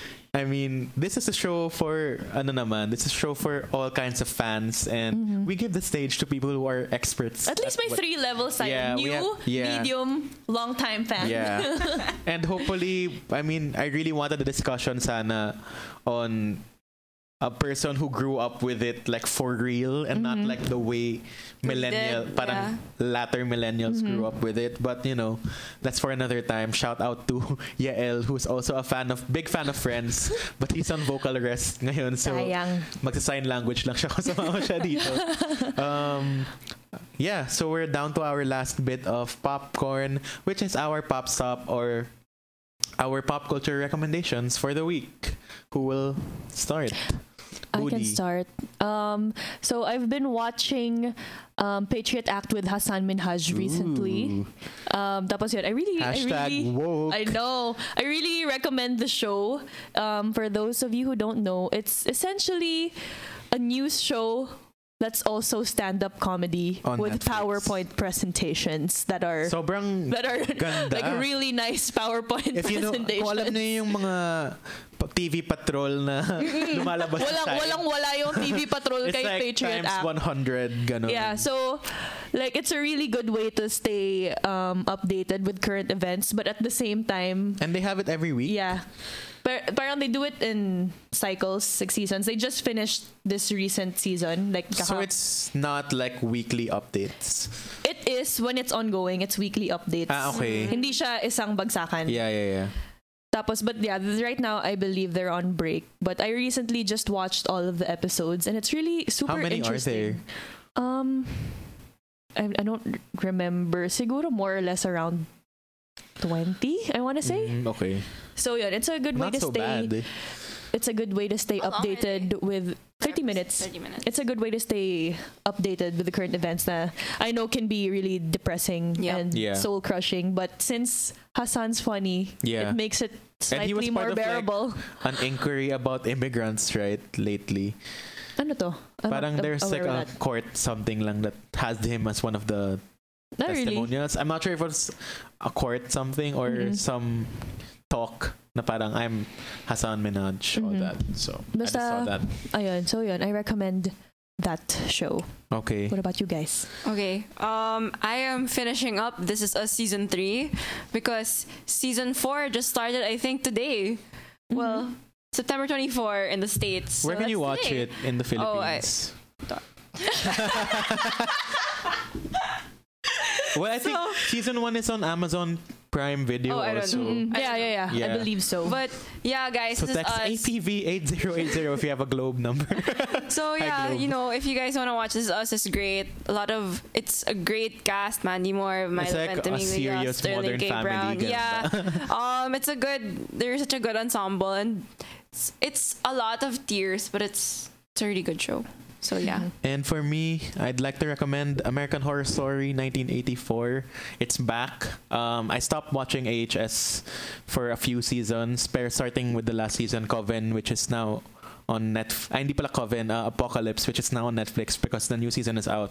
I mean, this is a show for ano naman. This is a show for all kinds of fans, and we give the stage to people who are experts. Mm-hmm. At least my what- three levels I Yeah, we new, have- yeah. medium, long time fan. Yeah. and hopefully, I mean, I really wanted a discussion sana on a person who grew up with it like for real and Mm-hmm. not like the way millennial did, parang latter millennials grew Mm-hmm. up with it but you know that's for another time shout out to Yael who's also a fan of big fan of Friends but he's on vocal rest ngayon so Sayang. magsa-sign language lang siya kung sumama siya dito. Um, yeah, so we're down to our last bit of popcorn, which is our pop stop or our pop culture recommendations for the week. Who will start? I Udi. can start. Um, so I've been watching um, Patriot Act with Hassan Minhaj recently. Um, tapos yun, I really, I Hashtag really, woke. I know. I really recommend the show. Um, for those of you who don't know, it's essentially a news show that's also stand-up comedy On with Netflix. PowerPoint presentations that are Sobrang that are ganda. like really nice PowerPoint If you know, presentations. kung alam niyo yung mga pa- TV patrol na lumalabas sa walang time, walang wala yung TV Patrol it's kay like Patriot times Act. 100, ganun. Yeah, so like it's a really good way to stay um, updated with current events, but at the same time, And they have it every week. yeah. Par- parang they do it in cycles, six seasons. They just finished this recent season, like So kaha- it's not like weekly updates. it is when it's ongoing. It's weekly updates. Ah, okay. Hindi siya isang bagsakan. Yeah, yeah, yeah. Tapos, but yeah, th- right now I believe they're on break. But I recently just watched all of the episodes, and it's really How super many are there? interesting. Um, I, I don't remember. Siguro more or less around 20, I want to say. Mm, okay. So yeah, it's a good way Not to so stay. bad. eh. It's a good way to stay How long are updated with 30 minutes. 30 minutes. It's a good way to stay updated with the current events na I know can be really depressing Yeah. and Yeah. soul crushing, but since Hassan's funny, Yeah. it makes it And he was slightly part of, more like, bearable. An inquiry about immigrants, right? Lately, ano to? I'm not parang a- there's like aware a of that. court something lang that has him as one of the Not Ah, really. testimonials. I'm not sure if it was a court something or Mhm. some talk na parang I'm Hassan Minaj all Mhm. that. So I just Basta- saw that. Ayun, so yun, I recommend that show. Okay. What about you guys? Okay. Um, I am finishing up. This is a season three because season four just started. I think today. Mm-hmm. Well, September twenty four in the states. Where so can you watch that's today. it in the Oh, I- Philippines? well, I think So- season one is on Amazon Prime Video Oh, I don't also. know. Mm. I don't know. yeah, yeah, yeah, Mm-hmm. Yeah. I believe so. But yeah, guys, So this is text us. APV eight zero eight zero if you have a globe number. So Hi, yeah, Globe. you know, if you guys want to watch This Is Us, it's great. A lot of it's a great cast. Mandy Moore, Milo It's like a Ventimiglia, serious Sterling modern K. family, Brown. ganun Yeah, um, it's a good. They're such a good ensemble, and it's, it's a lot of tears, but it's it's a really good show. So yeah, and for me, I'd like to recommend American Horror Story 1984. It's back. Um, I stopped watching AHS for a few seasons, pair starting with the last season Coven, which is now on Netflix. Ah, hindi pala Coven, uh, Apocalypse, which is now on Netflix because the new season is out.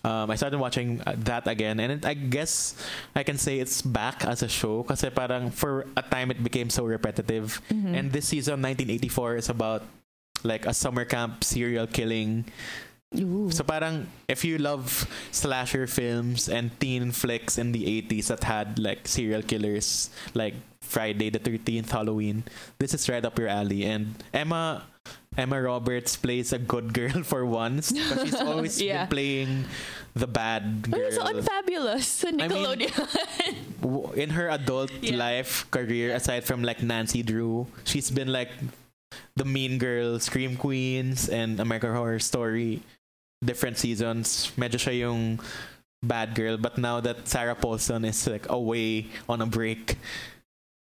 Um, I started watching uh, that again, and it, I guess I can say it's back as a show kasi parang for a time it became so repetitive. And this season, 1984, is about like a summer camp serial killing. Ooh. So parang if you love slasher films and teen flicks in the 80s that had like serial killers like Friday the 13th Halloween, this is right up your alley and Emma Emma Roberts plays a good girl for once, but she's always been Yeah. playing the bad girl So unfabulous sa mean- Nickelodeon. w- in her adult Yeah. life career aside from like Nancy Drew, she's been like the Mean Girl, Scream Queens, and American Horror Story, different seasons. Medyo siya yung bad girl, but now that Sarah Paulson is like away on a break,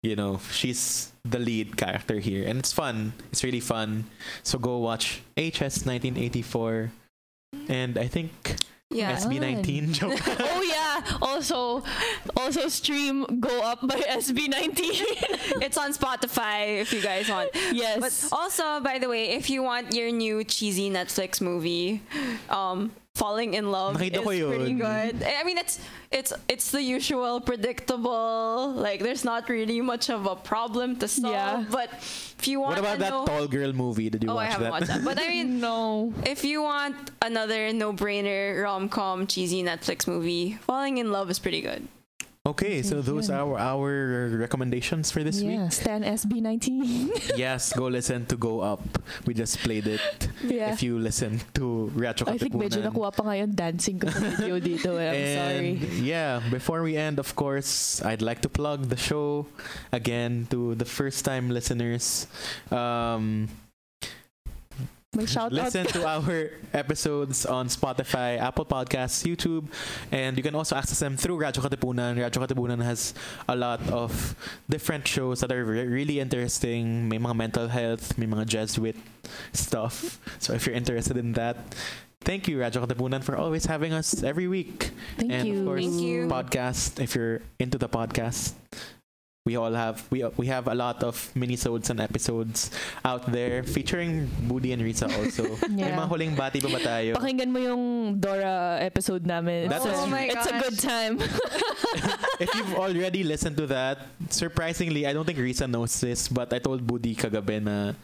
you know, she's the lead character here, and it's fun. It's really fun. So go watch HS 1984, and I think yeah. SB19 joke. oh yeah. Also, also stream go up by SB19. it's on oh, Spotify if you guys want. yes. But also, by the way, if you want your new cheesy Netflix movie, um, falling in love Nakita is ko yun. pretty good. I I mean, it's it's it's the usual predictable. Like, there's not really much of a problem to solve. Yeah. But if you want What about to that know, tall girl movie? Did you oh, I watch haven't that? watched that. But I mean, No. if you want another no-brainer rom-com cheesy Netflix movie, Falling in Love is pretty good. okay, so those are our, our recommendations for this Yeah, week. Stan SB19. Yes, go listen to Go Up. We just played it. yeah. If you listen to Riacho I think medyo Katipunan. nakuha pa ngayon dancing ko sa video dito. eh. I'm sorry. And yeah, before we end, of course, I'd like to plug the show again to the first time listeners. Um, May shout out. listen to our episodes on Spotify, Apple Podcasts, YouTube, and you can also access them through Radyo Katipunan. Radyo Katipunan has a lot of different shows that are re- really interesting. May mga mental health, may mga Jesuit stuff. So if you're interested in that, thank you Radyo Katipunan for always having us every week. Thank and you. of course, Thank you. podcast if you're into the podcast we all have we we have a lot of minisodes and episodes out there featuring Budi and Risa also. May Yeah. mga huling bati pa ba tayo? Pakinggan mo yung Dora episode namin. That's It's a- Oh my It's a gosh. good time. If you've already listened to that, surprisingly, I don't think Risa knows this, but I told Budi kagabi na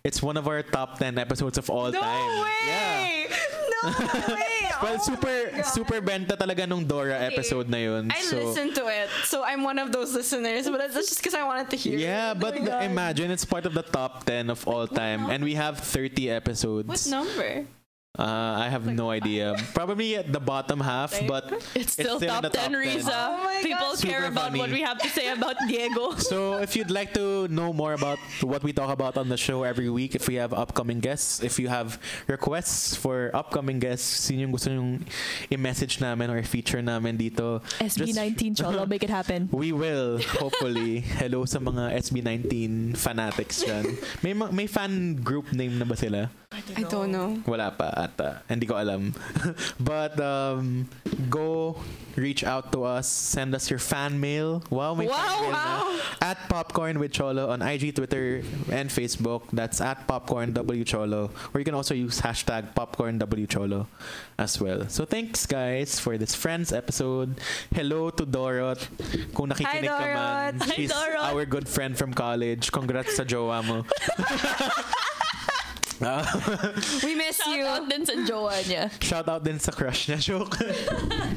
it's one of our top 10 episodes of all No time. Yeah. way! No way! Well, Oh my super God. super benta talaga nung Dora Okay. episode na yun. I so, listened to it, so I'm one of those listeners. But that's just because I wanted to hear. Yeah, it. but Oh my God. imagine it's part of the top 10 of all time and we have 30 episodes. What number? Uh, I have no idea. Probably at the bottom half, but It's still, in the top, 10, Risa. Oh my People gosh. care Super about funny. what we have to say about Diego. So, if you'd like to know more about what we talk about on the show every week, if we have upcoming guests, if you have requests for upcoming guests, yun yung gusto nyong i-message namin or feature namin dito, SB19 Cholo, make it happen. we will, hopefully. Hello sa mga SB19 fanatics dyan. May, ma- may fan group name na ba sila? I don't know. Wala pa ata. Hindi ko alam. But um, go reach out to us. Send us your fan mail. Wow, may fan mail Wow, na. At Popcorn with Cholo on IG, Twitter, and Facebook. That's at Popcorn W Cholo. Or you can also use hashtag Popcorn W Cholo as well. So thanks guys for this Friends episode. Hello to Dorot. Kung nakikinig ka man. Dorot. She's Dorot. our good friend from college. Congrats sa jowa mo. We miss Shout you. out din sa jowa niya. Shout out din sa crush niya, joke.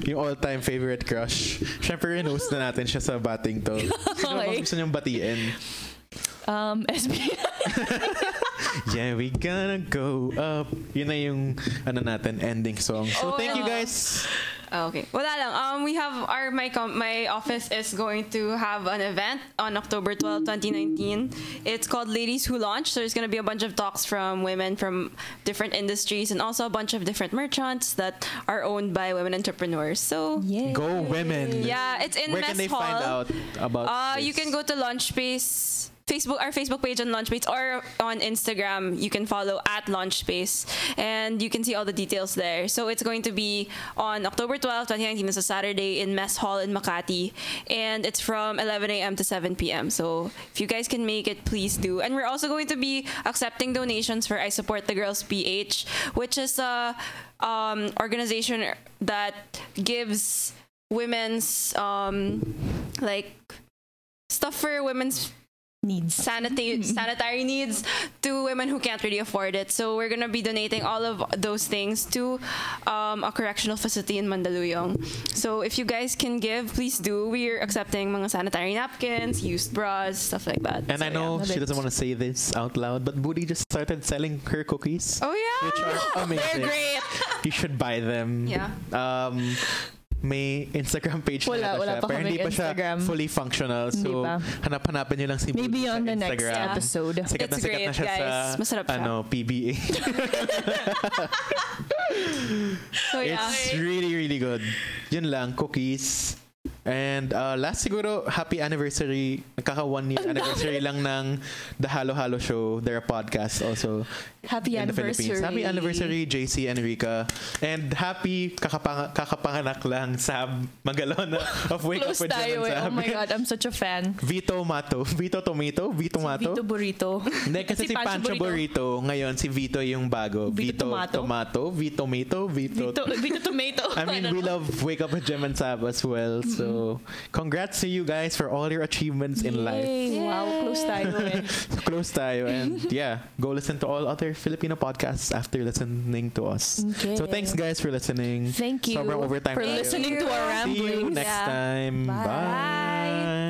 yung all-time favorite crush. Siyempre, in-host na natin siya sa batting to. Sino bang Okay. gusto niyong batiin? Um, SB, Yeah, we gonna go up. Yun na yung, ano natin, ending song. So, Oh, thank you yeah. guys. Oh, okay. Wala lang. Um, we have our my com- my office is going to have an event on October 12, 2019. It's called Ladies Who Launch. So there's going to be a bunch of talks from women from different industries and also a bunch of different merchants that are owned by women entrepreneurs. So Go women. yeah, it's in Where Mess can they Hall. find out about Uh, this? you can go to Launchbase Facebook our Facebook page on Launchbase or on Instagram. You can follow at Launchbase and you can see all the details there. So it's going to be on October 12, 2019. It's a Saturday in Mess Hall in Makati, and it's from 11 a.m. to 7 p.m. So if you guys can make it, please do. And we're also going to be accepting donations for I Support the Girls PH, which is a um, organization that gives women's um, like stuff for women's needs. sanita- sanitary needs to women who can't really afford it. So we're gonna be donating all of those things to um, a correctional facility in Mandaluyong. So if you guys can give, please do. We're accepting mga sanitary napkins, used bras, stuff like that. And So, I know yeah. she doesn't want to say this out loud, but Booty just started selling her cookies. Oh yeah. Which are amazing. They're great. You should buy them. Yeah. Um, may Instagram page na ata Wala- wala siya. pa pero kaming hindi pa siya Instagram. fully functional. Hindi So, pa. hanap-hanapin niyo lang si Budi Maybe sa on the next Instagram. episode. Sikat na It's sikat na great, siya guys. sa Masarap siya. ano, PBA. So yeah. It's really, really good. Yun lang, cookies. And uh, last siguro, happy anniversary. Nagkaka one year anniversary lang ng The Halo Halo Show. They're a podcast also Happy in the Philippines. anniversary. Happy anniversary, JC and Rika. And happy kakapang kakapanganak lang, Sab Magalona of Wake Up Close with Jim tayo and eh. Oh Sab. my God, I'm such a fan. Vito Mato. Vito Tomato? Vito Mato? Vito Burrito. Hindi, kasi si Pancho, Burrito. ngayon si Vito yung bago. Vito, Vito Tomato. Tomato, Vito Mato, Vito... Vito, Vito Tomato. I mean, we don't know. love Wake Up with Jim and Sab as well. Mm-hmm. So, congrats to you guys for all your achievements in life. Yay. Wow, close tayo eh. Close tayo. And yeah, go listen to all other Filipino podcasts after listening to us. Okay. So, thanks guys for listening. Thank you Sobrang overtime for tayo. listening to our See ramblings. you next time. Bye.